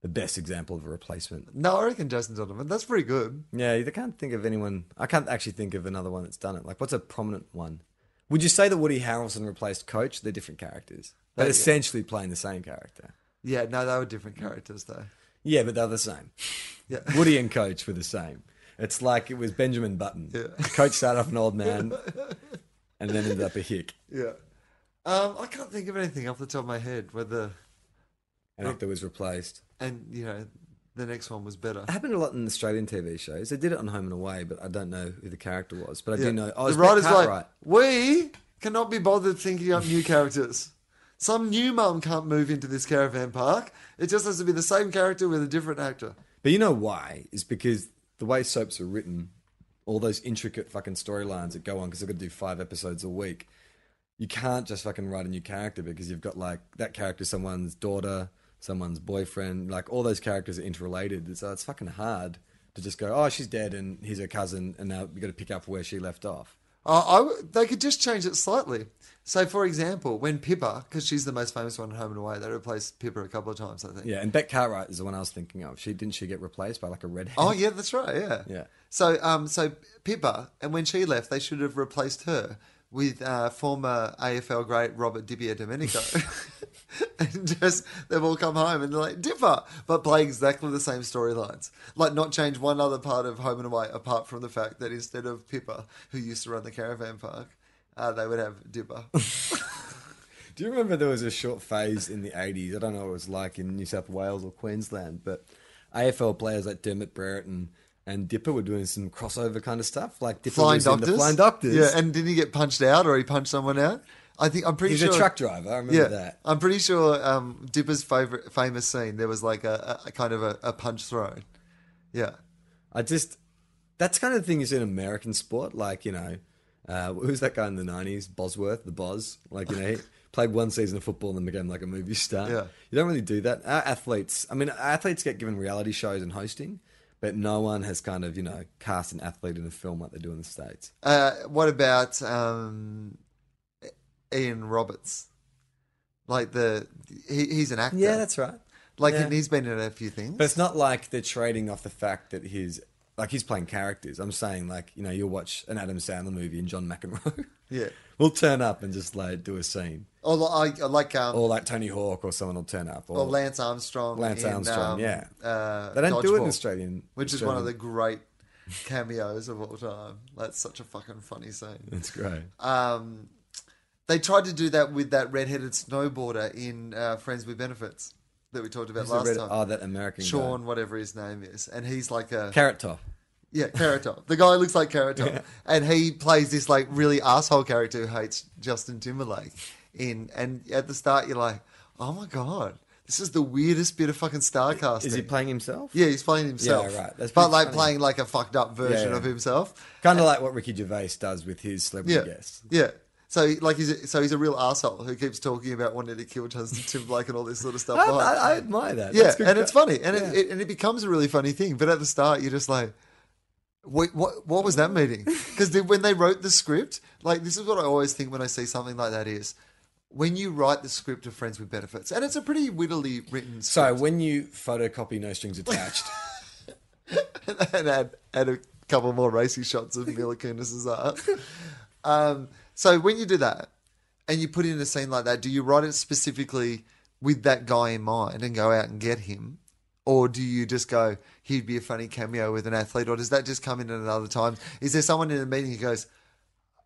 Speaker 1: the best example of a replacement?
Speaker 2: No, I reckon Jason Donovan. That's pretty good.
Speaker 1: Yeah, I can't think of anyone. I can't actually think of another one that's done it. Like, what's a prominent one? Would you say that Woody Harrelson replaced Coach? They're different characters, but
Speaker 2: Yeah.
Speaker 1: essentially playing the same character.
Speaker 2: Yeah, no, they were different characters though.
Speaker 1: Yeah, but they're the same.
Speaker 2: Yeah.
Speaker 1: Woody and Coach were the same. It's like it was Benjamin Button. Coach started off an old man, and then ended up a hick.
Speaker 2: Yeah. Um, I can't think of anything off the top of my head whether,
Speaker 1: An actor was replaced.
Speaker 2: and you know, the next one was better.
Speaker 1: It happened a lot in Australian TV shows. They did it on Home and Away, but I don't know who the character was. But I do know. Oh,
Speaker 2: the writer's like,
Speaker 1: right.
Speaker 2: we cannot be bothered thinking up new characters. Some new mum can't move into this caravan park. It just has to be the same character with a different actor.
Speaker 1: But you know why? Is because the way soaps are written, all those intricate fucking storylines that go on because they've got to do five episodes a week. You can't just fucking write a new character because you've got like that character, someone's daughter, someone's boyfriend, like all those characters are interrelated. So it's fucking hard to just go, oh, she's dead and here's her cousin, and now you got to pick up where she left off.
Speaker 2: Uh, I w- they could just change it slightly. So, for example, when Pippa, because she's the most famous one in Home and Away, they replaced Pippa a couple of times, I think.
Speaker 1: Yeah, and Beck Cartwright is the one I was thinking of. She didn't she get replaced by like a redhead?
Speaker 2: Oh yeah, that's right. Yeah.
Speaker 1: Yeah.
Speaker 2: So um, so Pippa, and when she left, they should have replaced her with uh, former AFL great Robert Dibia Domenico. and just they've all come home and they're like Dipper, but play exactly the same storylines. Like not change one other part of Home and Away apart from the fact that instead of Pippa, who used to run the caravan park, uh, they would have Dipper.
Speaker 1: Do you remember there was a short phase in the 80s? I don't know what it was like in New South Wales or Queensland, but AFL players like Dermot Brereton and Dipper were doing some crossover kind of stuff. Like Dipper
Speaker 2: flying
Speaker 1: was in
Speaker 2: doctors.
Speaker 1: the Flying Doctors.
Speaker 2: Yeah, and didn't he get punched out or he punched someone out? I think I'm pretty
Speaker 1: He's
Speaker 2: sure
Speaker 1: a truck driver. I remember
Speaker 2: Yeah,
Speaker 1: that.
Speaker 2: I'm pretty sure um, Dipper's favorite famous scene. There was like a, a- a kind of a, a punch thrown. Yeah,
Speaker 1: I just, that's kind of the thing you see in American sport. Like, you know, uh, who's that guy in the 90s? Bosworth, the Boz. Like, you know, he played one season of football and then became like a movie star.
Speaker 2: Yeah.
Speaker 1: You don't really do that. Our athletes, I mean, athletes get given reality shows and hosting. But no one has kind of, you know, cast an athlete in a film like they do in the States.
Speaker 2: Uh, what about um, Ian Roberts? Like the he, he's an actor.
Speaker 1: Yeah, that's right.
Speaker 2: like
Speaker 1: yeah.
Speaker 2: and he's been in a few things.
Speaker 1: But it's not like they're trading off the fact that he's like he's playing characters. I'm saying like you know you'll watch an Adam Sandler movie and John McEnroe.
Speaker 2: Yeah.
Speaker 1: will turn up and just like do a scene,
Speaker 2: or like, like um,
Speaker 1: or like Tony Hawk or someone will turn up, or,
Speaker 2: or Lance Armstrong.
Speaker 1: Lance
Speaker 2: in,
Speaker 1: Armstrong,
Speaker 2: um,
Speaker 1: yeah.
Speaker 2: uh,
Speaker 1: they don't do it in
Speaker 2: Dodgeball,
Speaker 1: Australian,
Speaker 2: which is one of the
Speaker 1: Australian-
Speaker 2: great cameos of all time. That's such a fucking funny scene.
Speaker 1: That's great.
Speaker 2: um, they tried to do that with that redheaded snowboarder in uh, Friends with Benefits that we talked about
Speaker 1: Who's the
Speaker 2: last
Speaker 1: red-
Speaker 2: time.
Speaker 1: oh, that American guy.
Speaker 2: Sean, whatever his name is, and he's like a
Speaker 1: Carrot Top.
Speaker 2: yeah Carrot Top. The guy looks like Carrot Top, and he plays this like really asshole character who hates Justin Timberlake. In and at the start, you're like, oh my god, this is the weirdest bit of fucking star casting.
Speaker 1: Is he playing himself?
Speaker 2: Yeah, he's playing himself.
Speaker 1: right. That's
Speaker 2: but
Speaker 1: pretty
Speaker 2: like
Speaker 1: funny.
Speaker 2: playing like a fucked up version
Speaker 1: Yeah, yeah.
Speaker 2: of himself.
Speaker 1: Kind of like what Ricky Gervais does with his celebrity
Speaker 2: Yeah.
Speaker 1: guests.
Speaker 2: Yeah. So like he's a, so he's a real asshole who keeps talking about wanting to kill Justin Timberlake and all this sort of stuff.
Speaker 1: I, I,
Speaker 2: behind.
Speaker 1: I admire that.
Speaker 2: yeah,
Speaker 1: That's good
Speaker 2: and
Speaker 1: cra-
Speaker 2: it's funny, and
Speaker 1: Yeah.
Speaker 2: it, it and it becomes a really funny thing. But at the start, you're just like, wait, what? What was that meeting? Because when they wrote the script, like this is what I always think when I see something like that is. When you write the script of Friends with Benefits, and it's a pretty wittily written
Speaker 1: So
Speaker 2: script,
Speaker 1: when you photocopy No Strings Attached.
Speaker 2: and add, add a couple more racy shots of Mila Kunis's art. Um, so when you do that and you put in a scene like that, do you write it specifically with that guy in mind and go out and get him? Or do you just go, he'd be a funny cameo with an athlete? Or does that just come in at another time? Is there someone in a meeting who goes,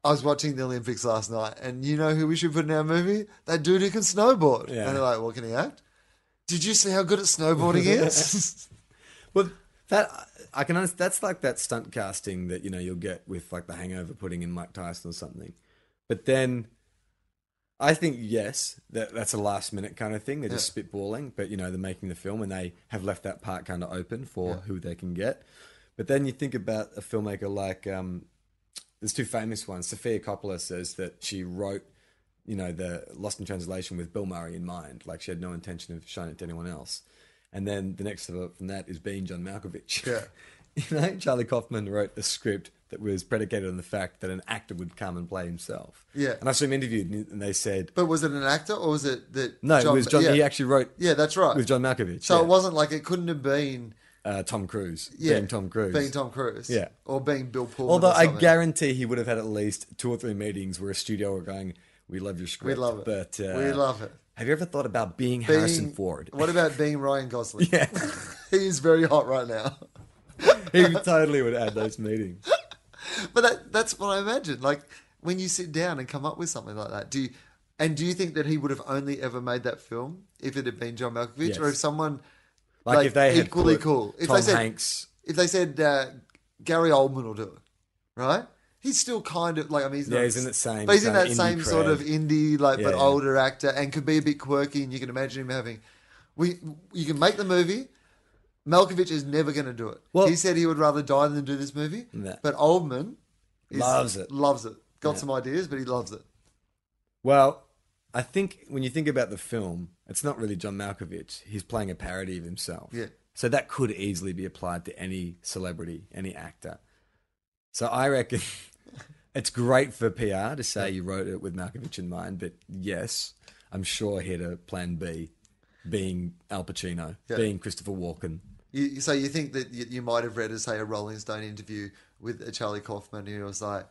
Speaker 2: I was watching the Olympics last night and you know who we should put in our movie? That dude who can snowboard.
Speaker 1: Yeah.
Speaker 2: And they're like, well, can he act? Did you see how good at snowboarding he is?
Speaker 1: Well, that I can understand. That's like that stunt casting that you know you'll get with like The Hangover, putting in Mike Tyson or something. But then, I think yes, that that's a last minute kind of thing. They're just spitballing, but you know they're making the film and they have left that part kind of open for who they can get. But then you think about a filmmaker like um, there's two famous ones. Sophia Coppola says that she wrote, you know, the Lost in Translation with Bill Murray in mind. Like she had no intention of showing it to anyone else. And then the next level up from that is being John Malkovich.
Speaker 2: Yeah.
Speaker 1: you know, Charlie Kaufman wrote a script that was predicated on the fact that an actor would come and play himself.
Speaker 2: Yeah.
Speaker 1: And I saw him interviewed and and they said,
Speaker 2: but was it an actor or was it that?
Speaker 1: no, it was John, he actually wrote
Speaker 2: Yeah, that's right.
Speaker 1: with John Malkovich.
Speaker 2: So
Speaker 1: yeah.
Speaker 2: it wasn't like it couldn't have been
Speaker 1: uh, Tom Cruise.
Speaker 2: yeah,
Speaker 1: Being Tom Cruise.
Speaker 2: being Tom Cruise,
Speaker 1: Yeah.
Speaker 2: or being Bill Pullman.
Speaker 1: Although
Speaker 2: or
Speaker 1: I
Speaker 2: something.
Speaker 1: guarantee he would have had at least two or three meetings where a studio were going, "We love your script,
Speaker 2: love it.
Speaker 1: but uh,
Speaker 2: We love it."
Speaker 1: Have you ever thought about being,
Speaker 2: being,
Speaker 1: Harrison Ford?
Speaker 2: What about being Ryan Gosling?
Speaker 1: Yeah,
Speaker 2: he's very hot right now.
Speaker 1: he totally would add those meetings.
Speaker 2: But that, that's what I imagine. Like when you sit down and come up with something like that, do you? And do you think that he would have only ever made that film if it had been John Malkovich,
Speaker 1: Yes.
Speaker 2: or if someone
Speaker 1: Like, if they had
Speaker 2: equally
Speaker 1: put
Speaker 2: cool? If
Speaker 1: Tom
Speaker 2: they said
Speaker 1: Hanks,
Speaker 2: if they said uh, Gary Oldman will do it, right? He's still kind of like I mean, he's
Speaker 1: Yeah,
Speaker 2: not,
Speaker 1: he's in that same
Speaker 2: but he's in
Speaker 1: kinda
Speaker 2: that
Speaker 1: indie
Speaker 2: same sort
Speaker 1: crowd.
Speaker 2: of indie, like
Speaker 1: Yeah,
Speaker 2: but
Speaker 1: yeah.
Speaker 2: older actor, and could be a bit quirky, and you can imagine him having. We you can make the movie. Malkovich is never going to do it.
Speaker 1: Well-
Speaker 2: he said he would rather die than do this movie.
Speaker 1: No.
Speaker 2: But Oldman is-
Speaker 1: Loves it.
Speaker 2: Loves it. Got some ideas, but he loves it.
Speaker 1: well, I think when you think about the film, it's not really John Malkovich. He's playing a parody of himself.
Speaker 2: Yeah.
Speaker 1: So that could easily be applied to any celebrity, any actor. So I reckon it's great for PR to say you wrote it with Malkovich in mind, but yes, I'm sure he had a plan B, being Al Pacino,
Speaker 2: Yeah.
Speaker 1: being Christopher Walken.
Speaker 2: You, so you think that you, you might have read, say, a Rolling Stone interview with a Charlie Kaufman, who was like,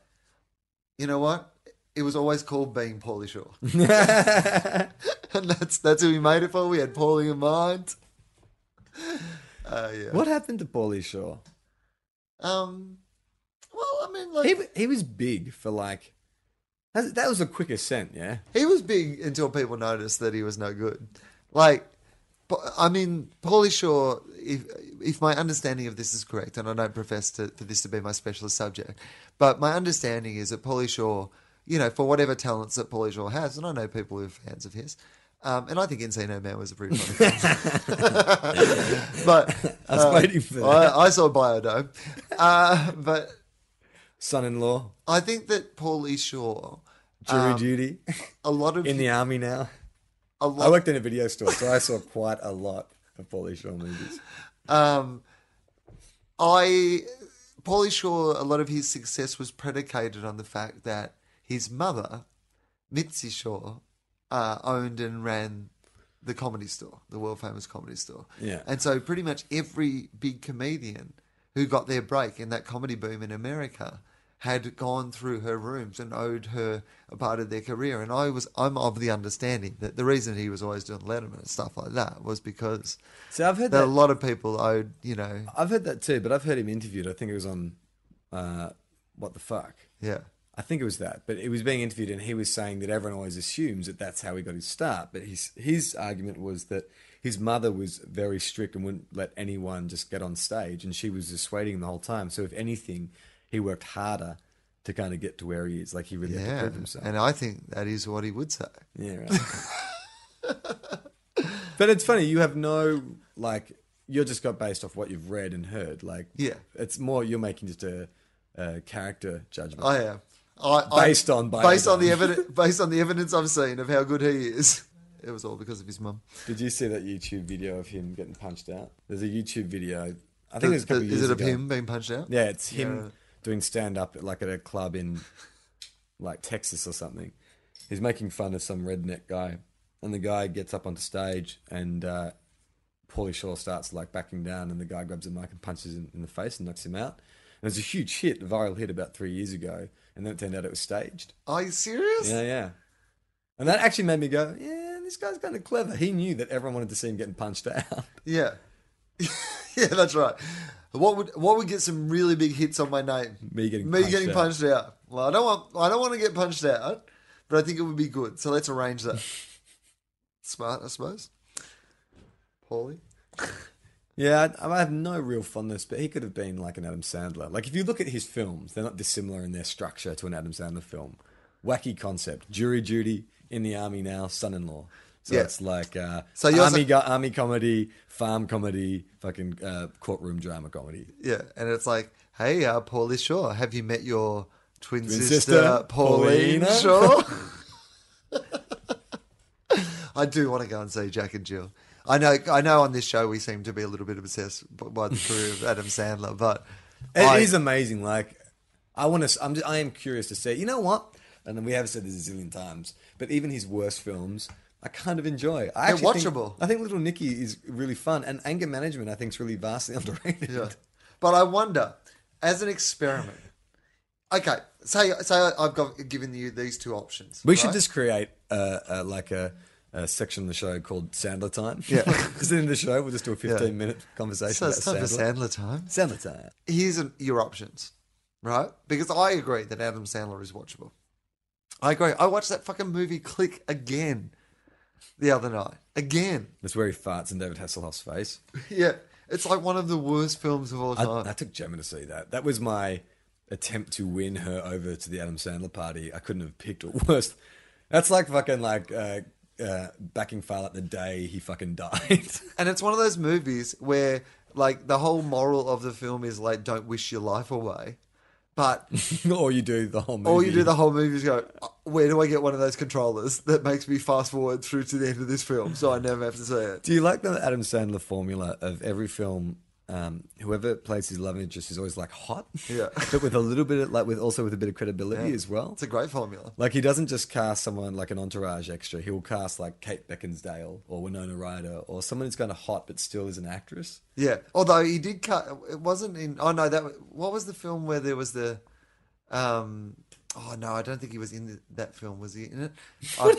Speaker 2: you know what? It was always called being Paulie Shaw, and that's that's who we made it for. We had Paulie in mind. Uh, yeah.
Speaker 1: What happened to Paulie Shaw?
Speaker 2: Um. Well, I mean, like
Speaker 1: He
Speaker 2: he,
Speaker 1: wa- he was big for like that that was a quick ascent, yeah.
Speaker 2: was big until people noticed that he was no good. Like, Pa- I mean, Paulie Shaw. If if my understanding of this is correct, and I don't profess to, for this to be my specialist subject, but my understanding is that Paulie Shaw, you know, for whatever talents that Paulie Shaw has, and I know people who are fans of his. Um, and I think Encino Man was a pretty funny film. but
Speaker 1: I was waiting for that.
Speaker 2: Uh, I, I saw Biodome. Uh, but
Speaker 1: Son-in-law,
Speaker 2: I think that Paulie Shaw,
Speaker 1: jury duty,
Speaker 2: a lot of
Speaker 1: in the army now.
Speaker 2: a
Speaker 1: I
Speaker 2: lot,
Speaker 1: worked in a video store, so I saw quite a lot of Paulie Shaw movies.
Speaker 2: um, I Paulie Shaw, a lot of his success was predicated on the fact that his mother, Mitzi Shaw, uh, owned and ran the comedy store, the world famous comedy store.
Speaker 1: Yeah.
Speaker 2: And so pretty much every big comedian who got their break in that comedy boom in America had gone through her rooms and owed her a part of their career. And I was I'm of the understanding that the reason he was always doing Letterman and stuff like that was because
Speaker 1: So I've heard
Speaker 2: that a
Speaker 1: that.
Speaker 2: lot of people owed, you know,
Speaker 1: I've heard that too, but I've heard him interviewed. I think it was on uh, what the fuck.
Speaker 2: yeah.
Speaker 1: I think it was that, but it was being interviewed, and he was saying that everyone always assumes that that's how he got his start. But his his argument was that his mother was very strict and wouldn't let anyone just get on stage, and she was dissuading him the whole time. So if anything, he worked harder to kind of get to where he is. Like he really had to
Speaker 2: Yeah.
Speaker 1: prove himself.
Speaker 2: And I think that is what he would say.
Speaker 1: Yeah. Right. but it's funny. You have no like. You're just got based off what you've read and heard. Like,
Speaker 2: Yeah.
Speaker 1: it's more you're making just a, a character judgment.
Speaker 2: I am. I,
Speaker 1: Based
Speaker 2: I,
Speaker 1: on bio
Speaker 2: based on
Speaker 1: data.
Speaker 2: the evidence based on the evidence I've seen of how good he is. It was all because of his mum.
Speaker 1: Did you see that YouTube video of him getting punched out? There's a YouTube video. I think it's
Speaker 2: Is
Speaker 1: a couple years
Speaker 2: it of
Speaker 1: ago.
Speaker 2: him being punched out?
Speaker 1: Yeah, it's him
Speaker 2: Yeah.
Speaker 1: doing stand up like at a club in like Texas or something. He's making fun of some redneck guy, and the guy gets up onto stage, and uh, Paulie Shaw starts like backing down, and the guy grabs the mic and punches him in the face and knocks him out. It was a huge hit, a viral hit about three years ago, and then it turned out it was staged.
Speaker 2: Are you serious?
Speaker 1: Yeah, yeah. And that actually made me go, yeah, this guy's kind of clever. He knew that everyone wanted to see him getting punched out.
Speaker 2: Yeah. yeah, that's right. What would what would get some really big hits on my name?
Speaker 1: Me getting
Speaker 2: me
Speaker 1: punched
Speaker 2: getting
Speaker 1: out.
Speaker 2: punched out. Well, I don't want I don't want to get punched out, but I think it would be good. So let's arrange that. Smart, I suppose. Paulie.
Speaker 1: Yeah, I, I have no real fondness, but he could have been like an Adam Sandler. Like if you look at his films, they're not dissimilar in their structure to an Adam Sandler film. Wacky concept: jury duty, in the army now, son-in-law. So
Speaker 2: Yeah.
Speaker 1: it's like uh,
Speaker 2: So
Speaker 1: army
Speaker 2: yours are-
Speaker 1: go- army comedy, farm comedy, fucking uh, courtroom drama comedy.
Speaker 2: Yeah, and it's like, hey, uh, Paulie Shaw, have you met your twin,
Speaker 1: Twin
Speaker 2: sister,
Speaker 1: sister,
Speaker 2: Pauline
Speaker 1: Paulina?"
Speaker 2: Shaw? I do want to go and see Jack and Jill. I know, I know. On this show, we seem to be a little bit obsessed b- by the career of Adam Sandler, but
Speaker 1: It is
Speaker 2: I-
Speaker 1: amazing. Like, I want to. I'm. Just, I am curious to say. You know what? And we have said this a zillion times. But even his worst films, I kind of enjoy. I
Speaker 2: They're
Speaker 1: actually think-
Speaker 2: watchable.
Speaker 1: I think Little Nicky is really fun, and anger management I think is really vastly underrated.
Speaker 2: Yeah. But I wonder, as an experiment. Okay, say say I've got given you these two options.
Speaker 1: We should
Speaker 2: right?
Speaker 1: just create uh, uh, like a, a section of the show called Sandler Time.
Speaker 2: Yeah.
Speaker 1: Because in the show, we'll just do a 15
Speaker 2: Yeah.
Speaker 1: minute conversation
Speaker 2: So it's time
Speaker 1: about
Speaker 2: for
Speaker 1: Sandler.
Speaker 2: Sandler time.
Speaker 1: Sandler Time.
Speaker 2: here's an, your options, right? Because I agree that Adam Sandler is watchable. I agree. I watched that fucking movie Click again the other night. Again.
Speaker 1: That's where he farts in David Hasselhoff's face.
Speaker 2: Yeah. It's like one of the worst films of all time.
Speaker 1: I, I took Gemma to see that. That was my attempt to win her over to the Adam Sandler party. I couldn't have picked a worse. That's like fucking like uh, uh, backing file at the day he fucking died.
Speaker 2: and it's one of those movies where, like, the whole moral of the film is, like, don't wish your life away. But
Speaker 1: or you do the whole movie.
Speaker 2: all you do the whole movie is go, "Uh, where do I get one of those controllers that makes me fast forward through to the end of this film so I never have to see it?
Speaker 1: Do you like the Adam Sandler formula of every film? Um, whoever plays his love interest is always like hot,
Speaker 2: Yeah.
Speaker 1: but with a little bit of like with also with a bit of credibility as well.
Speaker 2: It's a great formula.
Speaker 1: Like he doesn't just cast someone like an entourage extra. He'll cast like Kate Beckinsdale or Winona Ryder or someone who's kind of hot but still is an actress.
Speaker 2: Yeah. Although he did cut. It wasn't in. Oh no, that. What was the film where there was the? Um. Oh no, I don't think he was in the, that film. Was he in it? I-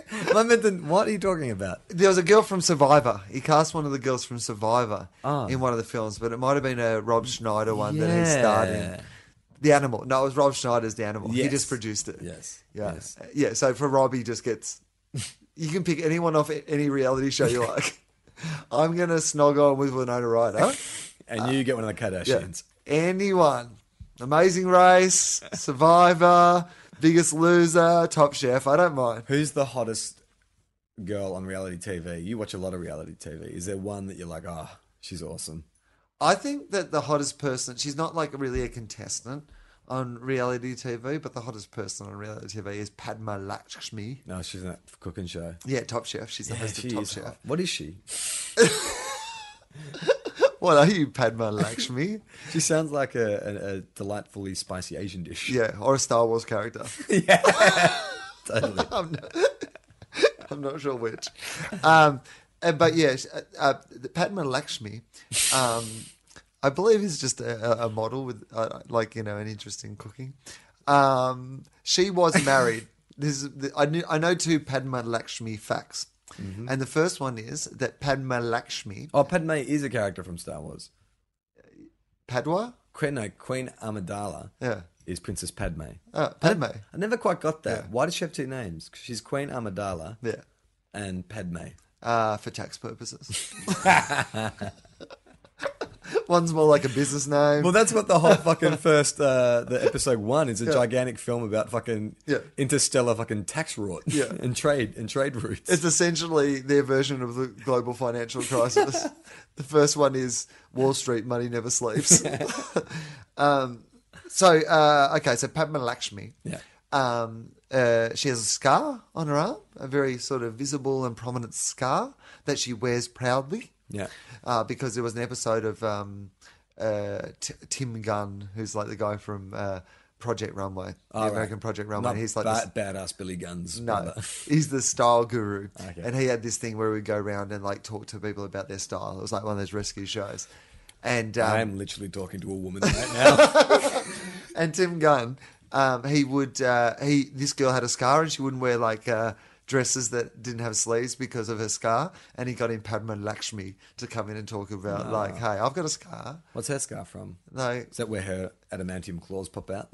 Speaker 1: yeah. I meant the, what are you talking about?
Speaker 2: there was a girl from Survivor. He cast one of the girls from Survivor
Speaker 1: Ah.
Speaker 2: in one of the films, but it might have been a Rob Schneider one that he starred in.
Speaker 1: Yeah.
Speaker 2: The Animal. No, it was Rob Schneider's The Animal. He
Speaker 1: Yes.
Speaker 2: just produced it.
Speaker 1: Yes.
Speaker 2: Yeah.
Speaker 1: Yes.
Speaker 2: Yeah. So for Rob, he just gets. You can pick anyone off any reality show you like. I'm gonna snog on with Winona Ryder.
Speaker 1: And you get one of the
Speaker 2: Yeah.
Speaker 1: Kardashians.
Speaker 2: Anyone. Amazing Race, Survivor, Biggest Loser, Top Chef. I don't mind.
Speaker 1: Who's the hottest girl on reality TV? You watch a lot of reality TV. Is there one that you're like, oh, she's awesome?
Speaker 2: I think that the hottest person, she's not like really a contestant on reality TV, but the hottest person on reality TV is Padma Lakshmi.
Speaker 1: No, she's in that cooking show.
Speaker 2: Yeah, Top Chef. She's the
Speaker 1: Yeah,
Speaker 2: host
Speaker 1: she
Speaker 2: of Top
Speaker 1: is
Speaker 2: Chef.
Speaker 1: hot. What is she?
Speaker 2: What are you, Padma Lakshmi?
Speaker 1: She sounds like a, a, a delightfully spicy Asian dish.
Speaker 2: yeah, or a Star Wars character.
Speaker 1: totally.
Speaker 2: I'm not, I'm not sure which. Um, uh, but yes, uh, uh, the Padma Lakshmi, um, I believe, is just a, a- a model with, uh, like, you know, an interest in cooking. Um, she was married. this is the, I, knew, I know two Padma Lakshmi facts. And the first one is that Padma Lakshmi,
Speaker 1: Oh, Padme is a character from Star Wars.
Speaker 2: Padua?
Speaker 1: Queen, no, Queen Amidala
Speaker 2: Yeah.
Speaker 1: is Princess Padme.
Speaker 2: Uh, Padme.
Speaker 1: I never quite got that.
Speaker 2: Yeah.
Speaker 1: Why does she have two names? 'Cause she's Queen Amidala
Speaker 2: Yeah.
Speaker 1: and Padme.
Speaker 2: Uh, for tax purposes. One's more like a business name.
Speaker 1: Well, that's what the whole fucking first uh, the episode one is a gigantic film about fucking
Speaker 2: Yeah.
Speaker 1: interstellar fucking tax rot
Speaker 2: Yeah.
Speaker 1: and trade and trade routes.
Speaker 2: It's essentially their version of the global financial crisis. the first one is Wall Street, money never sleeps. um, so, uh, okay, so Padma Lakshmi.
Speaker 1: Yeah.
Speaker 2: Um, uh, she has a scar on her arm, a very sort of visible and prominent scar that she wears proudly.
Speaker 1: Yeah.
Speaker 2: Uh, because there was an episode of um, uh, T- Tim Gunn, who's like the guy from uh, Project Runway, the
Speaker 1: All
Speaker 2: American
Speaker 1: Oh, right.
Speaker 2: Project Runway.
Speaker 1: Not
Speaker 2: He's like this-
Speaker 1: ba- badass Billy Guns.
Speaker 2: no,
Speaker 1: brother.
Speaker 2: he's the style guru,
Speaker 1: Okay.
Speaker 2: and he had this thing where we would go around and like talk to people about their style. It was like one of those rescue shows, And
Speaker 1: I
Speaker 2: um,
Speaker 1: am literally talking to a woman right now.
Speaker 2: and Tim Gunn, um, he would uh, he this girl had a scar and she wouldn't wear like uh, dresses that didn't have sleeves because of her scar, and he got in Padma Lakshmi to come in and talk about like, hey, I've got a scar.
Speaker 1: What's her scar from?
Speaker 2: No,
Speaker 1: Is that where her adamantium claws pop out?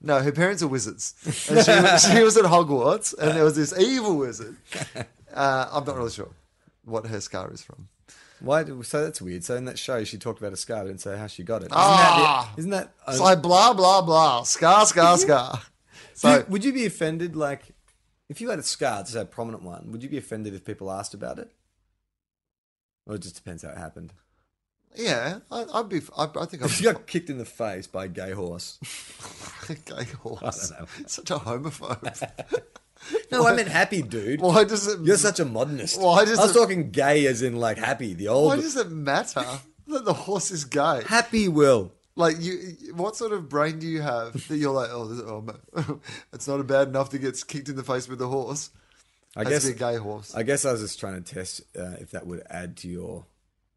Speaker 2: no, her parents are wizards. And she, was- she was at Hogwarts, and there was this evil wizard. Uh, I'm not really sure what her scar is from.
Speaker 1: Why? Do, so that's weird. So in that show, she talked about a scar, but didn't say how she got it. Isn't
Speaker 2: Ah!
Speaker 1: that? The, isn't that
Speaker 2: It's like blah blah blah, scar scar
Speaker 1: Mm-hmm.
Speaker 2: scar. So
Speaker 1: would you be offended? Like, if you had a scar, just a prominent one, would you be offended if people asked about it? Or it just depends how it happened.
Speaker 2: yeah, I, I'd be. I, I think I'd
Speaker 1: If you got kicked in the face by a gay horse.
Speaker 2: gay horse.
Speaker 1: I don't know.
Speaker 2: Such a homophobe.
Speaker 1: No, I meant happy, dude.
Speaker 2: Why does it?
Speaker 1: You're such a modernist.
Speaker 2: Why does
Speaker 1: I was
Speaker 2: the-
Speaker 1: talking gay as in like happy, the old
Speaker 2: why does it matter that the horse is gay?
Speaker 1: happy will.
Speaker 2: Like you, what sort of brain do you have that you're like, oh, this, oh man, it's not bad enough to get kicked in the face with a horse.
Speaker 1: I
Speaker 2: Has
Speaker 1: guess
Speaker 2: to be a gay horse.
Speaker 1: I guess I was just trying to test uh, if that would add to your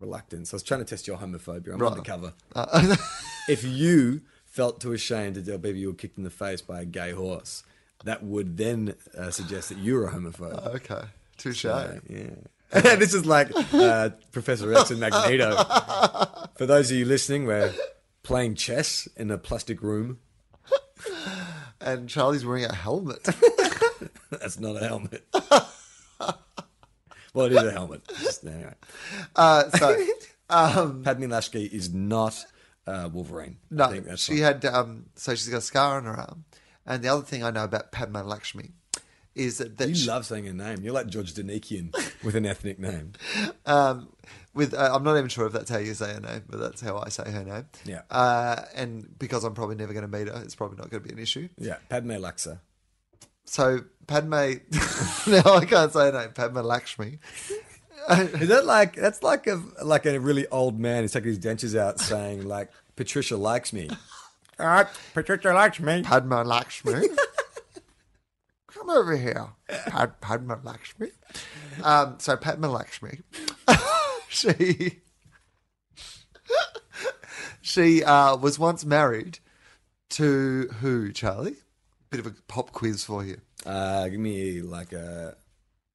Speaker 1: reluctance. I was trying to test your homophobia. I'm
Speaker 2: Right.
Speaker 1: undercover.
Speaker 2: Uh,
Speaker 1: If you felt too ashamed to tell people you were kicked in the face by a gay horse, that would then uh, suggest that you're a homophobe.
Speaker 2: okay, touche.
Speaker 1: Uh, yeah. this is like uh, Professor X and Magneto. For those of you listening, we're playing chess in a plastic room.
Speaker 2: And Charlie's wearing a helmet.
Speaker 1: That's not a helmet. well, it is a helmet. Just- anyway.
Speaker 2: Uh, so um,
Speaker 1: Padme Lashki is not uh, Wolverine. I
Speaker 2: no,
Speaker 1: think that's
Speaker 2: she
Speaker 1: fine.
Speaker 2: had. Um, so she's got a scar on her arm. And the other thing I know about Padma Lakshmi is that, that
Speaker 1: You
Speaker 2: she-
Speaker 1: love saying her name. You're like George Danikian with an ethnic name.
Speaker 2: um, with uh, I'm not even sure if that's how you say her name, but that's how I say her name.
Speaker 1: Yeah.
Speaker 2: Uh, and because I'm probably never going to meet her, it's probably not going to be an issue.
Speaker 1: Yeah, Padme Laksa.
Speaker 2: So Padme, now I can't say her name. Padma Lakshmi.
Speaker 1: Is that like that's like a like a really old man who's taking his dentures out saying like Patricia likes me. All right, Patricia likes me.
Speaker 2: Padma Lakshmi. Come over here, Pad, Padma Lakshmi. Um, so Padma Lakshmi, she she uh, was once married to who? Charlie. Bit of a pop quiz for you.
Speaker 1: Uh, give me like a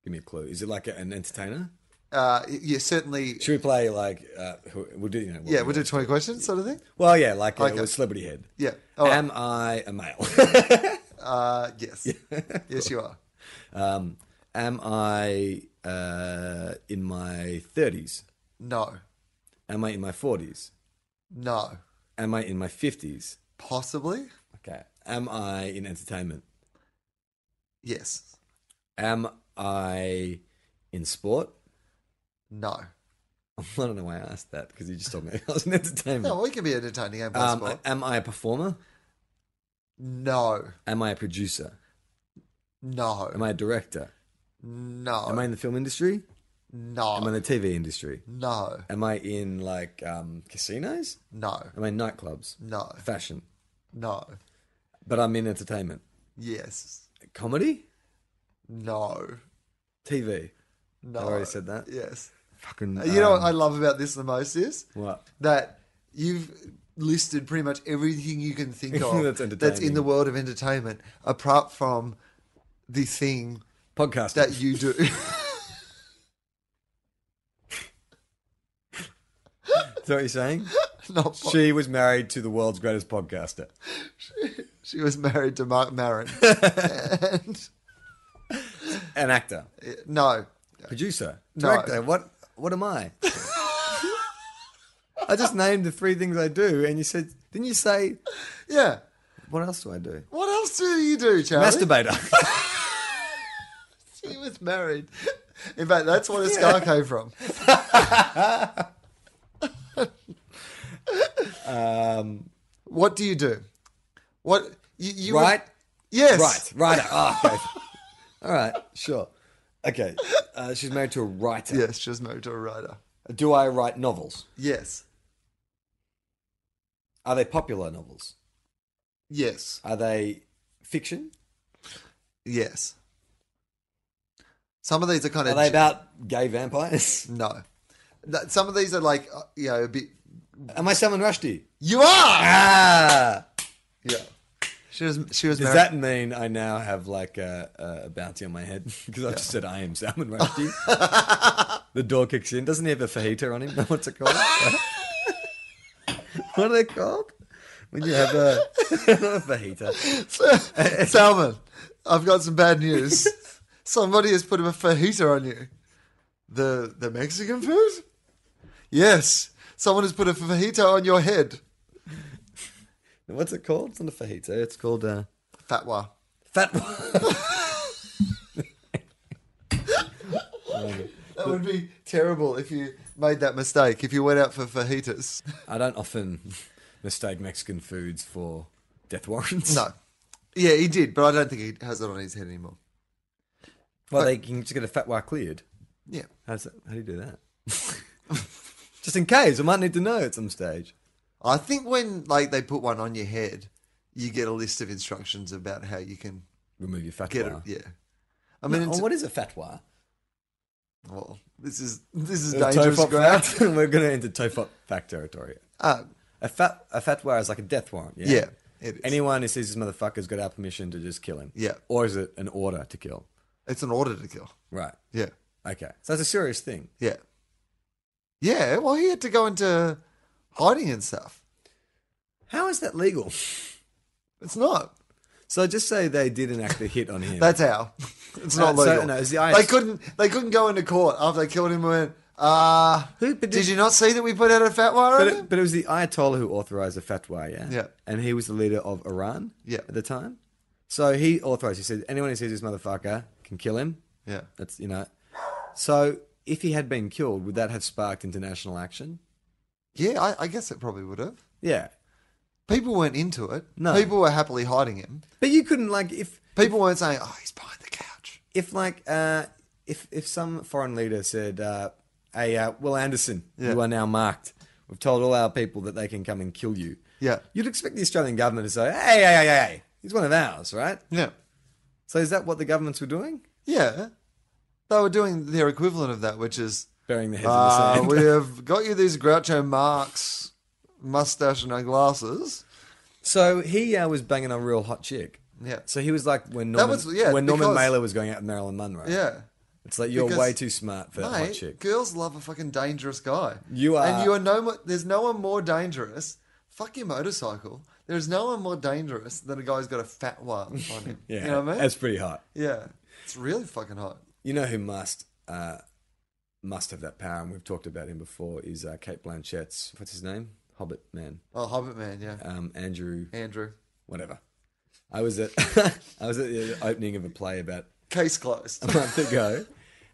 Speaker 1: give me a clue. Is it like an entertainer?
Speaker 2: Uh, yeah, certainly.
Speaker 1: Should we play like uh, who, we'll do you know? what
Speaker 2: Yeah, we'll do twenty questions, sort of thing.
Speaker 1: Well, yeah, like uh,
Speaker 2: Okay.
Speaker 1: with celebrity head.
Speaker 2: Yeah. All Oh, right.
Speaker 1: Am I a male?
Speaker 2: Uh, yes. yes, you are.
Speaker 1: um, am I uh, in my thirties?
Speaker 2: No.
Speaker 1: Am I in my forties?
Speaker 2: No.
Speaker 1: Am I in my fifties?
Speaker 2: Possibly.
Speaker 1: Okay. Am I in entertainment?
Speaker 2: Yes.
Speaker 1: Am I in sport?
Speaker 2: No.
Speaker 1: I don't know why I asked that because you just told me I was in entertainment.
Speaker 2: No, we can be entertaining and
Speaker 1: um,
Speaker 2: possible.
Speaker 1: am I a performer?
Speaker 2: no.
Speaker 1: Am I a producer?
Speaker 2: No.
Speaker 1: Am I a director?
Speaker 2: no.
Speaker 1: Am I in the film industry?
Speaker 2: no.
Speaker 1: Am I in the TV industry?
Speaker 2: no.
Speaker 1: Am I in like um, casinos?
Speaker 2: No.
Speaker 1: Am I in nightclubs?
Speaker 2: No.
Speaker 1: Fashion.
Speaker 2: No.
Speaker 1: But I'm in entertainment.
Speaker 2: Yes.
Speaker 1: Comedy?
Speaker 2: No.
Speaker 1: TV?
Speaker 2: No.
Speaker 1: already said that.
Speaker 2: Yes.
Speaker 1: Fucking.
Speaker 2: Uh, you know what
Speaker 1: um,
Speaker 2: I love about this the most is
Speaker 1: What?
Speaker 2: that you've listed pretty much everything you can think of
Speaker 1: That's
Speaker 2: in
Speaker 1: entertaining.
Speaker 2: the world of entertainment, apart from the thing
Speaker 1: Podcast.
Speaker 2: that you do.
Speaker 1: Is that what you're saying?
Speaker 2: Not
Speaker 1: she was married to the world's greatest podcaster.
Speaker 2: She was married to Mark Maron. and
Speaker 1: An actor.
Speaker 2: no,
Speaker 1: Producer,
Speaker 2: No.
Speaker 1: director. What? What am I? I just named the three things I do, and you said, didn't you say?
Speaker 2: yeah.
Speaker 1: What else do I do?
Speaker 2: What else do you do, Charlie?
Speaker 1: Masturbator.
Speaker 2: She was married. In fact, that's where the scar came from.
Speaker 1: um,
Speaker 2: What do you do? What you, you were-
Speaker 1: right,
Speaker 2: yes.
Speaker 1: right, right. Oh, okay. All right, sure. Okay, uh, she's married to a writer.
Speaker 2: Yes, she was married to a writer.
Speaker 1: Do I write novels?
Speaker 2: Yes.
Speaker 1: Are they popular novels?
Speaker 2: Yes.
Speaker 1: Are they fiction?
Speaker 2: Yes. Some of these are kind
Speaker 1: Are
Speaker 2: of
Speaker 1: they about gay vampires?
Speaker 2: no. That- Some of these are like uh, you know a bit
Speaker 1: Am I Salman Rushdie?
Speaker 2: You are.
Speaker 1: Ah!
Speaker 2: Yeah. She was. She was.
Speaker 1: Does
Speaker 2: married.
Speaker 1: that mean I now have like a, a bounty on my head because I just said I am Salman Rushdie? the door kicks in. Doesn't he have a fajita on him? What's it called? what are they called? When you have a not a fajita.
Speaker 2: Salmon, I've got some bad news. Somebody has put a fajita on you. The the Mexican food? Yes. Someone has put a fajita on your head.
Speaker 1: What's it called? It's not a fajita. It's called uh,
Speaker 2: Fatwa.
Speaker 1: fat.
Speaker 2: That would be terrible if you made that mistake. If you went out for fajitas.
Speaker 1: I don't often mistake Mexican foods for death warrants.
Speaker 2: No. Yeah, he did, but I don't think he has it on his head anymore.
Speaker 1: Well, they can just get a fatwa cleared.
Speaker 2: Yeah.
Speaker 1: How's that? How do you do that? just in case, I might need to know at some stage.
Speaker 2: I think when like they put one on your head, you get a list of instructions about how you can
Speaker 1: Remove your fatwa.
Speaker 2: get it. Yeah. I mean,
Speaker 1: No, oh,
Speaker 2: it's,
Speaker 1: what is a fatwa?
Speaker 2: well, this is this is
Speaker 1: A
Speaker 2: dangerous
Speaker 1: tofop
Speaker 2: ground.
Speaker 1: fact. We're going to enter tofop fact territory.
Speaker 2: Uh,
Speaker 1: A fat a fatwa is like a death warrant. Yeah.
Speaker 2: Yeah, it is.
Speaker 1: Anyone who sees this motherfucker's got our permission to just kill him.
Speaker 2: Yeah.
Speaker 1: Or is it an order to kill?
Speaker 2: It's an order to kill.
Speaker 1: Right.
Speaker 2: Yeah.
Speaker 1: Okay. So that's a serious thing.
Speaker 2: Yeah. Yeah. Well, he had to go into hiding and stuff.
Speaker 1: How is that legal?
Speaker 2: It's not.
Speaker 1: So just say they did enact a hit on him.
Speaker 2: That's how. It's
Speaker 1: Uh,
Speaker 2: not
Speaker 1: so,
Speaker 2: legal.
Speaker 1: no, it's the
Speaker 2: they
Speaker 1: IS
Speaker 2: couldn't. They couldn't go into court after they killed him. And went. Uh,
Speaker 1: Who- but
Speaker 2: did,
Speaker 1: did-
Speaker 2: you not see that we put out a fatwa on
Speaker 1: But
Speaker 2: him?
Speaker 1: it, but it was the Ayatollah who authorized the fatwa, yeah?
Speaker 2: Yeah.
Speaker 1: And he was the leader of Iran
Speaker 2: Yeah.
Speaker 1: at the time. So he authorized, he said, anyone who sees this motherfucker can kill him.
Speaker 2: Yeah.
Speaker 1: That's, you know. So if he had been killed, would that have sparked international action?
Speaker 2: Yeah, I, I guess it probably would have.
Speaker 1: Yeah.
Speaker 2: People weren't into it.
Speaker 1: No.
Speaker 2: People were happily hiding him.
Speaker 1: But you couldn't, like, if,
Speaker 2: People weren't saying, "Oh, he's behind the couch."
Speaker 1: if like, uh, if, if some foreign leader said, uh, hey, uh, Will Anderson,
Speaker 2: Yeah.
Speaker 1: you are now marked. We've told all our people that they can come and kill you.
Speaker 2: Yeah.
Speaker 1: You'd expect the Australian government to say, hey, hey, hey, hey, he's one of ours, right?
Speaker 2: Yeah.
Speaker 1: So is that what the governments were doing?
Speaker 2: Yeah. They were doing their equivalent of that, which is
Speaker 1: Burying their heads in the
Speaker 2: Uh,
Speaker 1: sand.
Speaker 2: we have got you these Groucho Marx mustache and glasses.
Speaker 1: So he uh, was banging a real hot chick.
Speaker 2: Yeah.
Speaker 1: So he was like when Norman,
Speaker 2: was- yeah,
Speaker 1: when Norman
Speaker 2: because-
Speaker 1: Mailer was going out with Marilyn Monroe.
Speaker 2: Yeah.
Speaker 1: It's like you're
Speaker 2: Because-
Speaker 1: way too smart for that hot
Speaker 2: Mate,
Speaker 1: chick.
Speaker 2: girls love a fucking dangerous guy.
Speaker 1: You are-
Speaker 2: And you are no more. There's no one more dangerous. Fuck your motorcycle. There's no one more dangerous than a guy who's got a fat one on him.
Speaker 1: Yeah.
Speaker 2: You know what I mean?
Speaker 1: That's pretty hot.
Speaker 2: yeah. It's really fucking hot.
Speaker 1: You know who must uh, must have that power, and we've talked about him before, is uh, Kate Blanchett's, what's his name? Hobbit man.
Speaker 2: Oh, Hobbit Man, yeah.
Speaker 1: Um, Andrew,
Speaker 2: Andrew.
Speaker 1: whatever. I was at I was at the opening of a play about
Speaker 2: Case closed.
Speaker 1: a month ago,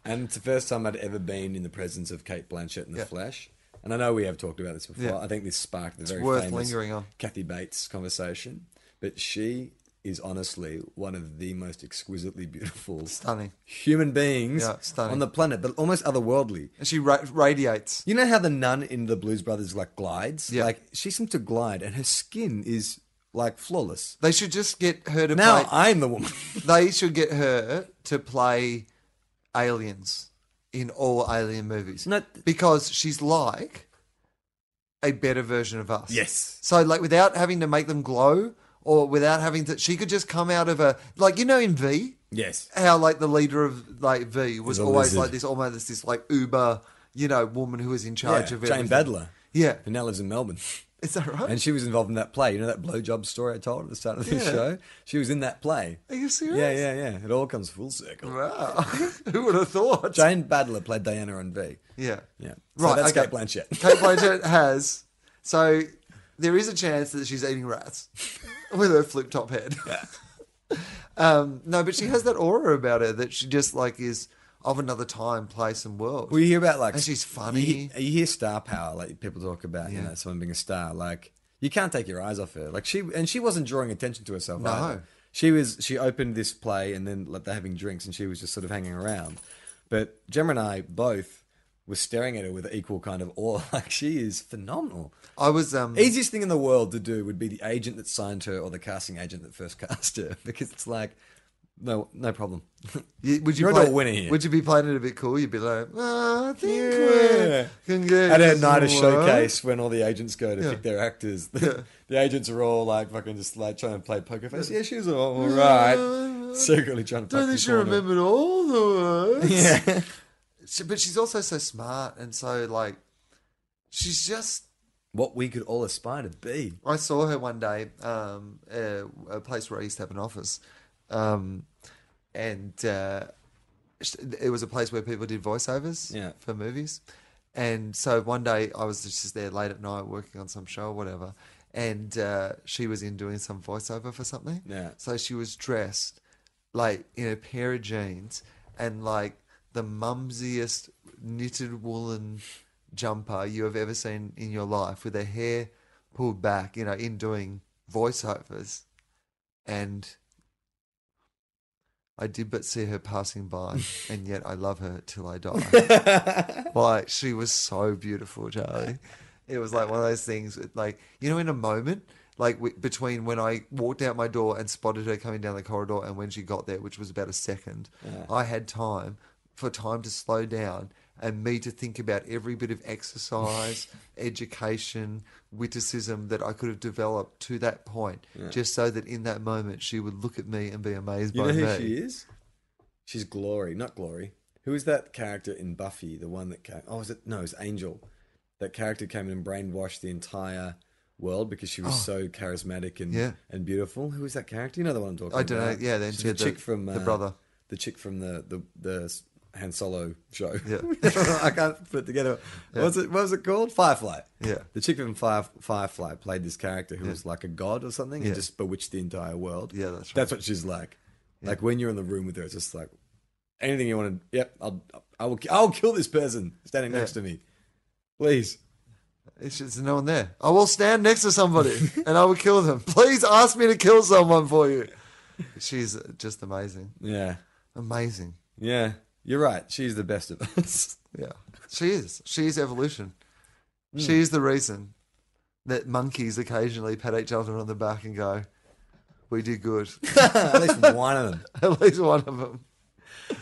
Speaker 1: and it's the first time I'd ever been in the presence of Kate Blanchett in the
Speaker 2: Yeah.
Speaker 1: flesh. And I know we have talked about this before.
Speaker 2: Yeah.
Speaker 1: I think this sparked the very
Speaker 2: worth
Speaker 1: famous
Speaker 2: lingering on.
Speaker 1: Kathy Bates conversation. But she is honestly one of the most exquisitely beautiful
Speaker 2: Stunning.
Speaker 1: human beings
Speaker 2: Yeah, stunning.
Speaker 1: on the planet, but almost otherworldly.
Speaker 2: And she ra- radiates.
Speaker 1: You know how the nun in the Blues Brothers like glides?
Speaker 2: Yeah.
Speaker 1: Like she seemed to glide, and her skin is like flawless.
Speaker 2: They should just get her to
Speaker 1: Now
Speaker 2: play.
Speaker 1: I'm the woman.
Speaker 2: They should get her to play aliens in all alien movies.
Speaker 1: No, th-
Speaker 2: because she's like a better version of us.
Speaker 1: Yes.
Speaker 2: So like without having to make them glow or without having to she could just come out of a like you know in V
Speaker 1: yes.
Speaker 2: how like the leader of like V was
Speaker 1: Is a
Speaker 2: always
Speaker 1: lizard.
Speaker 2: like this almost this like uber you know woman who was in charge
Speaker 1: Yeah,
Speaker 2: of
Speaker 1: Jane
Speaker 2: everything.
Speaker 1: Badler,
Speaker 2: Yeah.
Speaker 1: who now lives in Melbourne.
Speaker 2: Is that right?
Speaker 1: And she was involved in that play. You know that blowjob story I told at the start of this
Speaker 2: Yeah.
Speaker 1: show? She was in that play.
Speaker 2: Are you serious?
Speaker 1: Yeah, yeah, yeah. It all comes full circle.
Speaker 2: Wow. who would have thought?
Speaker 1: Jane Badler played Diana on V.
Speaker 2: yeah.
Speaker 1: Yeah. So
Speaker 2: Right,
Speaker 1: that's
Speaker 2: okay.
Speaker 1: Kate Blanchett.
Speaker 2: Kate Blanchett has. So there is a chance that she's eating rats with her flip top head. um, no, but she has that aura about her that she just like is of another time, place, and world.
Speaker 1: We hear about like.
Speaker 2: And she's funny.
Speaker 1: You, hear- you hear star power, like people talk about, you
Speaker 2: Yeah.
Speaker 1: know, someone being a star. Like, you can't take your eyes off her. Like, she, and she wasn't drawing attention to herself.
Speaker 2: No.
Speaker 1: Either. She was, she opened this play and then like they're having drinks and she was just sort of hanging around. But Gemma and I both were staring at her with equal kind of awe. Like, she is phenomenal.
Speaker 2: I was um,
Speaker 1: Easiest thing in the world to do would be the agent that signed her or the casting agent that first cast her because it's like No, no problem.
Speaker 2: You- would you
Speaker 1: You're
Speaker 2: play,
Speaker 1: the winner here.
Speaker 2: Would you be playing it a bit cool? You'd be like, "Oh, I think
Speaker 1: Yeah.
Speaker 2: we're gonna get
Speaker 1: At a night of
Speaker 2: of
Speaker 1: showcase when all the agents go to
Speaker 2: Yeah.
Speaker 1: pick their actors, the, the agents are all like fucking just like trying to play poker face. Yeah, she's all, all right. Secretly trying to.
Speaker 2: Don't
Speaker 1: tuck
Speaker 2: think
Speaker 1: the
Speaker 2: she
Speaker 1: corner.
Speaker 2: remembered all the words.
Speaker 1: Yeah.
Speaker 2: She- but she's also so smart and so like, she's just.
Speaker 1: what we could all aspire to be.
Speaker 2: I saw her one day, um, uh, a place where I used to have an office, um, and uh, sh- it was a place where people did voiceovers
Speaker 1: Yeah.
Speaker 2: for movies. And so one day I was just there late at night working on some show or whatever, and uh, she was in doing some voiceover for something.
Speaker 1: Yeah.
Speaker 2: So she was dressed like in a pair of jeans and like the mumsiest knitted woolen jumper you have ever seen in your life with her hair pulled back, you know, in doing voiceovers. And I did but see her passing by, and yet I love her till I die. like she was so beautiful, Charlie. It was like one of those things, with, like you know, in a moment, like w- between when I walked out my door and spotted her coming down the corridor and when she got there, which was about a second, I had time for time to slow down and me to think about every bit of exercise, education, witticism that I could have developed to that point, just so that in that moment she would look at me and be amazed
Speaker 1: You
Speaker 2: by
Speaker 1: know who
Speaker 2: me.
Speaker 1: she is? She's Glory, not Glory. Who is that character in Buffy? The one that came? Oh, is it? No, it's Angel. That character came in and brainwashed the entire world because she was so charismatic and
Speaker 2: Oh. Yeah.
Speaker 1: and beautiful. Who is that character? You know the one I'm talking about.
Speaker 2: I don't know. Yeah, then
Speaker 1: She's
Speaker 2: she had the- the brother.
Speaker 1: uh, The chick from the the the Han Solo show.
Speaker 2: Yeah.
Speaker 1: I can't put it together. What was it? What was it called? Firefly.
Speaker 2: Yeah.
Speaker 1: The chick from Fire, Firefly played this character who was like a god or something
Speaker 2: Yeah.
Speaker 1: and just bewitched the entire world.
Speaker 2: Yeah, that's right.
Speaker 1: That's what she's like. Like when you're in the room with her, it's just like anything you want to. Yep, I'll, I will, I'll kill this person standing next to me. Please.
Speaker 2: It's just no one there. I will stand next to somebody and I will kill them. Please ask me to kill someone for you. She's just amazing.
Speaker 1: Yeah,
Speaker 2: Amazing.
Speaker 1: yeah. You're right. She's the best of us.
Speaker 2: Yeah. She is. She is evolution.
Speaker 1: Hmm.
Speaker 2: She is the reason that monkeys occasionally pat each other on the back and go, We did good.
Speaker 1: At least one of them.
Speaker 2: At least one of them.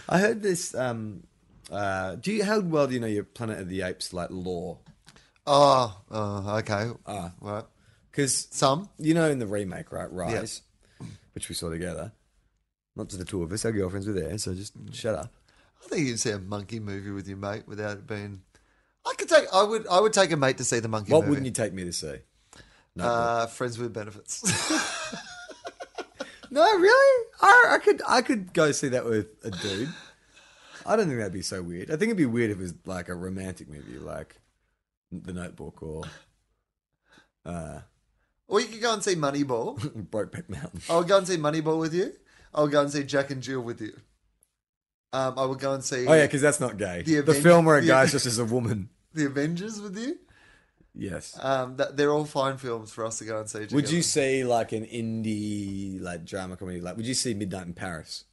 Speaker 1: I heard this. Um, uh, do you how well do you know your Planet of the Apes like lore?
Speaker 2: Oh, oh okay.
Speaker 1: Ah.
Speaker 2: right.
Speaker 1: Because
Speaker 2: Some.
Speaker 1: you know in the remake, right? Rise, which we saw together. Not to the two of us. Our girlfriends were there, so just shut up.
Speaker 2: I think you'd see a monkey movie with your mate without it being. I could take. I would. I would take a mate to see the monkey.
Speaker 1: What
Speaker 2: movie.
Speaker 1: wouldn't you take me to see? No,
Speaker 2: Uh, friends with benefits.
Speaker 1: No, really? I, I could I could go see that with a dude. I don't think that'd be so weird. I think it'd be weird if it was like a romantic movie, like The Notebook or uh,
Speaker 2: or you could go and see Moneyball.
Speaker 1: Brokeback Mountain.
Speaker 2: I'll go and see Moneyball with you. I'll go and see Jack and Jill with you. Um, I will go and see
Speaker 1: Oh yeah, because that's not gay.
Speaker 2: The
Speaker 1: The,
Speaker 2: Aven-
Speaker 1: film where a
Speaker 2: the-
Speaker 1: guy's just as a woman.
Speaker 2: the Avengers with you.
Speaker 1: Yes.
Speaker 2: Um, that, they're all fine films for us to go and see. Together.
Speaker 1: Would you see like an indie like drama comedy? Like, would you see Midnight in Paris?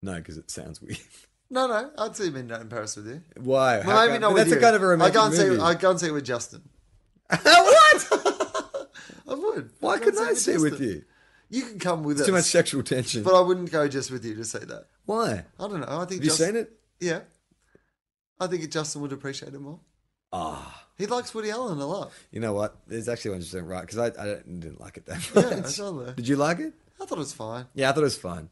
Speaker 1: No, because it sounds weird.
Speaker 2: No, no. I'd see Midnight in Paris with you.
Speaker 1: Why?
Speaker 2: Well,
Speaker 1: How
Speaker 2: maybe
Speaker 1: come-
Speaker 2: not
Speaker 1: but
Speaker 2: with
Speaker 1: that's
Speaker 2: you.
Speaker 1: a kind of a romantic
Speaker 2: I go and
Speaker 1: movie.
Speaker 2: see. I go and see it with Justin.
Speaker 1: what?
Speaker 2: I would.
Speaker 1: Why
Speaker 2: I'd go
Speaker 1: couldn't I
Speaker 2: and
Speaker 1: see it with
Speaker 2: Justin.
Speaker 1: you?
Speaker 2: You can come with us.
Speaker 1: Too much sexual tension.
Speaker 2: But I wouldn't go just with you to see that.
Speaker 1: Why?
Speaker 2: I don't know. I think
Speaker 1: Have you
Speaker 2: Justin,
Speaker 1: seen it?
Speaker 2: Yeah, I think Justin would appreciate it more. Ah, he likes Woody Allen a lot.
Speaker 1: You know what? There's actually one percent right because I, I don't- didn't like it that much.
Speaker 2: Yeah, I saw that.
Speaker 1: Did you like it?
Speaker 2: I thought it was fine.
Speaker 1: Yeah, I thought it was fun.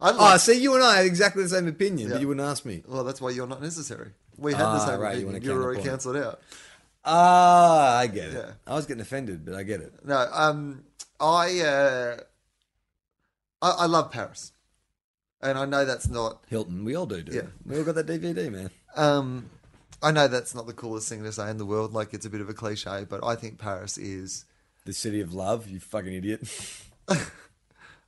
Speaker 2: I
Speaker 1: Oh,
Speaker 2: like,
Speaker 1: see, you and I had exactly the same opinion,
Speaker 2: Yeah.
Speaker 1: but you wouldn't ask me.
Speaker 2: well, that's why you're not necessary. We had the
Speaker 1: Ah,
Speaker 2: same
Speaker 1: right, you
Speaker 2: opinion.
Speaker 1: want a
Speaker 2: You, were already
Speaker 1: counterpoint.
Speaker 2: cancelled out.
Speaker 1: Ah, I get it.
Speaker 2: Yeah.
Speaker 1: I was getting offended, but I get it.
Speaker 2: No, um, I, uh, I I love Paris, and I know that's not
Speaker 1: Hilton, we all do, do.
Speaker 2: Yeah.
Speaker 1: We all got that DVD, man.
Speaker 2: um, I know that's not the coolest thing to say in the world. Like it's a bit of a cliche, but I think Paris is
Speaker 1: The City of Love, you fucking idiot.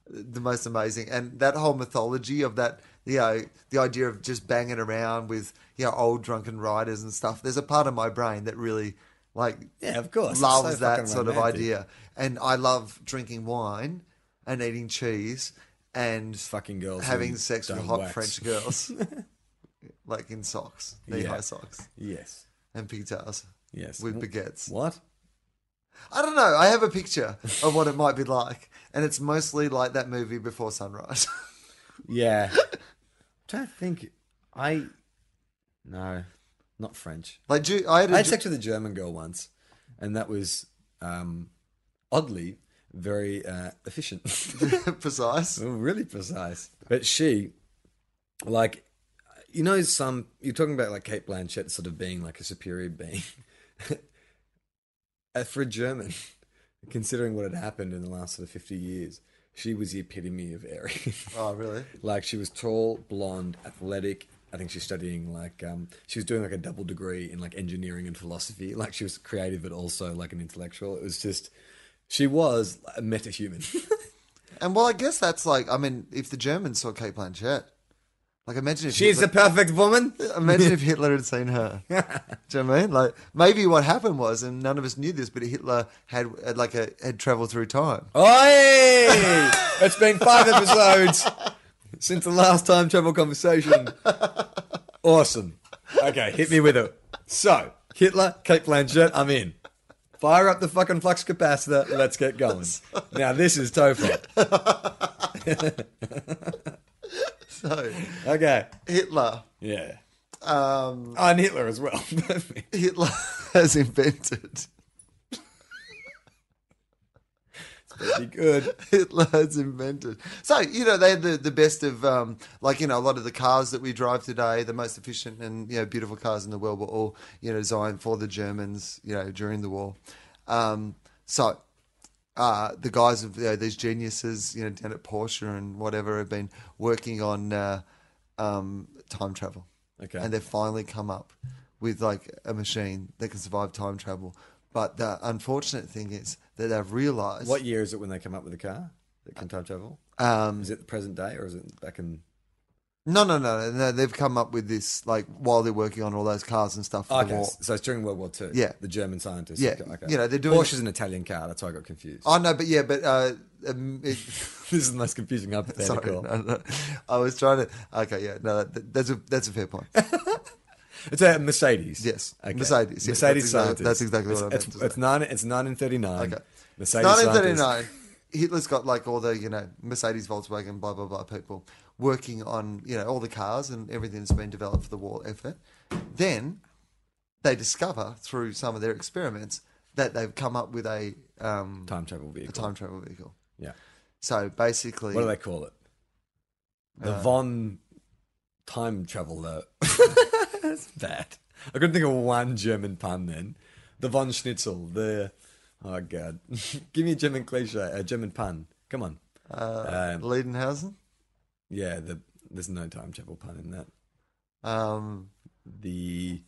Speaker 2: the most amazing. And that whole mythology of that, you know, the idea of just banging around with, you know, old drunken riders and stuff. There's a part of my brain that really, like,
Speaker 1: Yeah, of course. It's
Speaker 2: loves
Speaker 1: so
Speaker 2: that
Speaker 1: fucking
Speaker 2: sort of
Speaker 1: romantic.
Speaker 2: idea. And I love drinking wine and eating cheese and
Speaker 1: Fucking girls. who
Speaker 2: having sex with
Speaker 1: don't
Speaker 2: hot
Speaker 1: wax.
Speaker 2: French girls, like in socks, knee high
Speaker 1: Yeah.
Speaker 2: socks
Speaker 1: Yes.
Speaker 2: and pigtails
Speaker 1: Yes.
Speaker 2: with
Speaker 1: Wh-
Speaker 2: baguettes.
Speaker 1: What?
Speaker 2: I don't know. I have a picture of what it might be like. and it's mostly like that movie Before Sunrise.
Speaker 1: Yeah. trying to think. I. No, not French.
Speaker 2: like, Ju- I had a
Speaker 1: I had
Speaker 2: Ju-
Speaker 1: sex with a German girl once, and that was um, oddly very uh, efficient.
Speaker 2: precise.
Speaker 1: Oh, really precise. But she, like, you know, some you're talking about like Kate Blanchett sort of being like a superior being. Uh, For a German, considering what had happened in the last sort of 50 years, she was the epitome of Aryan.
Speaker 2: Oh, really?
Speaker 1: like, she was tall, blonde, athletic. I think she's studying like um, she was doing like a double degree in like engineering and philosophy. Like she was creative, but also like an intellectual. It was just she was a meta human.
Speaker 2: And well, I guess that's like, I mean, if the Germans saw Kate Blanchett, like imagine if
Speaker 1: She's
Speaker 2: Hitler-
Speaker 1: the perfect woman.
Speaker 2: Imagine if Hitler had seen her. Do you know what I mean? Like maybe what happened was, and none of us knew this, but Hitler had, had like a had traveled through time.
Speaker 1: Oi! it's been five episodes since the last time travel conversation. Awesome. Okay, hit me with it. So, Hitler, Kate Blanchett, I'm in. Fire up the fucking flux capacitor. Let's get going. Now this is TOEFL.
Speaker 2: So
Speaker 1: Okay.
Speaker 2: Hitler,
Speaker 1: Yeah.
Speaker 2: um,
Speaker 1: Oh, and Hitler as well. Perfect.
Speaker 2: Hitler has invented.
Speaker 1: Pretty good.
Speaker 2: Hitler has invented. So you know they had the, the best of um, like you know a lot of the cars that we drive today, the most efficient and you know beautiful cars in the world were all you know designed for the Germans you know during the war. Um, so uh, the guys of you know, these geniuses you know down at Porsche and whatever have been working on uh, um, time travel.
Speaker 1: Okay.
Speaker 2: and they've finally come up with like a machine that can survive time travel. But the unfortunate thing is that they've realised
Speaker 1: What year is it when they come up with a car that can time travel?
Speaker 2: Um,
Speaker 1: Is it the present day or is it back in?
Speaker 2: No, no, no, no, no. They've come up with this like while they're working on all those cars and stuff for the
Speaker 1: Okay,
Speaker 2: war.
Speaker 1: so it's during World War Two.
Speaker 2: Yeah.
Speaker 1: the German scientists.
Speaker 2: Yeah,
Speaker 1: okay, okay.
Speaker 2: you know, they're doing-
Speaker 1: Porsche's an Italian car. That's why I got confused.
Speaker 2: Oh no, but yeah, but uh, um, it,
Speaker 1: this is the most confusing
Speaker 2: sorry,
Speaker 1: hypothetical.
Speaker 2: no, no. I was trying to. Okay, yeah, no, that, that's a that's a fair point.
Speaker 1: It's a Mercedes.
Speaker 2: Yes, Mercedes,
Speaker 1: Mercedes
Speaker 2: yeah, that's exactly-
Speaker 1: scientist.
Speaker 2: that's exactly what I
Speaker 1: it's,
Speaker 2: meant
Speaker 1: It's,
Speaker 2: to
Speaker 1: it's nine. It's nineteen thirty nine.
Speaker 2: Okay.
Speaker 1: Mercedes.
Speaker 2: 1939.
Speaker 1: scientist.
Speaker 2: Hitler's got like all the you know Mercedes, Volkswagen, blah blah blah people working on you know all the cars and everything that's been developed for the war effort. Then they discover through some of their experiments that they've come up with a um,
Speaker 1: Time travel
Speaker 2: a
Speaker 1: vehicle.
Speaker 2: time travel vehicle.
Speaker 1: Yeah.
Speaker 2: So basically,
Speaker 1: What do they call it? The Von Time Traveler. That's bad. I couldn't think of one German pun then. The Von Schnitzel. The oh god, give me a German cliche, a German pun. Come on.
Speaker 2: uh,
Speaker 1: Um,
Speaker 2: Leidenhausen.
Speaker 1: Yeah, the, there's no time travel pun in that.
Speaker 2: Um,
Speaker 1: The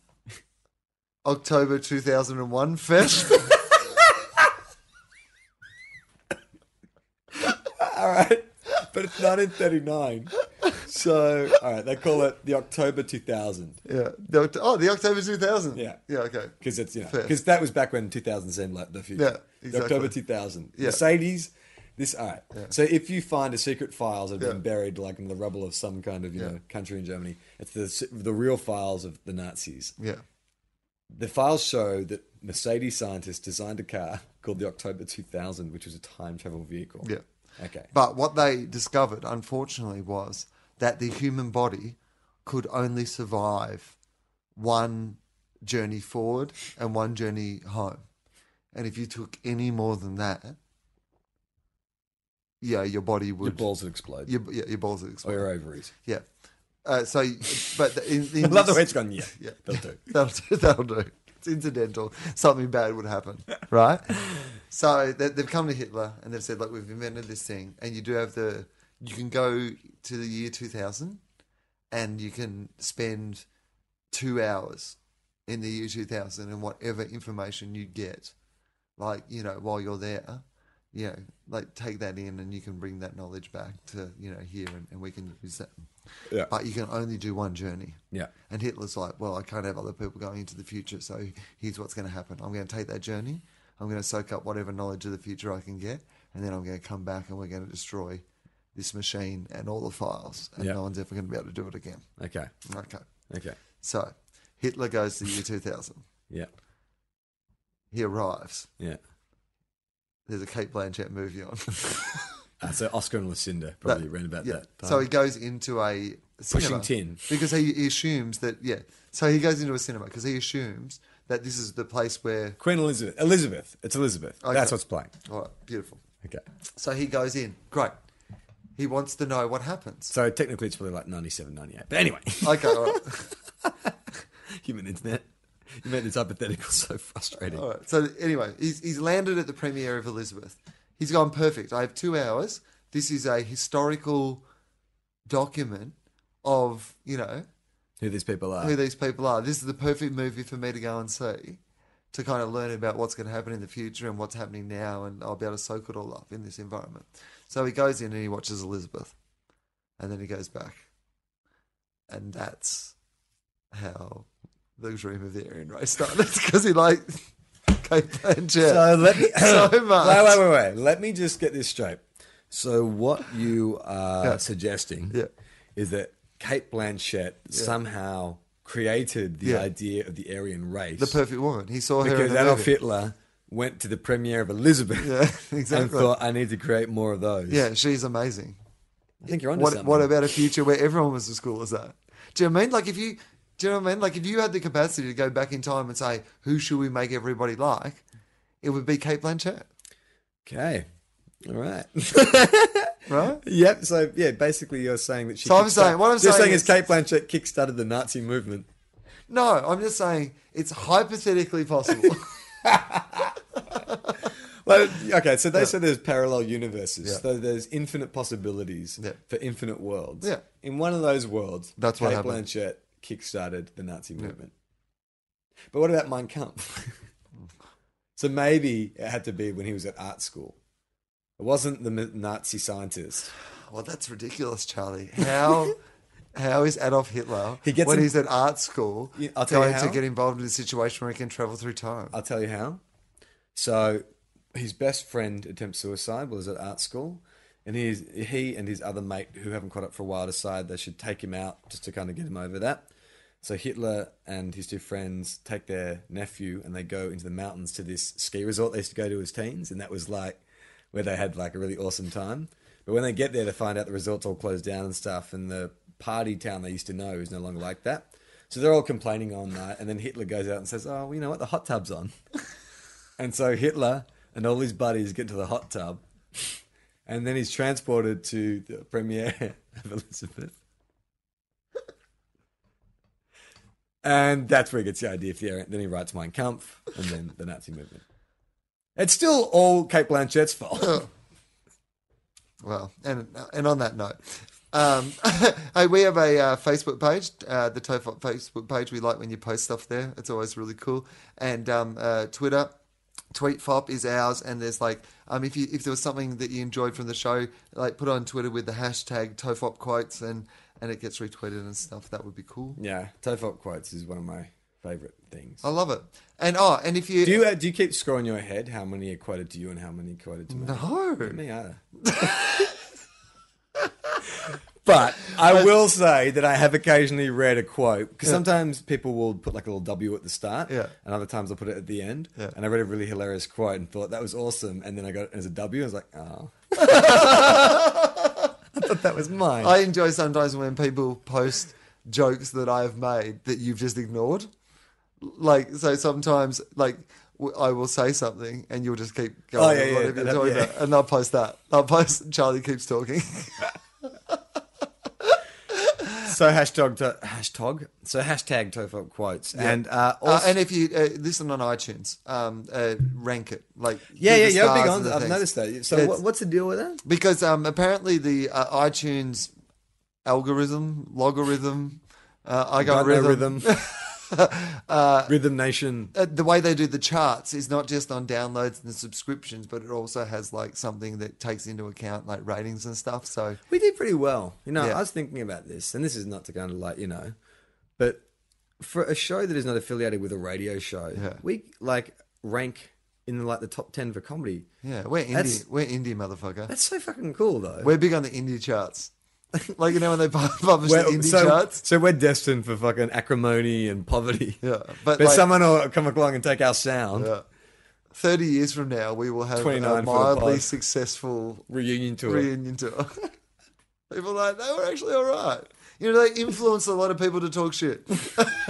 Speaker 2: October 2001 Fest.
Speaker 1: all right, but it's 1939. So all right, they call it the October 2000
Speaker 2: yeah. The Oct- oh, the October 2000.
Speaker 1: Yeah.
Speaker 2: Yeah, okay.
Speaker 1: because it's you know
Speaker 2: Fair.
Speaker 1: because that was back when 2000 seemed like the future.
Speaker 2: Yeah,
Speaker 1: The October
Speaker 2: exactly.
Speaker 1: 2000.
Speaker 2: Yeah.
Speaker 1: Mercedes. This all right. So if you find a secret files that have been
Speaker 2: Yeah.
Speaker 1: buried like in the rubble of some kind of you
Speaker 2: Yeah.
Speaker 1: know country in Germany, it's the the real files of the Nazis.
Speaker 2: Yeah.
Speaker 1: The files show that Mercedes scientists designed a car called the October 2000, which was a time travel vehicle.
Speaker 2: Yeah.
Speaker 1: Okay.
Speaker 2: But what they discovered, unfortunately, was that the human body could only survive one journey forward and one journey home. And if you took any more than that, yeah, your body would.
Speaker 1: Your balls would explode. Oh,
Speaker 2: Your, yeah, your balls would
Speaker 1: or
Speaker 2: explode.
Speaker 1: your ovaries.
Speaker 2: Yeah. Uh, so, but in, in
Speaker 1: I love the
Speaker 2: this-
Speaker 1: way it's gone. Yeah,
Speaker 2: Yeah.
Speaker 1: they'll do.
Speaker 2: That'll do. That'll do. It's incidental. Something bad would happen, right? so they, they've come to Hitler and they've said, "Look, we've invented this thing, and you do have the. You can go to the year 2000, and you can spend two hours in the year 2000, and whatever information you get, like you know, while you're there." You know, like take that in, and you can bring that knowledge back to you know here, and, and we can use that.
Speaker 1: Yeah.
Speaker 2: But you can only do one journey.
Speaker 1: Yeah.
Speaker 2: And Hitler's like, well, I can't have other people going into the future, so here's what's going to happen. I'm going to take that journey. I'm going to soak up whatever knowledge of the future I can get, and then I'm going to come back and we're going to destroy this machine and all the files, and
Speaker 1: Yeah.
Speaker 2: no one's ever going to be able to do it again.
Speaker 1: Okay.
Speaker 2: Okay.
Speaker 1: Okay.
Speaker 2: So Hitler goes to the year 2000.
Speaker 1: Yeah.
Speaker 2: He arrives.
Speaker 1: Yeah.
Speaker 2: There's a Kate Blanchett movie on.
Speaker 1: Uh, so Oscar and Lucinda probably ran about
Speaker 2: yeah.
Speaker 1: that.
Speaker 2: So
Speaker 1: time.
Speaker 2: he goes into a cinema
Speaker 1: tin.
Speaker 2: because he, he assumes that yeah. So he goes into a cinema because he assumes that this is the place where.
Speaker 1: Queen Elizabeth. Elizabeth. It's Elizabeth. That's what's playing.
Speaker 2: All right, beautiful.
Speaker 1: Okay.
Speaker 2: So he goes in. Great. He wants to know what happens.
Speaker 1: So technically it's probably like 97, 98. But anyway,
Speaker 2: Okay, all right.
Speaker 1: human internet. You made this hypothetical so frustrating.
Speaker 2: All right. So anyway, he's, he's landed at the premiere of Elizabeth. He's gone perfect. I have two hours. This is a historical document of you know
Speaker 1: Who these people are.
Speaker 2: who these people are. This is the perfect movie for me to go and see to kind of learn about what's going to happen in the future and what's happening now, and I'll be able to soak it all up in this environment. So he goes in and he watches Elizabeth, and then he goes back, and that's how the dream of the Aryan race started because he like Kate
Speaker 1: So
Speaker 2: Blanchett.
Speaker 1: let me
Speaker 2: So much.
Speaker 1: Wait, wait, wait, wait. Let me just get this straight. So what you are
Speaker 2: Yeah.
Speaker 1: suggesting
Speaker 2: Yeah.
Speaker 1: is that Kate Blanchett somehow created the
Speaker 2: Yeah.
Speaker 1: idea of the Aryan race.
Speaker 2: the perfect woman. He saw her in
Speaker 1: because
Speaker 2: a
Speaker 1: Adolf
Speaker 2: movie.
Speaker 1: Hitler went to the premiere of Elizabeth
Speaker 2: Yeah,
Speaker 1: and
Speaker 2: exactly.
Speaker 1: thought, I need to create more of those.
Speaker 2: Yeah, she's amazing.
Speaker 1: I think you're onto
Speaker 2: what
Speaker 1: something.
Speaker 2: what about a future where everyone was as cool as that? Do you know what I mean? Like if you do you know what I mean? Like if you had the capacity to go back in time and say, Who should we make everybody like? It would be Kate Blanchett.
Speaker 1: Okay. All right.
Speaker 2: Right?
Speaker 1: yep. So, yeah, basically you're saying that she...
Speaker 2: So I'm
Speaker 1: kickstart-
Speaker 2: saying- what I'm
Speaker 1: You're
Speaker 2: saying
Speaker 1: saying is
Speaker 2: is-
Speaker 1: Kate Blanchett kickstarted the Nazi movement.
Speaker 2: No, I'm just saying it's hypothetically possible.
Speaker 1: Well, okay, so they said there's parallel universes.
Speaker 2: Yeah.
Speaker 1: So there's infinite possibilities
Speaker 2: Yeah.
Speaker 1: for infinite worlds.
Speaker 2: Yeah.
Speaker 1: In one of those worlds,
Speaker 2: That's
Speaker 1: Kate
Speaker 2: what happened.
Speaker 1: Blanchett kickstarted the Nazi movement. But what about Mein Kampf? so maybe it had to be when he was at art school. It wasn't the m- Nazi scientist.
Speaker 2: well, Oh, that's ridiculous, Charlie. How how is Adolf Hitler
Speaker 1: He gets
Speaker 2: when
Speaker 1: in-
Speaker 2: he's at art school
Speaker 1: Yeah, I'll tell you
Speaker 2: going to
Speaker 1: how.
Speaker 2: get involved in a situation where he can travel through time?
Speaker 1: I'll tell you how. So his best friend attempts suicide while he's at art school. And he's, he and his other mate, who haven't caught up for a while, decide they should take him out just to kind of get him over that. So Hitler and his two friends take their nephew and they go into the mountains to this ski resort they used to go to as teens. And that was like where they had like a really awesome time. But when they get there, they find out the resort's all closed down and stuff. And the party town they used to know is no longer like that. So they're all complaining all night. And then Hitler goes out and says, Oh, well, you know what? The hot tub's on. And so Hitler and all his buddies get to the hot tub, and then he's transported to the premiere of Elizabeth. And that's where he gets the idea for the Then he writes Mein Kampf and then the Nazi movement. It's still all Kate Blanchett's fault.
Speaker 2: Well, and and on that note, um, hey, we have a uh, Facebook page, uh, the TOEFOP Facebook page. We like when you post stuff there; it's always really cool. And um, uh, Twitter, TweetFop is ours. And there's like, um, if you if there was something that you enjoyed from the show, like put it on Twitter with the hashtag TOEFOP quotes, and and it gets retweeted and stuff. That would be cool.
Speaker 1: yeah, Tofop quotes is one of my favorite things.
Speaker 2: I love it. And oh, and if you
Speaker 1: Do you uh, do you keep scrolling your head how many are quoted to you and how many are quoted to me?
Speaker 2: no,
Speaker 1: Me either. but I will say that I have occasionally read a quote because sometimes people will put like a little W at the start,
Speaker 2: Yeah.
Speaker 1: and other times they'll put it at the end.
Speaker 2: Yeah.
Speaker 1: And I read a really hilarious quote and thought that was awesome, and then I got it as a W. And I was like, oh, I thought that was mine.
Speaker 2: I enjoy sometimes when people post jokes that I've made that you've just ignored. Like, so sometimes, like, w- I will say something and you'll just keep going
Speaker 1: Oh, yeah,
Speaker 2: with
Speaker 1: yeah,
Speaker 2: whatever
Speaker 1: that-
Speaker 2: you're talking
Speaker 1: yeah.
Speaker 2: about. And I'll post that. I'll post Charlie keeps talking.
Speaker 1: so hashtag to, hashtag so hashtag Tofop quotes and uh,
Speaker 2: Uh,
Speaker 1: also,
Speaker 2: and if you uh, listen on iTunes, um, uh, rank it. Like,
Speaker 1: yeah, yeah,
Speaker 2: give the
Speaker 1: you're big
Speaker 2: stars
Speaker 1: on.
Speaker 2: and the
Speaker 1: I've
Speaker 2: things.
Speaker 1: noticed that. So
Speaker 2: It's-
Speaker 1: what, what's the deal with that?
Speaker 2: Because um, apparently the uh, iTunes algorithm, logarithm, uh, I got
Speaker 1: Got no
Speaker 2: rhythm.
Speaker 1: rhythm. rhythm Nation.
Speaker 2: uh, the way they do the charts is not just on downloads and subscriptions, but it also has like something that takes into account like ratings and stuff. So
Speaker 1: We did pretty well. You know,
Speaker 2: Yeah.
Speaker 1: I was thinking about this, and this is not to kind of like, you know, but for a show that is not affiliated with a radio show,
Speaker 2: Yeah.
Speaker 1: we like rank in like the top 10 for comedy.
Speaker 2: yeah, we're indie.
Speaker 1: That's-
Speaker 2: we're indie, motherfucker.
Speaker 1: That's so fucking cool, though.
Speaker 2: We're big on the indie charts. like you know when they pu- publish
Speaker 1: We're-
Speaker 2: the indie
Speaker 1: so,
Speaker 2: charts.
Speaker 1: so we're destined for fucking acrimony and poverty.
Speaker 2: Yeah,
Speaker 1: But,
Speaker 2: but, like-
Speaker 1: someone will come along and take our sound.
Speaker 2: Yeah. 30 years from now, we will have
Speaker 1: 29 for
Speaker 2: a
Speaker 1: the
Speaker 2: mildly
Speaker 1: pod.
Speaker 2: successful
Speaker 1: Reunion tour.
Speaker 2: reunion tour. people are like, they were actually all right. You know, they influenced a lot of people to talk shit.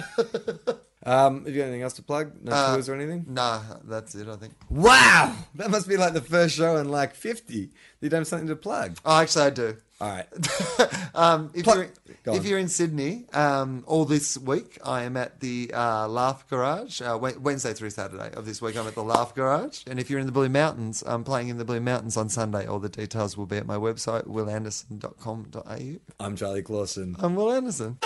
Speaker 1: um, have you got anything else to plug? No
Speaker 2: Uh,
Speaker 1: tours or anything?
Speaker 2: nah, that's it, I think.
Speaker 1: Wow, that must be like the first show in like fifty. You don't have something to plug.
Speaker 2: Oh, actually, I do.
Speaker 1: All right.
Speaker 2: Um, if,
Speaker 1: Pla-
Speaker 2: you're,
Speaker 1: Go
Speaker 2: if
Speaker 1: on.
Speaker 2: you're in Sydney, um, all this week I am at the uh, Laugh Garage. Uh, Wed- Wednesday through Saturday of this week, I'm at the Laugh Garage. And if you're in the Blue Mountains, I'm playing in the Blue Mountains on Sunday. All the details will be at my website, willanderson.com.au.
Speaker 1: I'm Charlie Clausen.
Speaker 2: I'm Will Anderson.